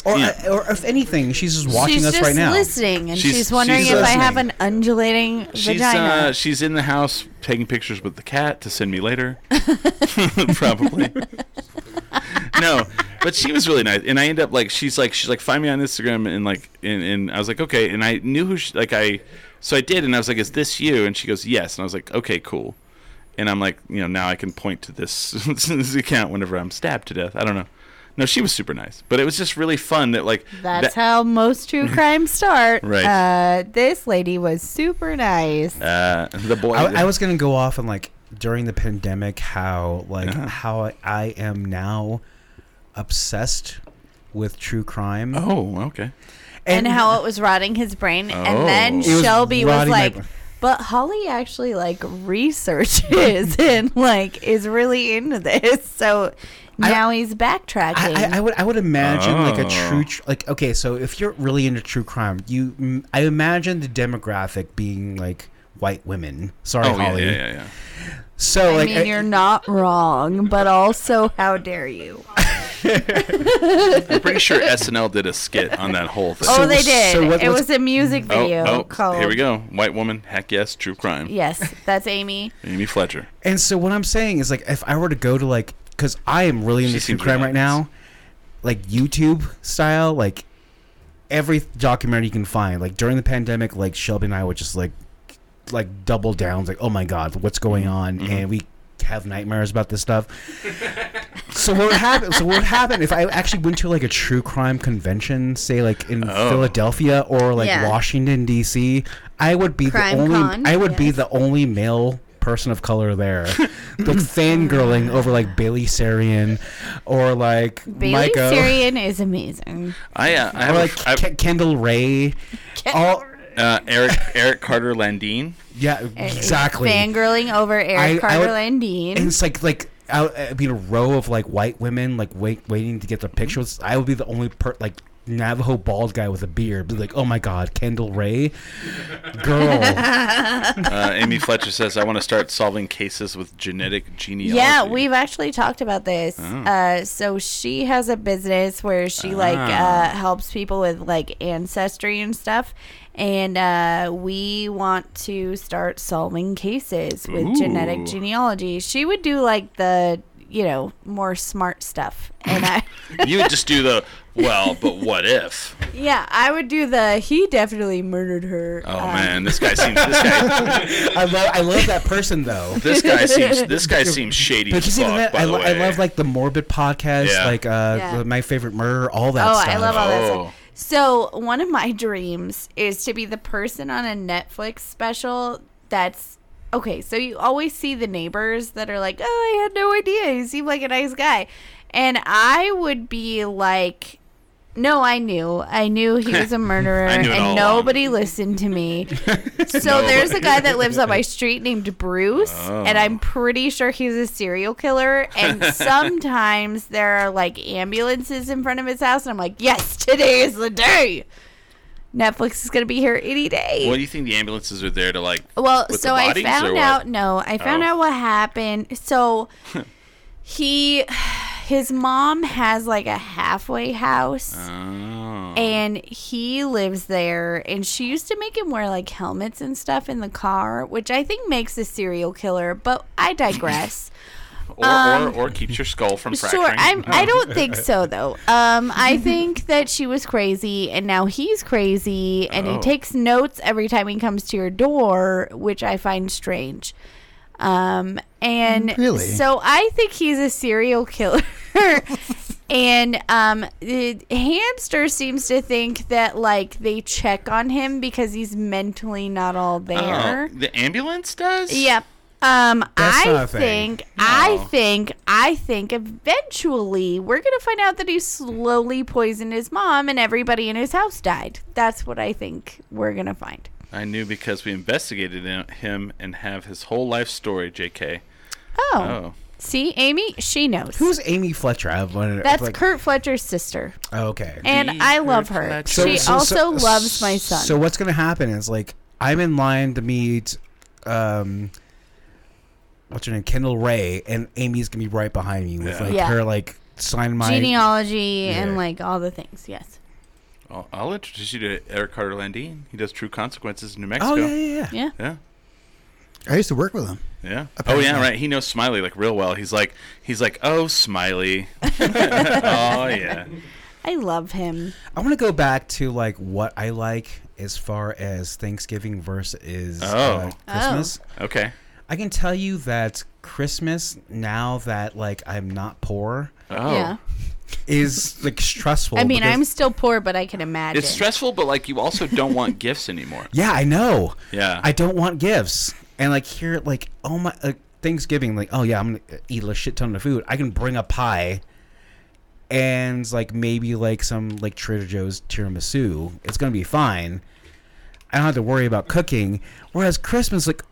Speaker 5: Or,
Speaker 2: Yeah.
Speaker 5: or if anything, she's just watching
Speaker 3: she's
Speaker 5: us
Speaker 3: just
Speaker 5: right now.
Speaker 3: listening, and
Speaker 2: She's-
Speaker 3: she's, wondering
Speaker 2: she's
Speaker 3: if I
Speaker 5: listening.
Speaker 3: have an undulating
Speaker 2: She's
Speaker 3: vagina.
Speaker 2: uh, she's in the house taking pictures with the cat to send me later, probably. no, but she was really nice, and I end up like she's like she's like find me on Instagram and like and, and I was like okay, and I knew who she, like I so I did, and I was like is this you? And she goes yes, and I was like okay cool, and I'm like you know now I can point to this, this account whenever I'm stabbed to death. I don't know. No, she was super nice, but it was just really fun that like
Speaker 3: That's
Speaker 2: that-
Speaker 3: how most true crimes start.
Speaker 2: Right.
Speaker 3: Uh, this lady was super nice.
Speaker 2: uh, the boy.
Speaker 5: I, I was gonna go off on like during the pandemic how like how I, I am now obsessed with true crime
Speaker 2: oh okay.
Speaker 3: and how it was rotting his brain. And then
Speaker 2: It was
Speaker 3: Shelby was,
Speaker 5: Oh. rotting my
Speaker 3: like,
Speaker 5: brain.
Speaker 3: but Holly actually like researches and like is really into this. So now he's backtracking.
Speaker 5: I, I, I would I would imagine like a
Speaker 2: Oh.
Speaker 5: true tr- like okay so if you're really into true crime you mm, I imagine the demographic being like white women sorry
Speaker 2: Oh yeah,
Speaker 5: Holly
Speaker 2: yeah, yeah, yeah.
Speaker 5: so
Speaker 3: I
Speaker 5: like
Speaker 3: mean,
Speaker 5: I-
Speaker 3: you're not wrong, but also, how dare you?
Speaker 2: I'm pretty sure SNL did a skit on that whole thing.
Speaker 3: oh,
Speaker 5: So-
Speaker 3: they did.
Speaker 5: so what-
Speaker 3: it
Speaker 5: what's-
Speaker 3: was a music
Speaker 2: Oh,
Speaker 3: video
Speaker 2: oh,
Speaker 3: called.
Speaker 2: here we go. White woman, heck yes, true crime.
Speaker 3: Yes, that's Amy.
Speaker 2: Amy Fletcher.
Speaker 5: And so what I'm saying is like if I were to go to like because I am really into
Speaker 2: She
Speaker 5: true
Speaker 2: seems
Speaker 5: crime right
Speaker 2: relaxed.
Speaker 5: now, like YouTube style, like every documentary you can find. Like during the pandemic, like Shelby and I would just like like double downs, like oh my god, what's going on, and we have nightmares about this stuff. so what would happen? So what would happen if I actually went to like a true crime convention, say like in
Speaker 2: Oh.
Speaker 5: Philadelphia or like
Speaker 3: Yeah.
Speaker 5: Washington D.C. I would be
Speaker 3: Crime
Speaker 5: the only.
Speaker 3: con,
Speaker 5: I would be
Speaker 3: yes.
Speaker 5: the only male person of color there, like fangirling over like Bailey Sarian or like
Speaker 7: Bailey
Speaker 5: Micah
Speaker 7: Syrian is amazing.
Speaker 2: I uh, I
Speaker 5: or
Speaker 2: have a
Speaker 5: like
Speaker 2: f- I have,
Speaker 5: Ke- Kendall Ray. all,
Speaker 2: uh, Eric Eric Carter Landine.
Speaker 5: yeah, exactly.
Speaker 7: Fangirling over
Speaker 5: I- I
Speaker 7: Eric Carter
Speaker 5: would-
Speaker 7: Landine.
Speaker 5: and it's like like out uh, be in a row of like white women like wait waiting to get their pictures. I would be the only per like Navajo bald guy with a beard. Be like, oh my god, Kendall Ray, girl.
Speaker 2: Uh, Amy Fletcher says I want to start solving cases with genetic genealogy.
Speaker 3: Yeah, we've actually talked about this.
Speaker 2: Oh.
Speaker 3: Uh, so she has a business where she like
Speaker 2: Ah.
Speaker 3: uh, helps people with like ancestry and stuff, and uh, we want to start solving cases with
Speaker 2: Ooh.
Speaker 3: genetic genealogy. She would do like the you know more smart stuff, and I
Speaker 2: you would just do the well, but what if?
Speaker 3: yeah I would do the he definitely murdered her.
Speaker 2: Oh
Speaker 3: um,
Speaker 2: man, this guy seems this guy
Speaker 5: I love I love that person though.
Speaker 2: this guy seems this guy seems shady
Speaker 5: But
Speaker 2: as
Speaker 5: you see
Speaker 2: fuck.
Speaker 5: that
Speaker 2: by
Speaker 5: I,
Speaker 2: the
Speaker 5: lo- I
Speaker 2: way.
Speaker 5: love like the morbid podcast,
Speaker 2: Yeah.
Speaker 5: like uh,
Speaker 3: Yeah.
Speaker 5: the my favorite murder, all that
Speaker 3: oh,
Speaker 5: stuff.
Speaker 3: I love all that
Speaker 2: Oh.
Speaker 3: stuff. So one of my dreams is to be the person on a Netflix special that's okay. So you always see the neighbors that are like, "Oh, I had no idea. He seemed like a nice guy," and I would be like. No, I knew. I knew he was a murderer,
Speaker 2: I knew it all
Speaker 3: and
Speaker 2: along."
Speaker 3: nobody listened to me. so
Speaker 2: No,
Speaker 3: there's
Speaker 2: but-
Speaker 3: a guy that lives on my street named Bruce,
Speaker 2: Oh.
Speaker 3: and I'm pretty sure he's a serial killer. And sometimes there are like ambulances in front of his house, and I'm like, yes, today is the day. Netflix is gonna be here any day.
Speaker 2: What do you think the ambulances are there to like?
Speaker 3: Well,
Speaker 2: with
Speaker 3: so
Speaker 2: the
Speaker 3: I
Speaker 2: bodies or
Speaker 3: found
Speaker 2: what?
Speaker 3: out. No, I found
Speaker 2: Oh.
Speaker 3: out what happened. So he, his mom has like a halfway house.
Speaker 2: Oh.
Speaker 3: And he lives there, and she used to make him wear like helmets and stuff in the car, which I think makes a serial killer. But I digress.
Speaker 2: or,
Speaker 3: um,
Speaker 2: or or keeps your skull from fracturing.
Speaker 3: sure, I'm, I don't think so though. Um, I think that she was crazy, and now he's crazy, and
Speaker 2: Oh.
Speaker 3: he takes notes every time he comes to your door, which I find strange. Um, and
Speaker 4: Really?
Speaker 3: so I think he's a serial killer. and um, the hamster seems to think that like they check on him because he's mentally not all there.
Speaker 2: Oh, the ambulance does.
Speaker 3: Yep. Um,
Speaker 5: That's not
Speaker 3: I
Speaker 5: a thing.
Speaker 3: think, I
Speaker 2: No.
Speaker 3: think, I think eventually we're going to find out that he slowly poisoned his mom and everybody in his house died. That's what I think we're going to find.
Speaker 2: I knew because we investigated him- him and have his whole life story, JK.
Speaker 3: Oh.
Speaker 2: Oh.
Speaker 3: See, Amy, she knows.
Speaker 5: Who's Amy Fletcher? I wanted
Speaker 3: That's
Speaker 5: like,
Speaker 3: Kurt Fletcher's sister.
Speaker 5: oh, okay.
Speaker 3: And
Speaker 2: The
Speaker 3: I love
Speaker 2: Kurt
Speaker 3: her.
Speaker 2: Fletcher.
Speaker 3: she also loves my son.
Speaker 5: So what's gonna happen is like I'm in line to meet um what's her name? Kendall Ray and Amy's gonna be right behind me with
Speaker 2: Yeah.
Speaker 5: like
Speaker 3: Yeah.
Speaker 5: her like sign my
Speaker 3: Genealogy
Speaker 5: Yeah.
Speaker 3: and like all the things. Yes.
Speaker 2: I'll, I'll introduce you to Eric Carter Landine. He does True Consequences in New Mexico.
Speaker 5: Oh yeah, yeah, yeah.
Speaker 3: Yeah.
Speaker 2: Yeah.
Speaker 4: I used to work with him.
Speaker 2: Yeah.
Speaker 4: Apparently.
Speaker 2: Oh yeah, right. He knows Smiley like real well. He's like he's like, "Oh, Smiley." oh yeah.
Speaker 3: I love him.
Speaker 5: I wanna go back to like what I like as far as Thanksgiving versus uh,
Speaker 2: Oh.
Speaker 5: Christmas.
Speaker 2: Okay.
Speaker 5: I can tell you that Christmas, now that like I'm not poor,
Speaker 2: Oh.
Speaker 3: Yeah.
Speaker 5: is like stressful.
Speaker 3: I mean,
Speaker 5: because-
Speaker 3: I'm still poor, but I can imagine.
Speaker 2: It's stressful, but like you also don't want gifts anymore.
Speaker 5: Yeah, I know.
Speaker 2: Yeah.
Speaker 5: I don't want gifts. And like here, like oh my, like Thanksgiving, like oh yeah, I'm gonna eat a shit ton of food. I can bring a pie, and like maybe like some like Trader Joe's tiramisu. It's gonna be fine. I don't have to worry about cooking. Whereas Christmas, like,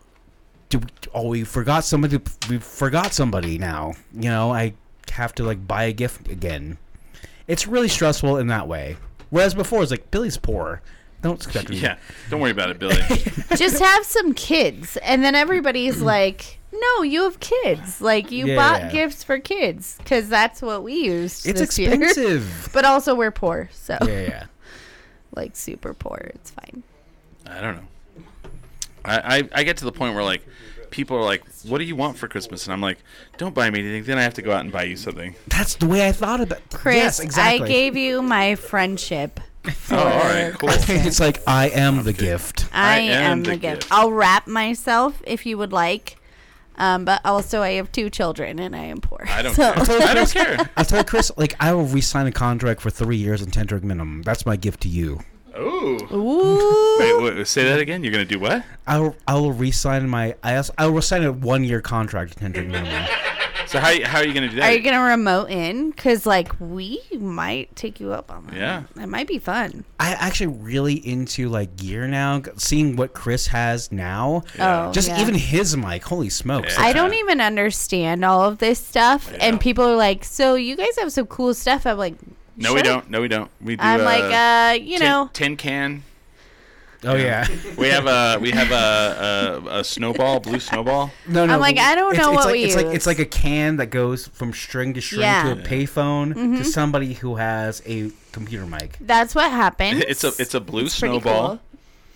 Speaker 5: do we, oh we forgot somebody. We forgot somebody now. You know, I have to like buy a gift again. It's really stressful in that way. Whereas before, it's like Billy's poor. Don't expect me.
Speaker 2: Yeah. Don't worry about it, Billy.
Speaker 3: just have some kids and then everybody's like no you have kids like you
Speaker 5: Yeah,
Speaker 3: bought
Speaker 5: yeah.
Speaker 3: gifts for kids because that's what we used
Speaker 5: It's
Speaker 3: this year.
Speaker 5: expensive.
Speaker 3: but also we're poor so
Speaker 5: yeah, yeah.
Speaker 3: like super poor it's fine
Speaker 2: I don't know. I, I I get to the point where like people are like, "What do you want for Christmas?" And I'm like, "Don't buy me anything." Then I have to go out and buy you something.
Speaker 5: That's the way I thought about.
Speaker 3: chris
Speaker 5: yes, exactly.
Speaker 3: i gave you my friendship for
Speaker 2: Oh, all right, cool.
Speaker 3: Christmas.
Speaker 5: it's like I am the gift.
Speaker 3: I, am, the gift. I'll wrap myself if you would like. Um, but also, I have two children and I am poor.
Speaker 2: I don't
Speaker 3: So-
Speaker 2: care. I don't care.
Speaker 5: I'll tell you, Chris, like, I will re sign a contract for three years and 10 drug minimum. That's my gift to you.
Speaker 2: Oh.
Speaker 8: Ooh.
Speaker 2: Wait, wait, say that again. You're gonna do what?
Speaker 5: I'll, I'll re sign my. I also, I will sign a one year contract at 10 drug minimum.
Speaker 2: So how how are you gonna do that?
Speaker 3: Are you gonna remote in? Cause like we might take you up on that.
Speaker 2: Yeah.
Speaker 3: that might be fun.
Speaker 5: I actually really into like gear now. g- Seeing what Chris has now,
Speaker 3: Yeah. Oh,
Speaker 5: just
Speaker 3: yeah.
Speaker 5: even his mic. Holy smokes!
Speaker 2: Yeah.
Speaker 3: I don't even understand all of this stuff, and people are like, "So you guys have some cool stuff?" I'm like,
Speaker 2: no, we
Speaker 3: "Sure."
Speaker 2: don't. No, we don't. We do.
Speaker 3: I'm like, uh, you
Speaker 2: tin-
Speaker 3: know,
Speaker 2: tin can.
Speaker 5: Oh yeah.
Speaker 2: We have a we have a a, a snowball, blue snowball.
Speaker 5: No, no.
Speaker 3: like, I don't
Speaker 5: it's-
Speaker 3: know
Speaker 5: it's
Speaker 3: what
Speaker 5: like,
Speaker 3: we
Speaker 5: it's like.
Speaker 3: use.
Speaker 5: It's like a can that goes from string to string
Speaker 3: Yeah. Mm-hmm.
Speaker 5: to a payphone to somebody who has a computer mic.
Speaker 3: that's what happened.
Speaker 2: It's a it's a blue
Speaker 3: pretty
Speaker 2: snowball.
Speaker 3: cool.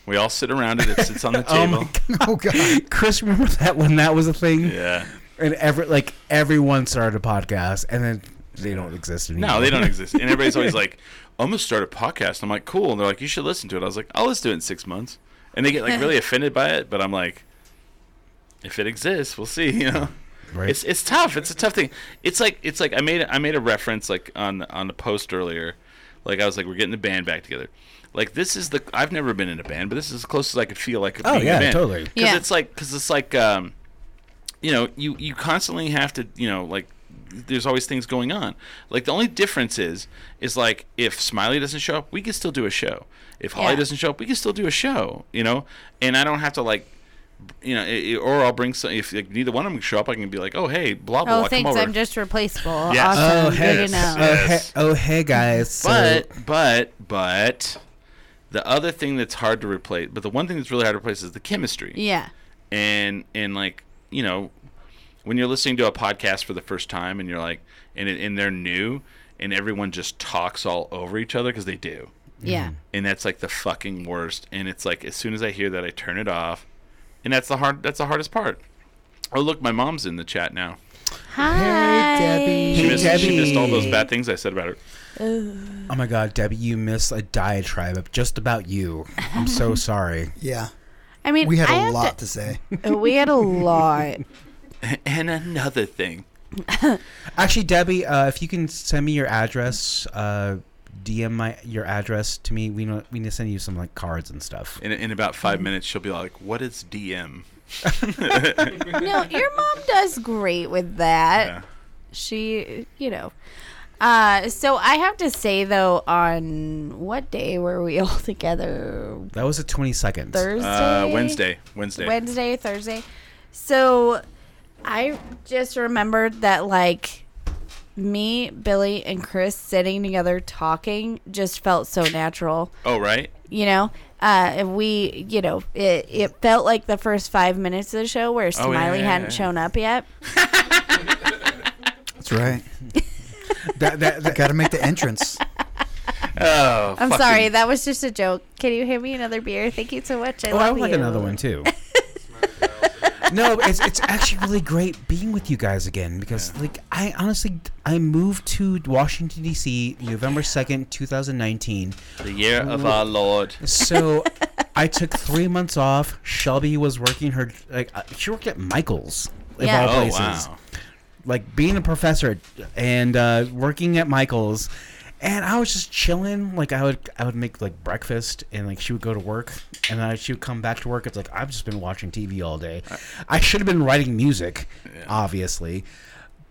Speaker 2: We all sit around it. It sits on the
Speaker 5: Oh my
Speaker 2: table.
Speaker 4: Oh god.
Speaker 5: Chris, remember that when that was a thing,
Speaker 2: yeah.
Speaker 5: and every like everyone started a podcast, and then they don't exist anymore.
Speaker 2: No, they don't exist. And everybody's always like, I'm going to start a podcast. I'm like, cool. And they're like, you should listen to it. I was like, I'll listen to it in six months. And they get like really offended by it. But I'm like, if it exists, we'll see, you know?
Speaker 5: Right.
Speaker 2: It's it's tough. It's a tough thing. It's like it's like I made a- I made a reference like on the- on the post earlier. Like I was like we're getting the band back together. Like this is the I've never been in a band, but this is as close as I could feel like
Speaker 5: Oh,
Speaker 2: being in
Speaker 5: yeah,
Speaker 2: a band.
Speaker 5: totally.
Speaker 2: Because
Speaker 3: Yeah.
Speaker 2: it's like because it's like um, you know you you constantly have to you know like there's always things going on. Like the only difference is is like if Smiley doesn't show up, we can still do a show. If Holly
Speaker 3: Yeah.
Speaker 2: doesn't show up, we can still do a show. You know, and I don't have to like. You know, i i- or I'll bring some. If like, neither one of them show up, I can be like, "Oh, hey, blah blah."
Speaker 3: Oh,
Speaker 2: blah, come
Speaker 3: thanks.
Speaker 2: over.
Speaker 3: I'm just replaceable.
Speaker 2: Yes.
Speaker 3: Awesome.
Speaker 5: Oh hey,
Speaker 3: Good to know.
Speaker 5: oh, hey,
Speaker 2: Yes.
Speaker 5: oh hey guys. So,
Speaker 2: But but but the other thing that's hard to replace, but the one thing that's really hard to replace is the chemistry.
Speaker 3: Yeah.
Speaker 2: And and like you know, when you're listening to a podcast for the first time and you're like, and it- and they're new, and everyone just talks all over each other because they do,
Speaker 3: Yeah.
Speaker 5: mm.
Speaker 2: and that's like the fucking worst. And it's like as soon as I hear that, I turn it off, and that's the hard that's the hardest part. Oh look, my mom's in the chat now.
Speaker 3: Hi.
Speaker 2: She,
Speaker 5: Hey,
Speaker 2: missed, she missed all those
Speaker 5: Debbie.
Speaker 2: bad things I said about her.
Speaker 5: Oh my God, Debbie, you missed a diatribe just about you. I'm so sorry.
Speaker 4: Yeah.
Speaker 3: I mean,
Speaker 4: We had
Speaker 3: I
Speaker 4: a
Speaker 3: have
Speaker 4: lot to say.
Speaker 8: Uh, we had a lot.
Speaker 2: And another thing.
Speaker 5: Actually, Debbie, uh, if you can send me your address, uh, DM my your address to me. We know, we need to send you some like cards and stuff.
Speaker 2: In, in about five minutes, she'll be like, "What is DM?"
Speaker 3: To, no, your mom does great with that.
Speaker 2: Yeah.
Speaker 3: She, you know. Uh, so I have to say though, on what day were we all together?
Speaker 5: That was the 22nd.
Speaker 3: Thursday.
Speaker 2: Uh, Wednesday. Wednesday.
Speaker 3: Wednesday, Thursday. So I just remembered that like me, Billy, and Chris sitting together talking just felt so natural.
Speaker 2: oh, right.
Speaker 3: You know, uh, and we, you know, it, it felt like the first five minutes of the show where
Speaker 2: Oh, yeah,
Speaker 3: Smiley
Speaker 2: yeah,
Speaker 3: hadn't
Speaker 2: yeah.
Speaker 3: shown up yet.
Speaker 4: That's right.
Speaker 5: That, that, that-
Speaker 4: Got to make the entrance.
Speaker 2: Oh,
Speaker 3: I'm sorry, that was just a joke. Can you hand me another beer? Thank you so much. I
Speaker 5: oh,
Speaker 3: love
Speaker 5: I would like
Speaker 3: you.
Speaker 5: another one too.
Speaker 9: Smiley
Speaker 5: No, it's it's actually really great being with you guys again because like I honestly I moved to Washington D.C. November 2nd, 2019.
Speaker 2: the year of our Lord.
Speaker 5: So I took three months off. Shelby was working her like uh, she worked at Michaels of
Speaker 3: Yeah.
Speaker 5: all
Speaker 2: Oh
Speaker 5: places.
Speaker 2: wow.
Speaker 5: Like being a professor and uh, working at Michaels, and I was just chilling. Like I would I would make like breakfast and like she would go to work and then she would come back to work. It's like I've just been watching TV all day. I should have been writing music, obviously.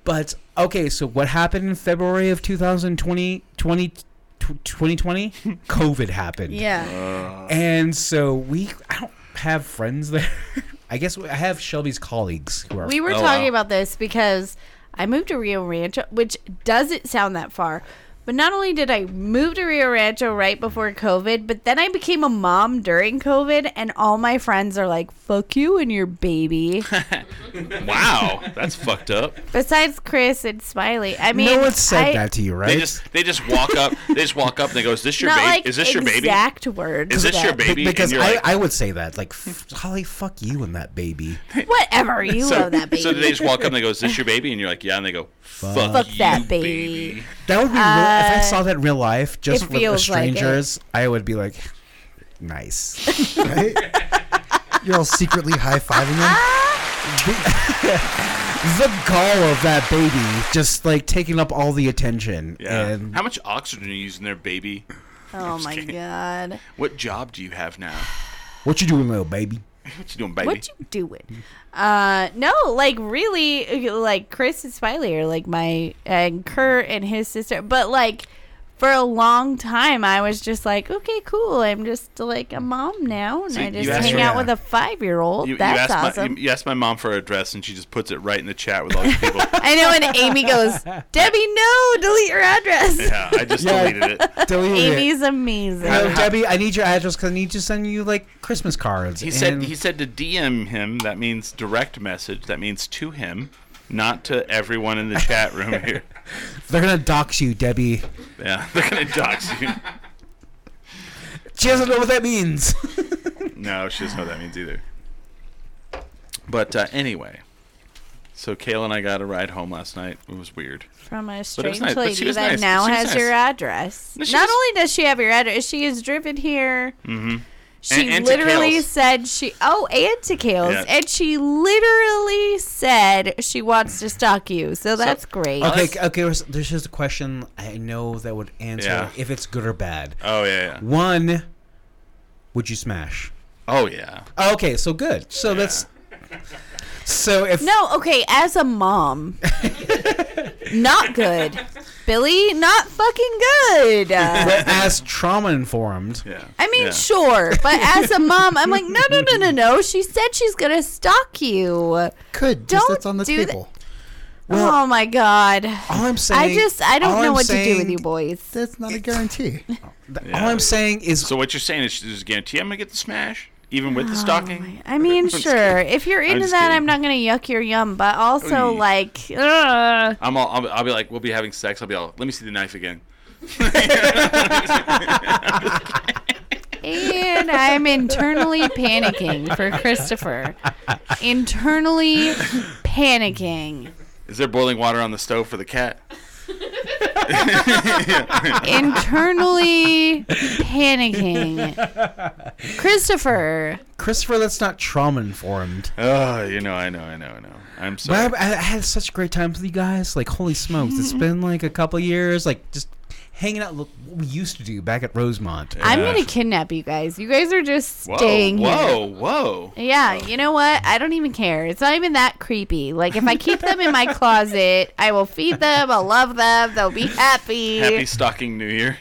Speaker 5: But okay, so what happened in February of 2020 20, 2020? COVID happened.
Speaker 3: Yeah.
Speaker 2: Uh,
Speaker 5: And so we, I don't have friends there. I guess I have Shelby's colleagues who are.
Speaker 3: We were
Speaker 2: Oh,
Speaker 3: talking
Speaker 2: wow.
Speaker 3: about this because I moved to Rio Rancho, which doesn't sound that far. But not only did I move to Rio Rancho right before COVID, but then I became a mom during COVID, and all my friends are like, fuck you and your baby.
Speaker 2: Wow, that's fucked up.
Speaker 3: Besides Chris and Smiley. I mean,
Speaker 5: no one said
Speaker 3: I-
Speaker 5: that to you,
Speaker 2: They
Speaker 5: right?
Speaker 2: just they just walk up. They just walk up and they go, "Is this your
Speaker 3: Not
Speaker 2: baby?
Speaker 3: like
Speaker 2: is this your baby?
Speaker 3: exact words.
Speaker 2: Is this your
Speaker 3: but-
Speaker 5: Be-
Speaker 2: baby?"
Speaker 5: because
Speaker 2: and you're
Speaker 5: I,
Speaker 2: like,
Speaker 5: I would say that like "F- Holly, fuck you and that baby.
Speaker 3: Whatever. You
Speaker 2: so,
Speaker 3: love that baby.
Speaker 2: so they just walk up and they go, "Is this your baby?" And you're like, "Yeah." And they go, "Fuck,
Speaker 3: Fuck
Speaker 2: you,
Speaker 3: that
Speaker 2: baby."
Speaker 3: baby.
Speaker 5: That would be real, if I saw that in real life, just
Speaker 3: Uh, it
Speaker 5: with the
Speaker 3: feels like it.
Speaker 5: strangers, I would be like, nice.
Speaker 4: Right? You're all secretly high fiving them.
Speaker 5: the gall of that baby just like taking up all the attention.
Speaker 10: Yeah.
Speaker 5: And
Speaker 2: How much oxygen are you using there, baby?
Speaker 3: Oh my god.
Speaker 2: What job do you have now?
Speaker 5: what you doing, little baby?
Speaker 2: What you doing, baby?
Speaker 3: What you doing? Uh, no, like really, like Chris and Smiley are like my and Kurt and his sister, but like for a long time, I was just like, okay, cool. I'm just like a mom now, and
Speaker 2: See,
Speaker 3: I
Speaker 2: you
Speaker 3: just
Speaker 2: asked
Speaker 3: hang
Speaker 2: for-
Speaker 3: out with a five year old.
Speaker 2: You, you
Speaker 3: That's
Speaker 2: asked my,
Speaker 3: awesome.
Speaker 2: you, you asked my mom for her address, and she just puts it right in the chat with all these people.
Speaker 3: I know. And Amy goes, Debbie, no, delete your address.
Speaker 2: yeah, I just
Speaker 5: Yeah.
Speaker 2: deleted it.
Speaker 5: Delete it.
Speaker 3: Amy's amazing.
Speaker 5: No, Debbie, I need your address because I need to send you like Christmas cards.
Speaker 2: He said
Speaker 5: and-
Speaker 2: he said to DM him. That means direct message. That means to him, not to everyone in the chat room here.
Speaker 5: they're gonna dox you, Debbie.
Speaker 2: Yeah, they're gonna dox you.
Speaker 5: She doesn't know what that means.
Speaker 2: No, she doesn't know what that means either. But uh, anyway, so Kayla and I got a ride home last night. It was weird.
Speaker 3: From a
Speaker 2: was
Speaker 3: strange
Speaker 2: nice, but she
Speaker 3: lady
Speaker 2: was
Speaker 3: that
Speaker 2: nice,
Speaker 3: now
Speaker 2: she was
Speaker 3: has
Speaker 2: nice.
Speaker 3: your address.
Speaker 2: No, she
Speaker 3: Not
Speaker 2: was-
Speaker 3: only does she have your address, she is driven here.
Speaker 2: Mm-hmm.
Speaker 3: She
Speaker 2: And- and to
Speaker 3: literally
Speaker 2: Kale's.
Speaker 3: said she oh and to Kale's
Speaker 2: Yeah.
Speaker 3: and she literally said she wants to stalk you. So that's great.
Speaker 5: okay, c- okay. There's there's just a question I know that would answer
Speaker 2: Yeah.
Speaker 5: if it's good or bad.
Speaker 2: Oh yeah, yeah.
Speaker 5: One, would you smash?
Speaker 2: Oh yeah.
Speaker 5: Okay, so good. So that's so if
Speaker 3: No, okay, as a mom. not good. Billy, not fucking good. Uh,
Speaker 5: as trauma informed.
Speaker 2: Yeah.
Speaker 3: I mean,
Speaker 2: yeah.
Speaker 3: sure, but as a mom, I'm like, no, no, no, no, no. She said she's gonna stalk you.
Speaker 4: Could just
Speaker 3: Don't
Speaker 4: that's on the
Speaker 3: do that.
Speaker 4: table.
Speaker 5: Well-
Speaker 3: oh my god.
Speaker 5: All I'm saying,
Speaker 3: I just, I
Speaker 5: all
Speaker 3: don't know
Speaker 5: I'm
Speaker 3: what to do with
Speaker 5: saying-
Speaker 3: you boys.
Speaker 4: That's not a guarantee.
Speaker 5: th-
Speaker 2: Yeah.
Speaker 5: All I'm saying is
Speaker 2: So what you're saying is she's guarantee I'm gonna get the smash, even
Speaker 3: Oh,
Speaker 2: with the stocking.
Speaker 3: I mean,
Speaker 2: just
Speaker 3: sure. If you're into
Speaker 2: just
Speaker 3: that,
Speaker 2: kidding.
Speaker 3: I'm not gonna yuck your yum, but also
Speaker 2: Oy.
Speaker 3: like, ugh.
Speaker 2: I'm all. I'll, I'll be like, we'll be having sex. I'll be all. Let me see the knife again.
Speaker 3: and I'm internally panicking for Christopher. Internally panicking.
Speaker 2: Is there boiling water on the stove for the cat?
Speaker 3: Internally panicking. Christopher.
Speaker 5: Christopher, that's not trauma informed.
Speaker 2: Oh, you know, I know, I know, I know. I'm sorry.
Speaker 5: But I, I had such a great time with you guys. Like, holy smokes, it's been like a couple years. Like, just hanging out. Look, what we used to do back at Rosemont.
Speaker 3: I'm
Speaker 2: Yeah.
Speaker 3: gonna kidnap you guys. You guys are just
Speaker 2: whoa,
Speaker 3: staying here.
Speaker 2: whoa, whoa.
Speaker 3: Yeah, you know what? I don't even care. It's not even that creepy. Like if I keep them in my closet, I will feed them, I'll love them, they'll be happy.
Speaker 2: Happy stocking New Year.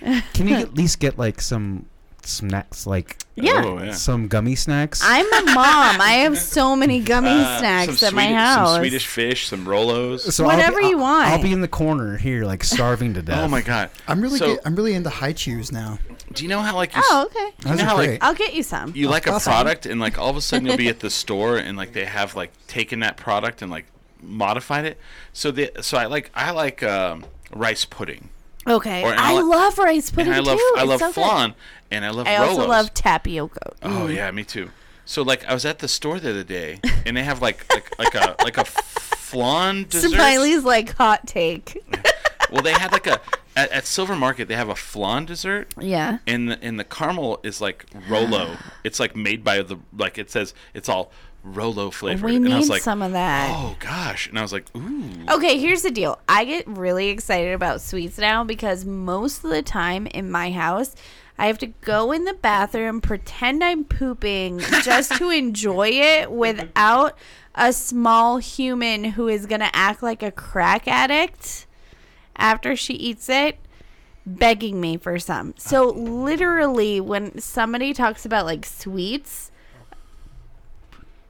Speaker 5: Can you at least get like some snacks, like
Speaker 3: Yeah.
Speaker 2: Oh, yeah.
Speaker 5: some gummy snacks?
Speaker 3: I'm a mom. I have so many gummy
Speaker 2: Uh,
Speaker 3: snacks
Speaker 2: some
Speaker 3: at my
Speaker 2: Swedish-
Speaker 3: house.
Speaker 2: Some Swedish fish, some Rolos.
Speaker 5: So
Speaker 3: Whatever
Speaker 5: I'll be,
Speaker 3: you
Speaker 5: I'll-
Speaker 3: want.
Speaker 5: I'll be in the corner here, like starving to death.
Speaker 2: Oh my god.
Speaker 4: I'm really
Speaker 2: So,
Speaker 4: get- I'm really into high chews now.
Speaker 2: do you know how like you,
Speaker 3: Oh, okay.
Speaker 2: you
Speaker 4: Those
Speaker 2: know
Speaker 4: are
Speaker 2: how like
Speaker 4: great.
Speaker 3: I'll get you some.
Speaker 2: you like a
Speaker 4: Awesome.
Speaker 2: product and like all of a sudden you'll be at the store and like they have like taken that product and like modified it. So the so I like I like um, rice pudding.
Speaker 3: Okay.
Speaker 2: Or- and
Speaker 3: I
Speaker 2: I'll-
Speaker 3: love rice pudding
Speaker 2: and I love
Speaker 3: too.
Speaker 2: I
Speaker 3: It's
Speaker 2: love
Speaker 3: so good.
Speaker 2: flan and I love
Speaker 3: I also
Speaker 2: Rolos.
Speaker 3: love tapioca.
Speaker 2: Oh yeah, me too. So like I was at the store the other day and they have like like, like a like a flan dessert.
Speaker 3: Smiley's like hot take.
Speaker 2: Well, they had like a at, at Silver Market they have a flan dessert.
Speaker 3: Yeah.
Speaker 2: And the, and the caramel is like Rolo. It's like made by the like it says it's all Rolo flavored.
Speaker 3: We
Speaker 2: and I
Speaker 3: need
Speaker 2: was like,
Speaker 3: some of that.
Speaker 2: Oh gosh! And I was like, ooh.
Speaker 3: Okay, here's the deal. I get really excited about sweets now because most of the time in my house, I have to go in the bathroom, pretend I'm pooping just to enjoy it without a small human who is going to act like a crack addict after she eats it begging me for some. So literally when somebody talks about like sweets,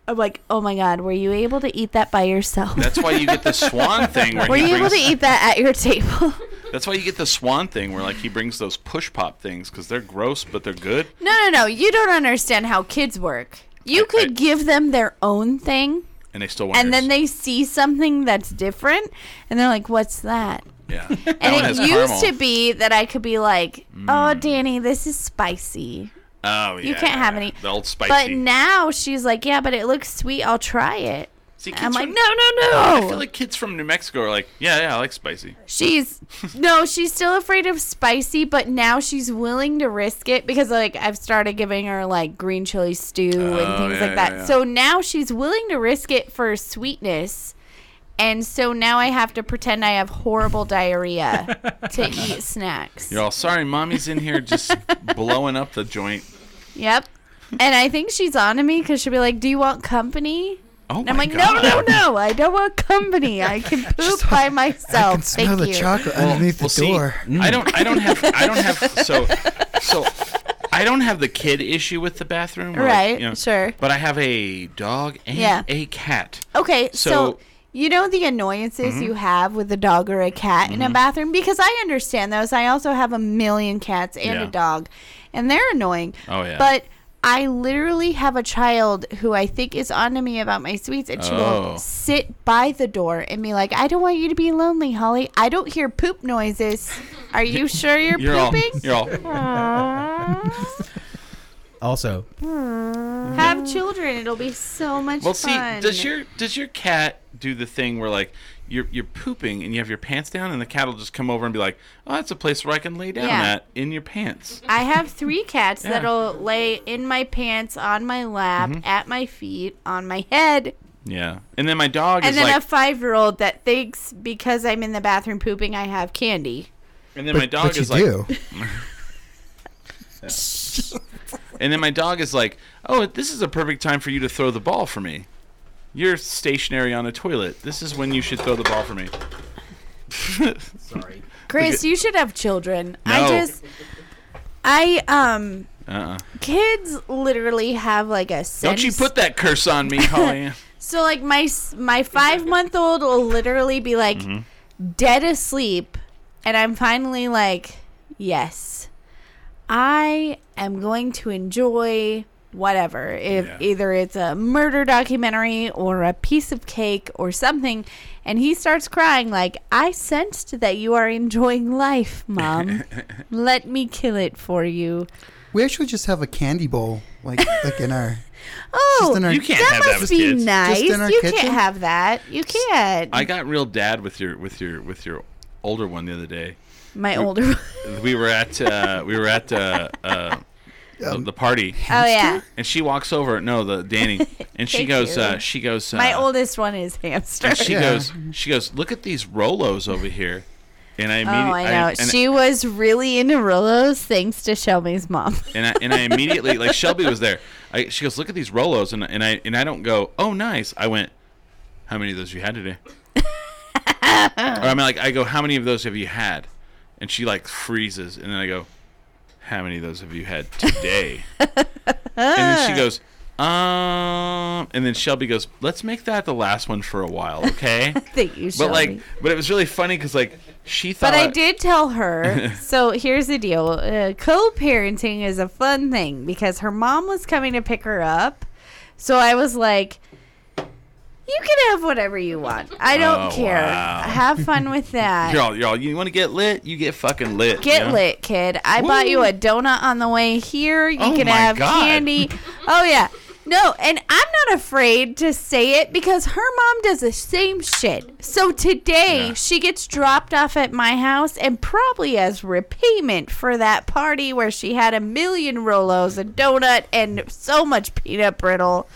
Speaker 3: I'm like, "Oh my god, were you able to eat that by yourself?"
Speaker 2: That's why you get the swan thing. Where
Speaker 3: Were
Speaker 2: he
Speaker 3: you able
Speaker 2: brings,
Speaker 3: to eat that at your table?
Speaker 2: That's why you get the swan thing where like he brings those push pop things because they're gross but they're good.
Speaker 3: no, no, no. You don't understand how kids work. You
Speaker 2: I-
Speaker 3: could
Speaker 2: I-
Speaker 3: give them their own thing,
Speaker 2: And they still want.
Speaker 3: and
Speaker 2: yours.
Speaker 3: then they see something that's different, and they're like, "What's that?"
Speaker 2: Yeah. And
Speaker 3: And it used to be that I could be like, "Oh, Danny, this is spicy."
Speaker 2: Oh yeah.
Speaker 3: can't have any-
Speaker 2: The old spicy.
Speaker 3: But now she's like, "Yeah, but it looks sweet. I'll try it."
Speaker 2: See,
Speaker 3: I'm
Speaker 2: kids
Speaker 3: like,
Speaker 2: from-
Speaker 3: no,
Speaker 2: I
Speaker 3: no, no.
Speaker 2: feel like kids from New Mexico are like, yeah, yeah, I like spicy.
Speaker 3: she's no, she's still afraid of spicy, but now she's willing to risk it because like I've started giving her like green chili stew and
Speaker 2: Oh,
Speaker 3: things
Speaker 2: yeah,
Speaker 3: like that.
Speaker 2: yeah, yeah.
Speaker 3: So now she's willing to risk it for sweetness. And so now I have to pretend I have horrible diarrhea to eat snacks.
Speaker 2: You're all sorry, mommy's in here just blowing up the joint.
Speaker 3: Yep. And I think she's on to me because she'll be like, "Do you want company?"
Speaker 2: Oh
Speaker 3: And I'm
Speaker 2: my
Speaker 3: like,
Speaker 2: God.
Speaker 3: no, no, no! I don't want company. I can poop by myself.
Speaker 4: I can smell
Speaker 3: Oh, Thank
Speaker 4: the
Speaker 3: you.
Speaker 4: chocolate underneath the door.
Speaker 2: See, I don't. I don't have. I don't have. So, so, I don't have the kid issue with the bathroom. or like,
Speaker 3: Right,
Speaker 2: you know,
Speaker 3: sure.
Speaker 2: But I have a dog and
Speaker 3: Yeah.
Speaker 2: a cat.
Speaker 3: Okay, so,
Speaker 2: So- Mm-hmm.
Speaker 3: you know the annoyances you have with a dog or a cat in a bathroom because I understand those. I also have a million cats and
Speaker 2: Yeah.
Speaker 3: a dog, and they're annoying.
Speaker 2: Oh, yeah.
Speaker 3: But I literally have a child who I think is onto me about my sweets, and she
Speaker 2: Oh.
Speaker 3: will sit by the door and be like, "I don't want you to be lonely, Holly. I don't hear poop noises. Are you sure you're,
Speaker 2: You're all.
Speaker 3: pooping?
Speaker 2: You're all.
Speaker 5: Also,
Speaker 3: Have children. It'll be so much
Speaker 2: Well, see,
Speaker 3: fun."
Speaker 2: does your does your cat do the thing where like you're you're pooping and you have your pants down and the cat will just come over and be like, oh, that's a place where I can lay down
Speaker 3: Yeah.
Speaker 2: at in your pants.
Speaker 3: I have three cats
Speaker 2: Yeah. Mm-hmm.
Speaker 3: that'll lay in my pants, on my lap, at my feet, on my head,
Speaker 2: Yeah. And then my dog
Speaker 3: and
Speaker 2: is
Speaker 3: then
Speaker 2: like,
Speaker 3: a five-year-old that thinks because I'm in the bathroom pooping, I have candy.
Speaker 2: and then my dog
Speaker 4: but you
Speaker 2: is like,
Speaker 4: do.
Speaker 2: and then my dog is like, oh, this is a perfect time for you to throw the ball for me. You're stationary on a toilet. This is when you should throw the ball for me.
Speaker 5: sorry.
Speaker 3: Chris, you should have children. I
Speaker 2: No.
Speaker 3: just, I um,
Speaker 2: Uh. uh
Speaker 3: kids literally have like a sense.
Speaker 2: Don't you put that curse on me, Holly?
Speaker 3: So like my s- my five month old will literally be like
Speaker 2: Mm-hmm.
Speaker 3: dead asleep, and I'm finally like, yes, I am going to enjoy whatever. If
Speaker 2: Yeah.
Speaker 3: either it's a murder documentary or a piece of cake or something, and he starts crying like, I sensed that you are enjoying life, mom. Let me kill it for you.
Speaker 4: We actually just have a candy bowl, like like in our.
Speaker 3: Oh,
Speaker 4: Just in our-
Speaker 2: you can't
Speaker 3: that
Speaker 2: have that
Speaker 3: must
Speaker 2: with
Speaker 3: be
Speaker 2: kids.
Speaker 3: nice.
Speaker 4: in our
Speaker 3: You
Speaker 4: kitchen?
Speaker 3: can't have that. You can't.
Speaker 2: I got real dad with your with your with your older one the other day.
Speaker 3: My older one.
Speaker 2: we were at uh, we were at uh, uh, the, the party,
Speaker 3: Oh yeah.
Speaker 2: and she walks over. No, the Danny, and she
Speaker 3: Thank
Speaker 2: goes.
Speaker 3: you.
Speaker 2: Uh, she goes. Uh,
Speaker 3: My oldest one is hamster.
Speaker 2: and she
Speaker 4: Yeah.
Speaker 2: goes. She goes. Look at these Rolos over here, and I
Speaker 3: Oh,
Speaker 2: immediately.
Speaker 3: I know.
Speaker 2: and,
Speaker 3: she was really into Rolos thanks to Shelby's mom.
Speaker 2: and I and I immediately like Shelby was there. I, she goes, look at these Rolos, and and I and I don't go. Oh, nice. I went. How many of those you had today? or I'm like, I go, how many of those have you had? And she like freezes, and then I go, how many of those have you had today? and then she goes, um, and then Shelby goes, let's make that the last one for a while, okay?
Speaker 3: Thank you, Shelby.
Speaker 2: but like, but it was really funny because like she thought.
Speaker 3: But I did tell her. so here's the deal: uh, co-parenting is a fun thing because her mom was coming to pick her up. So I was like, "You can have whatever you want. I don't
Speaker 2: Oh,
Speaker 3: care.
Speaker 2: wow.
Speaker 3: Have fun with that.
Speaker 2: Y'all, y'all, you want to get lit? You get fucking lit.
Speaker 3: Get
Speaker 2: you know?
Speaker 3: lit, kid. I bought you a donut on the way here. You
Speaker 2: Oh
Speaker 3: can
Speaker 2: my
Speaker 3: have
Speaker 2: God.
Speaker 3: candy. Oh, yeah. No, and I'm not afraid to say it because her mom does the same shit. So today
Speaker 2: Yeah.
Speaker 3: she gets dropped off at my house and probably as repayment for that party where she had a million Rolos, a donut, and so much peanut brittle.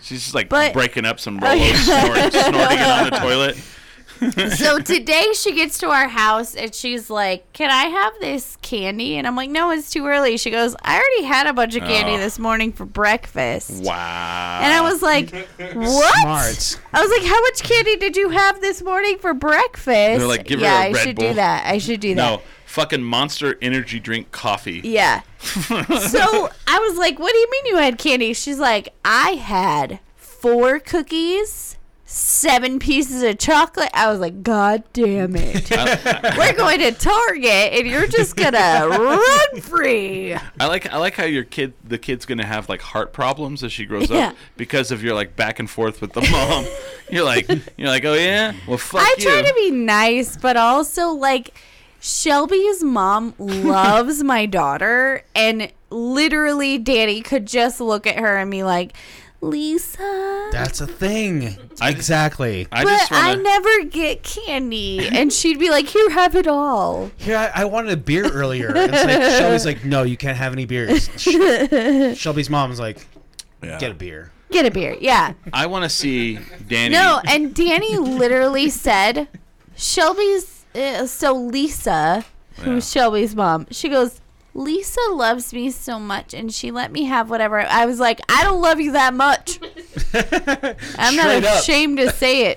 Speaker 2: She's just like
Speaker 3: But-
Speaker 2: breaking up some Rolos, snorting, snorting it on the toilet.
Speaker 3: so today she gets to our house and she's like, "Can I have this candy?" And I'm like, "No, it's too early." She goes, "I already had a bunch of candy
Speaker 2: Oh.
Speaker 3: this morning for breakfast."
Speaker 2: Wow.
Speaker 3: And I was like, "What?"
Speaker 5: Smart.
Speaker 3: I was like, "How much candy did you have this morning for breakfast?" They're
Speaker 2: like, "Give her
Speaker 3: "Yeah,
Speaker 2: a
Speaker 3: I
Speaker 2: Red
Speaker 3: should
Speaker 2: Bull."
Speaker 3: do that. I should do that."
Speaker 2: no, fucking monster energy drink coffee.
Speaker 3: Yeah. so I was like, what do you mean you had candy? She's like, I had four cookies, seven pieces of chocolate. I was like, God damn it. We're going to Target and you're just going to run free.
Speaker 2: I like I like how your kid the kid's gonna have like heart problems as she grows
Speaker 3: Yeah.
Speaker 2: up because of your like back and forth with the mom. you're like you're like oh yeah well fuck
Speaker 3: I
Speaker 2: you.
Speaker 3: try to be nice, but also like Shelby's mom loves my daughter, and literally Danny could just look at her and be like, Lisa.
Speaker 5: That's a thing. exactly.
Speaker 2: I
Speaker 3: but
Speaker 2: just
Speaker 3: I
Speaker 2: want to.
Speaker 3: never get candy. And she'd be like, Here, have it all.
Speaker 5: Here, I, I wanted a beer earlier. And It's like Shelby's like, no, you can't have any beers. Sh- Shelby's mom's like, get a beer.
Speaker 3: Get a beer. Yeah.
Speaker 2: I want to see Danny.
Speaker 3: No, and Danny literally said, Shelby's, uh, so Lisa, who's Shelby's mom, she goes, Lisa loves me so much and she let me have whatever. I was like, I don't love you that much. I'm
Speaker 5: Straight
Speaker 3: not
Speaker 5: up.
Speaker 3: ashamed to say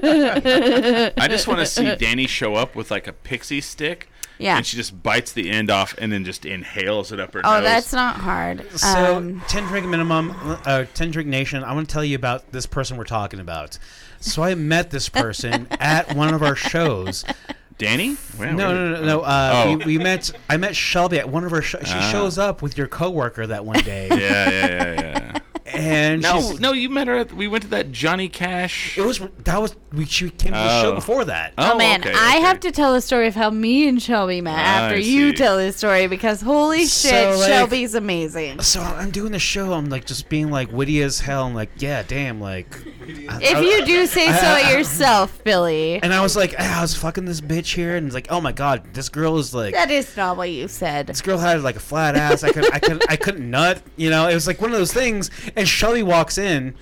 Speaker 2: I just want to see Danny show up with like a pixie stick.
Speaker 3: Yeah.
Speaker 2: And she just bites the end off and then just inhales it up her
Speaker 3: Oh,
Speaker 2: nose.
Speaker 3: that's not hard.
Speaker 5: So,
Speaker 3: um,
Speaker 5: 10 drink minimum, uh, 10 drink nation. I want to tell you about this person we're talking about. So, I met this person at one of our shows.
Speaker 2: Danny? Wow,
Speaker 5: No,
Speaker 2: wait.
Speaker 5: no, no, no.
Speaker 2: Oh.
Speaker 5: Uh,
Speaker 2: Ah.
Speaker 5: we, we met, I met Shelby at one of her shows. She shows up with your coworker that one day.
Speaker 2: Yeah, yeah, yeah, yeah.
Speaker 5: And
Speaker 2: no,
Speaker 5: she's-
Speaker 2: no, you met her. At, we went to that Johnny Cash.
Speaker 5: It was, that was, we, she came to the show
Speaker 2: Oh.
Speaker 5: before that.
Speaker 3: Oh, man,
Speaker 2: okay,
Speaker 3: I
Speaker 2: okay.
Speaker 3: have to tell the story of how me and Shelby met after you
Speaker 2: see.
Speaker 3: tell this story because holy
Speaker 5: So,
Speaker 3: shit,
Speaker 5: like-
Speaker 3: Shelby's amazing.
Speaker 5: So I'm doing the show. I'm like just being like witty as hell. I'm like, yeah, damn, like.
Speaker 3: If you do say so yourself, Billy,
Speaker 5: And I was like, ah, I was fucking this bitch here, and it's like, oh my god, this girl is like,
Speaker 3: that is not what you said.
Speaker 5: this girl had like a flat ass. I could, I could, I couldn't nut. You know, it was like one of those things. And Shelly walks in,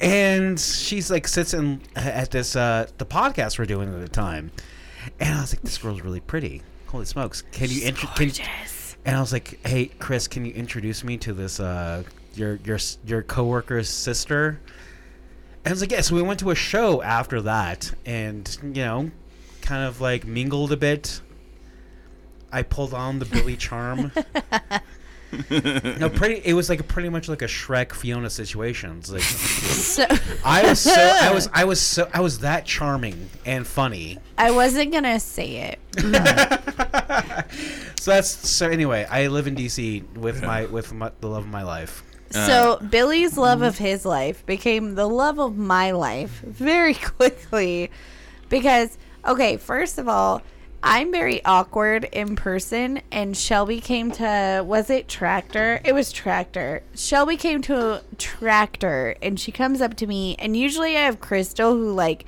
Speaker 5: and she's like sits in at this uh the podcast we're doing at the time, and I was like, this girl's really pretty. Holy smokes! Can you intro? Can you, and I was like, "Hey, Chris, can you introduce me to this uh, your your s- your coworker's sister?" And I was like, "Yeah." So we went to a show after that, and you know, kind of like mingled a bit. I pulled on the Billy charm. no, pretty. It was like pretty much like a Shrek Fiona situation. It's like
Speaker 3: So,
Speaker 5: I was so I was I was so I was that charming and funny.
Speaker 3: I wasn't gonna say it.
Speaker 5: So that's so. Anyway, I live in D.C. with my with my, the love of my life.
Speaker 3: So Billy's love of his life became the love of my life very quickly because okay, first of all, I'm very awkward in person and Shelby came to was it Tractor? It was Tractor. Shelby came to Tractor and she comes up to me and usually I have Crystal who like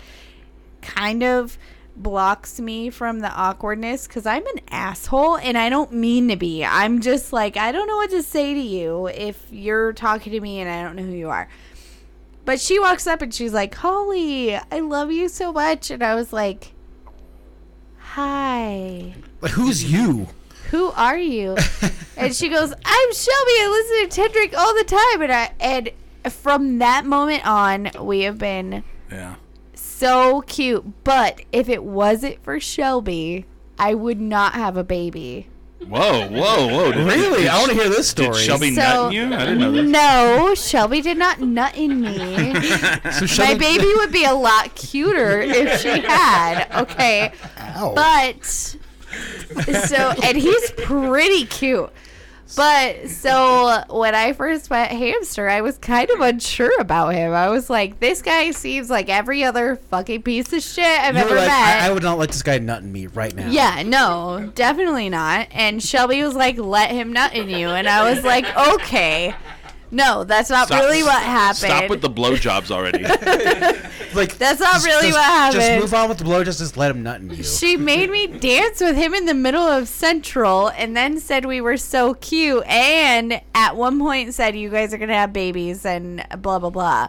Speaker 3: kind of blocks me from the awkwardness because I'm an asshole and I don't mean to be. I'm just like, I don't know what to say to you if you're talking to me and I don't know who you are. But she walks up and she's like, Holly, I love you so much. And I was like, Hi,
Speaker 5: Like, who's you?
Speaker 3: who are you? and she goes, I'm Shelby. I listen to Tendrick all the time. And, I, and from that moment on, we have been
Speaker 11: Yeah.
Speaker 3: so cute. But if it wasn't for Shelby, I would not have a baby.
Speaker 2: Whoa, whoa, whoa! Did,
Speaker 5: Really?
Speaker 2: Did,
Speaker 5: I want to hear this
Speaker 2: did
Speaker 5: story.
Speaker 2: Shelby
Speaker 3: So-
Speaker 2: nut in you? I didn't know this.
Speaker 3: No, Shelby did not nut in me.
Speaker 5: so
Speaker 3: My
Speaker 5: Shelby,
Speaker 3: baby would be a lot cuter if she had. Okay.
Speaker 4: Ow.
Speaker 3: But so and he's pretty cute. But so when I first met Hamster, I was kind of unsure about him. I was like, this guy seems like every other fucking piece of shit I've
Speaker 5: you were
Speaker 3: ever
Speaker 5: like,
Speaker 3: met.
Speaker 5: I, I would not let this guy nutting me right now.
Speaker 3: Yeah, no, definitely not. And Shelby was like, "Let him nut in you," and I was like, "Okay, no, that's not
Speaker 2: Stop-
Speaker 3: really what happened.
Speaker 2: Stop with the blowjobs already.
Speaker 5: Like
Speaker 3: that's not
Speaker 5: just-
Speaker 3: really
Speaker 5: just-
Speaker 3: what happened."
Speaker 5: Just move on with the blow. Just, just let him nut in you.
Speaker 3: She made me dance with him in the middle of Central, and then said we were so cute, and at one point said, "You guys are gonna have babies," and blah blah blah.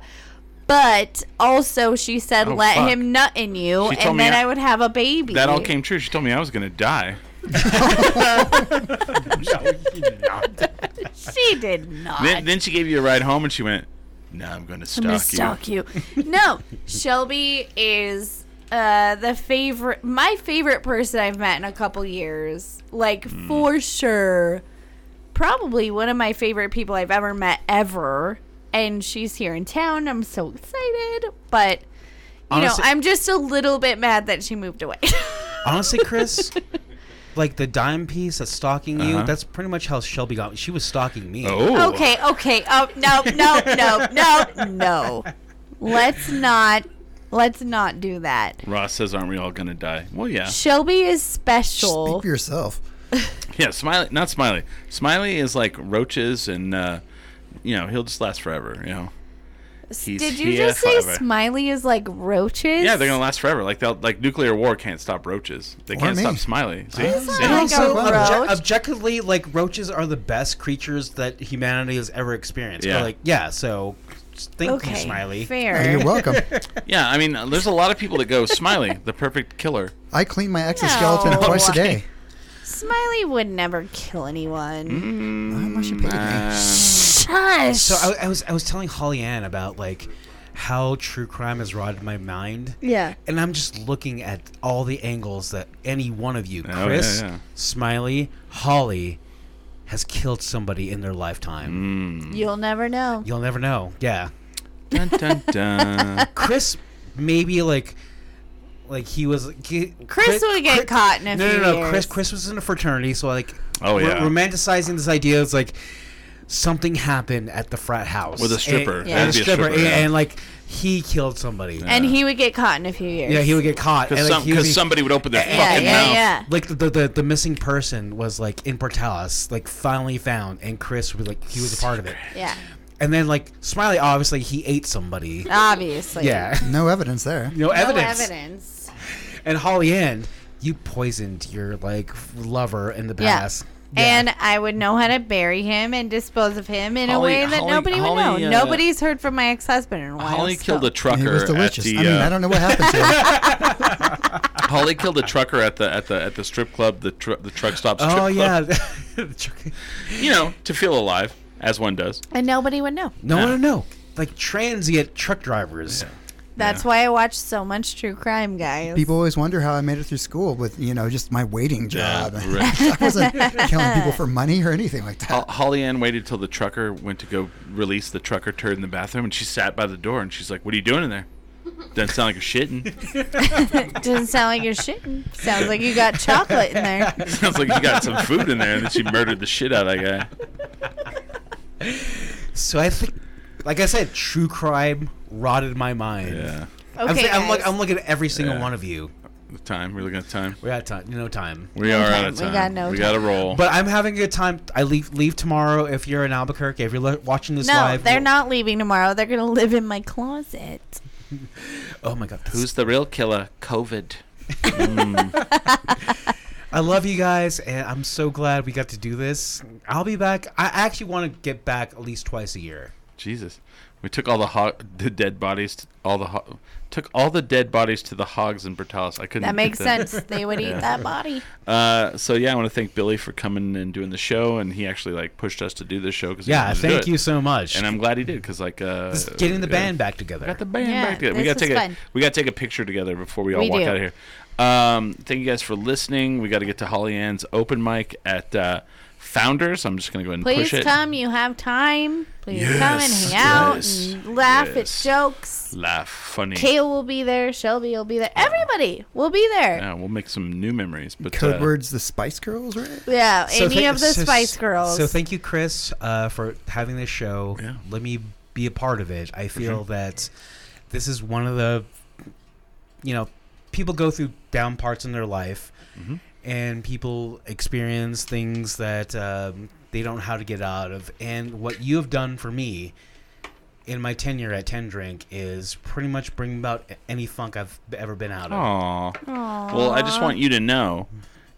Speaker 3: But also, she said,
Speaker 2: Oh,
Speaker 3: "Let
Speaker 2: fuck.
Speaker 3: him nut in you,"
Speaker 2: She told
Speaker 3: and
Speaker 2: me
Speaker 3: then
Speaker 2: I-
Speaker 3: I would have a baby.
Speaker 2: that all came true. She told me I was gonna die.
Speaker 3: She did not.
Speaker 2: Then, then she gave you a ride home, and she went, "Now I'm gonna stalk you."
Speaker 3: stalk you. no, Shelby is uh, the favorite, my favorite person I've met in a couple years. Like for sure, probably one of my favorite people I've ever met ever. And she's here in town. I'm so excited, but you
Speaker 5: Honestly-
Speaker 3: know, I'm just a little bit mad that she moved away.
Speaker 5: Honestly, Chris, like the dime piece that's stalking
Speaker 3: Uh-huh.
Speaker 5: you. That's pretty much how Shelby got. me. She was stalking me.
Speaker 2: Oh.
Speaker 3: okay, okay. Oh no, no, no, no, no. Let's not. Let's not do that.
Speaker 2: Ross says, "Aren't we all gonna die?" Well, yeah,
Speaker 3: Shelby is
Speaker 4: Speak
Speaker 3: special.
Speaker 4: for yourself.
Speaker 2: yeah. Smiley, not Smiley. Smiley is like roaches and uh, you know, he'll just last forever. You know, He's
Speaker 3: Did you
Speaker 2: here
Speaker 3: just say
Speaker 2: forever.
Speaker 3: Smiley is like roaches?
Speaker 2: yeah, they're gonna last forever. Like they'll like nuclear war can't stop roaches. They can't
Speaker 4: me.
Speaker 2: stop Smiley. See, See?
Speaker 3: Like a
Speaker 5: Also, obje-
Speaker 3: roach?
Speaker 5: objectively, like roaches are the best creatures that humanity has ever experienced.
Speaker 2: Yeah.
Speaker 5: Yeah. Like, yeah. So, thank uh, you,
Speaker 3: Okay,
Speaker 5: Smiley.
Speaker 4: Oh,
Speaker 3: fair.
Speaker 4: you're welcome.
Speaker 2: yeah. I mean, there's a lot of people that go Smiley, the perfect killer.
Speaker 4: I clean my exoskeleton
Speaker 3: No.
Speaker 4: twice a day.
Speaker 3: Smiley would never kill
Speaker 2: Mm.
Speaker 3: anyone.
Speaker 4: How much you paid me?
Speaker 3: Shush.
Speaker 5: So uh, I, I was I was telling Holly Ann about like how true crime has rotted my mind.
Speaker 3: yeah.
Speaker 5: And I'm just looking at all the angles that any one of you,
Speaker 2: Oh, yeah,
Speaker 5: Chris,
Speaker 2: yeah.
Speaker 5: Smiley, Holly, has killed somebody in their
Speaker 2: Mm.
Speaker 5: lifetime.
Speaker 3: You'll never know.
Speaker 5: You'll never know. Yeah.
Speaker 2: Dun dun dun.
Speaker 5: Chris maybe like like he was he-
Speaker 3: Chris would get caught in a
Speaker 5: no,
Speaker 3: few
Speaker 5: no no
Speaker 3: years.
Speaker 5: Chris Chris was in a fraternity so like
Speaker 2: Oh,
Speaker 5: ro-
Speaker 2: yeah.
Speaker 5: romanticizing this idea is like something happened at the frat house
Speaker 2: With a
Speaker 5: And-
Speaker 2: stripper.
Speaker 5: and,
Speaker 3: Yeah. That'd
Speaker 5: a
Speaker 2: be a
Speaker 5: stripper,
Speaker 2: stripper,
Speaker 5: and,
Speaker 2: yeah.
Speaker 5: and, like he killed somebody yeah,
Speaker 3: And he would get caught in a few years.
Speaker 5: he would get caught and,
Speaker 2: Because
Speaker 5: like, he would be-
Speaker 2: somebody would open their
Speaker 3: Yeah,
Speaker 2: fucking
Speaker 3: yeah,
Speaker 2: mouth.
Speaker 3: yeah.
Speaker 5: like the, the, the, the missing person was like in Portales, like finally found, and Chris was like he was a part of it.
Speaker 3: Yeah.
Speaker 5: And then like Smiley, obviously he ate somebody.
Speaker 3: Obviously.
Speaker 5: Yeah,
Speaker 4: No evidence there.
Speaker 5: no evidence.
Speaker 3: No evidence.
Speaker 5: And Holly Ann, you poisoned your like lover in the
Speaker 3: Yeah.
Speaker 5: past.
Speaker 3: And I would know how to bury him and dispose of him in
Speaker 2: Holly-
Speaker 3: a way that
Speaker 2: Holly-
Speaker 3: nobody would
Speaker 2: Holly,
Speaker 3: know.
Speaker 2: uh,
Speaker 3: Nobody's heard from my ex-husband in a while.
Speaker 2: Holly
Speaker 3: so-
Speaker 2: killed a
Speaker 4: And it was
Speaker 2: trucker at
Speaker 4: delicious.
Speaker 2: the.
Speaker 4: I mean,
Speaker 2: uh,
Speaker 4: I don't know what happened to him.
Speaker 2: Holly killed a trucker at the at the at the strip club. The tr- the truck stops. strip club.
Speaker 5: oh yeah, The truck-
Speaker 2: you know to feel alive as one does.
Speaker 3: and nobody would know.
Speaker 5: no no no, like transient truck drivers.
Speaker 3: That's why I watch so much true crime, guys.
Speaker 4: People always wonder how I made it through school with, you know, just my waiting job.
Speaker 2: right.
Speaker 4: I wasn't killing people for money or anything like
Speaker 3: Uh,
Speaker 4: that.
Speaker 2: Ho- Holly Ann waited till the trucker went to go release the trucker turd in the bathroom, and she sat by the door and she's like, "What are you doing in there?" Doesn't sound like you're shitting.
Speaker 3: Doesn't sound like you're shitting. Sounds like you got chocolate in there.
Speaker 2: Sounds like you got some food in there, and then she murdered the shit out of that guy.
Speaker 5: So I think, like I said, true crime rotted my mind.
Speaker 2: Yeah,
Speaker 5: I'm,
Speaker 3: Okay,
Speaker 5: saying- I'm, look,
Speaker 3: guys.
Speaker 5: I'm looking at every single
Speaker 2: Yeah.
Speaker 5: one of you.
Speaker 2: the time we're looking at time.
Speaker 5: We're out of time. No time.
Speaker 2: We are out of
Speaker 3: We
Speaker 2: time.
Speaker 3: got no
Speaker 2: We got to roll.
Speaker 5: But I'm having a good time. I leave leave tomorrow. If you're in Albuquerque, if you're li- watching this
Speaker 3: no,
Speaker 5: live,
Speaker 3: they're
Speaker 5: we'll-
Speaker 3: not leaving tomorrow. They're gonna live in my closet.
Speaker 5: Oh my god, who's?
Speaker 2: Who's the real killer? COVID.
Speaker 5: I love you guys, and I'm so glad we got to do this. I'll be back. I actually want to get back at least twice a year.
Speaker 2: Jesus, we took all the ho- the dead bodies, to, all the ho- took all the dead bodies to the hogs in Bertalis. I couldn't.
Speaker 3: That makes
Speaker 2: think
Speaker 3: sense. They would eat that body.
Speaker 2: Uh, so yeah, I want to thank Billy for coming and doing the show, and he actually like pushed us to do this show because
Speaker 5: Yeah, thank you so much.
Speaker 2: And I'm glad he did because like uh,
Speaker 5: Just getting the
Speaker 2: yeah.
Speaker 5: band back together.
Speaker 2: got the band
Speaker 3: Yeah,
Speaker 2: back together. We
Speaker 3: this
Speaker 2: gotta
Speaker 3: was
Speaker 2: take a
Speaker 3: fun.
Speaker 2: we gotta take a picture together before we all
Speaker 3: We
Speaker 2: walk
Speaker 3: do.
Speaker 2: out of here. Um, thank you guys for listening. We got to get to Holly Ann's open mic at uh, Founders. I'm just gonna go ahead and
Speaker 3: Please
Speaker 2: push it.
Speaker 3: come. You have time. Please come and
Speaker 2: Yes,
Speaker 3: hang out
Speaker 2: yes,
Speaker 3: and laugh
Speaker 2: yes.
Speaker 3: at jokes.
Speaker 2: Laugh funny.
Speaker 3: Kale will be there. Shelby will be there. Everybody will be there.
Speaker 2: yeah, we'll make some new memories. But
Speaker 4: Code
Speaker 2: uh,
Speaker 4: words, the Spice Girls, right?
Speaker 3: Yeah,
Speaker 5: So
Speaker 3: any
Speaker 5: thank-
Speaker 3: of the
Speaker 5: so-
Speaker 3: Spice Girls.
Speaker 5: So thank you, Chris, uh, for having this show.
Speaker 2: Yeah.
Speaker 5: Let me be a part of it. I feel that this is one of the, you know, people go through down parts in their life,
Speaker 2: Mm-hmm.
Speaker 5: and people experience things that um, they don't know how to get out of. And what you have done for me in my tenure at Ten Drink is pretty much bring about any funk I've ever been out of.
Speaker 2: Aw. Well, I just want you to know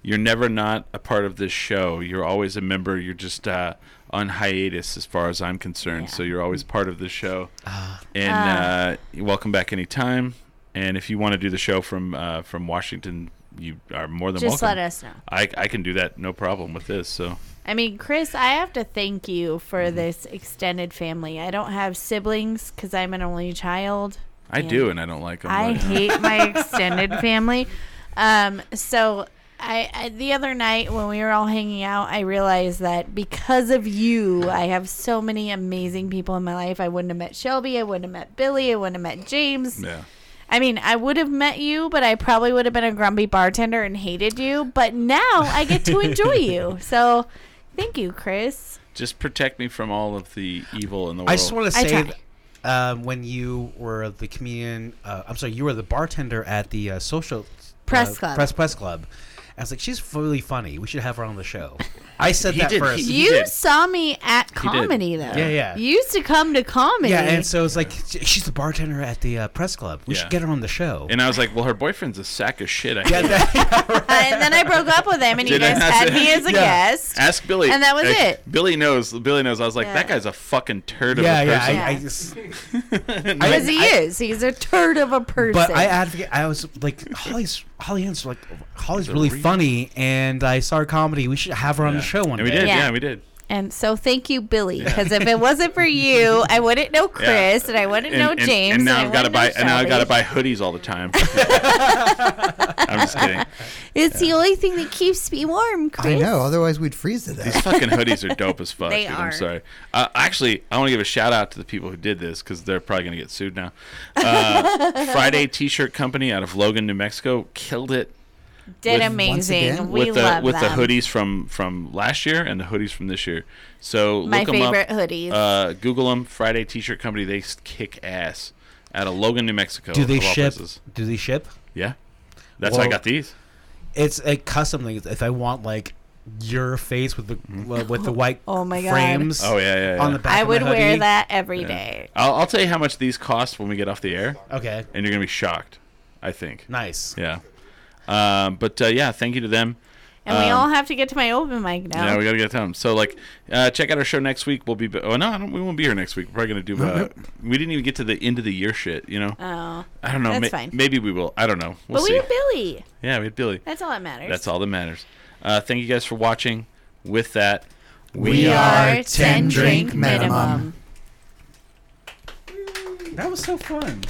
Speaker 2: you're never not a part of this show. You're always a member. You're just uh, on hiatus as far as I'm concerned. So you're always part of the show.
Speaker 5: Ah.
Speaker 2: and
Speaker 3: Ah.
Speaker 2: uh, you're welcome back anytime. And if you want to do the show from uh, from Washington, you are more than
Speaker 3: Just
Speaker 2: welcome.
Speaker 3: let us know.
Speaker 2: I, I can do that no problem with this. So
Speaker 3: I mean, Chris, I have to thank you for
Speaker 5: Mm-hmm.
Speaker 3: this extended family. I don't have siblings because I'm an only child.
Speaker 2: I
Speaker 3: Yeah.
Speaker 2: do, and I don't like them.
Speaker 3: I hate my extended family. Um, so I, I the other night when we were all hanging out, I realized that because of you, I have so many amazing people in my life. I wouldn't have met Shelby. I wouldn't have met Billy. I wouldn't have met James.
Speaker 2: Yeah.
Speaker 3: I mean, I would have met you, but I probably would have been a grumpy bartender and hated you. But now I get to enjoy you. So thank you, Chris.
Speaker 2: Just protect me from all of the evil in the world.
Speaker 5: I just want to
Speaker 3: I
Speaker 5: say
Speaker 3: try.
Speaker 5: th- um, when you were the comedian, uh, I'm sorry, you were the bartender at the uh, social
Speaker 3: Press
Speaker 5: uh,
Speaker 3: Club.
Speaker 5: Press Press Club, I was like, she's really funny. We should have her on the show. I said
Speaker 2: He
Speaker 5: that
Speaker 2: did.
Speaker 5: first.
Speaker 2: He-
Speaker 3: You
Speaker 2: did.
Speaker 3: saw me at
Speaker 2: did.
Speaker 3: comedy though.
Speaker 5: Yeah, yeah.
Speaker 3: You used to come to comedy.
Speaker 5: yeah, and so it's like "She- she's the bartender at the uh, press club. We
Speaker 2: Yeah.
Speaker 5: should get her on the show.
Speaker 2: And I was like, well, her boyfriend's a sack of shit. I
Speaker 5: yeah,
Speaker 2: hate.
Speaker 5: that-
Speaker 3: Uh, and then I broke up with him, and you
Speaker 2: Did I
Speaker 3: guys
Speaker 2: not
Speaker 3: had
Speaker 2: say-
Speaker 3: me as a
Speaker 5: Yeah.
Speaker 3: guest.
Speaker 2: Ask Billy.
Speaker 3: And that was
Speaker 2: Like,
Speaker 3: it.
Speaker 2: Billy knows. Billy knows. I was like,
Speaker 3: Yeah.
Speaker 2: that guy's a fucking turd
Speaker 5: yeah,
Speaker 2: of a
Speaker 5: yeah.
Speaker 2: person.
Speaker 5: I, I
Speaker 3: Yeah.
Speaker 5: just,
Speaker 3: Because he
Speaker 5: I-
Speaker 3: is. He's a turd of a person.
Speaker 5: but I advocate. I was like, Holly's Holly Ann's like Holly's really funny, and I saw her comedy. We should have her on the show one
Speaker 2: And we
Speaker 5: day.
Speaker 2: did.
Speaker 3: Yeah.
Speaker 2: Yeah. we did.
Speaker 3: and so thank you, Billy. Because if it wasn't for you, I wouldn't know Chris, and I wouldn't
Speaker 2: And,
Speaker 3: know
Speaker 2: and-
Speaker 3: James.
Speaker 2: and now
Speaker 3: I
Speaker 2: I've got to
Speaker 3: wouldn't
Speaker 2: buy.
Speaker 3: know
Speaker 2: And now I've got to
Speaker 3: Shelby.
Speaker 2: buy hoodies all the time. I'm just kidding.
Speaker 3: It's the only thing that keeps me warm, Chris.
Speaker 4: I know. Otherwise, we'd freeze to death.
Speaker 2: These fucking hoodies are dope as fuck.
Speaker 3: They
Speaker 2: dude.
Speaker 3: are.
Speaker 2: I'm sorry. Uh, actually, I want to give a shout out to the people who did this because they're probably gonna get sued now. Uh, Friday T-shirt company out of Logan, New Mexico, killed it
Speaker 3: Did
Speaker 2: With-
Speaker 3: amazing.
Speaker 4: once again,
Speaker 3: we
Speaker 2: with the
Speaker 3: love
Speaker 2: with
Speaker 3: them.
Speaker 2: the hoodies from from last year and the hoodies from this year. So
Speaker 3: My
Speaker 2: look 'em up.
Speaker 3: favorite hoodies.
Speaker 2: Uh, Google them. Friday T-shirt company. They s- kick ass out of Logan, New Mexico.
Speaker 5: Do they
Speaker 2: of all
Speaker 5: ship?
Speaker 2: places.
Speaker 5: Do they ship?
Speaker 2: Yeah, that's why I
Speaker 5: Well-
Speaker 2: got these.
Speaker 5: It's a custom thing. If I want like your face with the with the white
Speaker 3: Oh my God.
Speaker 5: frames.
Speaker 2: Mm-hmm. Oh yeah, yeah. yeah.
Speaker 5: On the back.
Speaker 3: I
Speaker 5: of
Speaker 3: would
Speaker 5: the
Speaker 3: wear
Speaker 5: hoodie.
Speaker 3: that every day.
Speaker 2: I'll, I'll tell you how much these cost when we get off the air,
Speaker 5: Okay.
Speaker 2: and you're gonna be shocked. I think.
Speaker 5: Nice.
Speaker 2: Yeah. Um, but uh, yeah, thank you to them.
Speaker 3: And we
Speaker 2: Um,
Speaker 3: all have to get to my open mic now.
Speaker 2: Yeah, we gotta get to them. So like, uh, check out our show next week. We'll be. ba- Oh no, I don't, we won't be here next week. We're probably gonna do. Uh, we didn't even get to the end of the year shit. You know.
Speaker 3: oh.
Speaker 2: I don't know.
Speaker 3: that's
Speaker 2: may-
Speaker 3: fine.
Speaker 2: Maybe we will. I don't know. We'll
Speaker 3: but we
Speaker 2: see.
Speaker 3: have Billy.
Speaker 2: yeah, we had Billy.
Speaker 3: That's all that matters.
Speaker 2: That's all that matters. Uh, thank you guys for watching. With that,
Speaker 4: We are 10 drink minimum.
Speaker 5: That was so fun.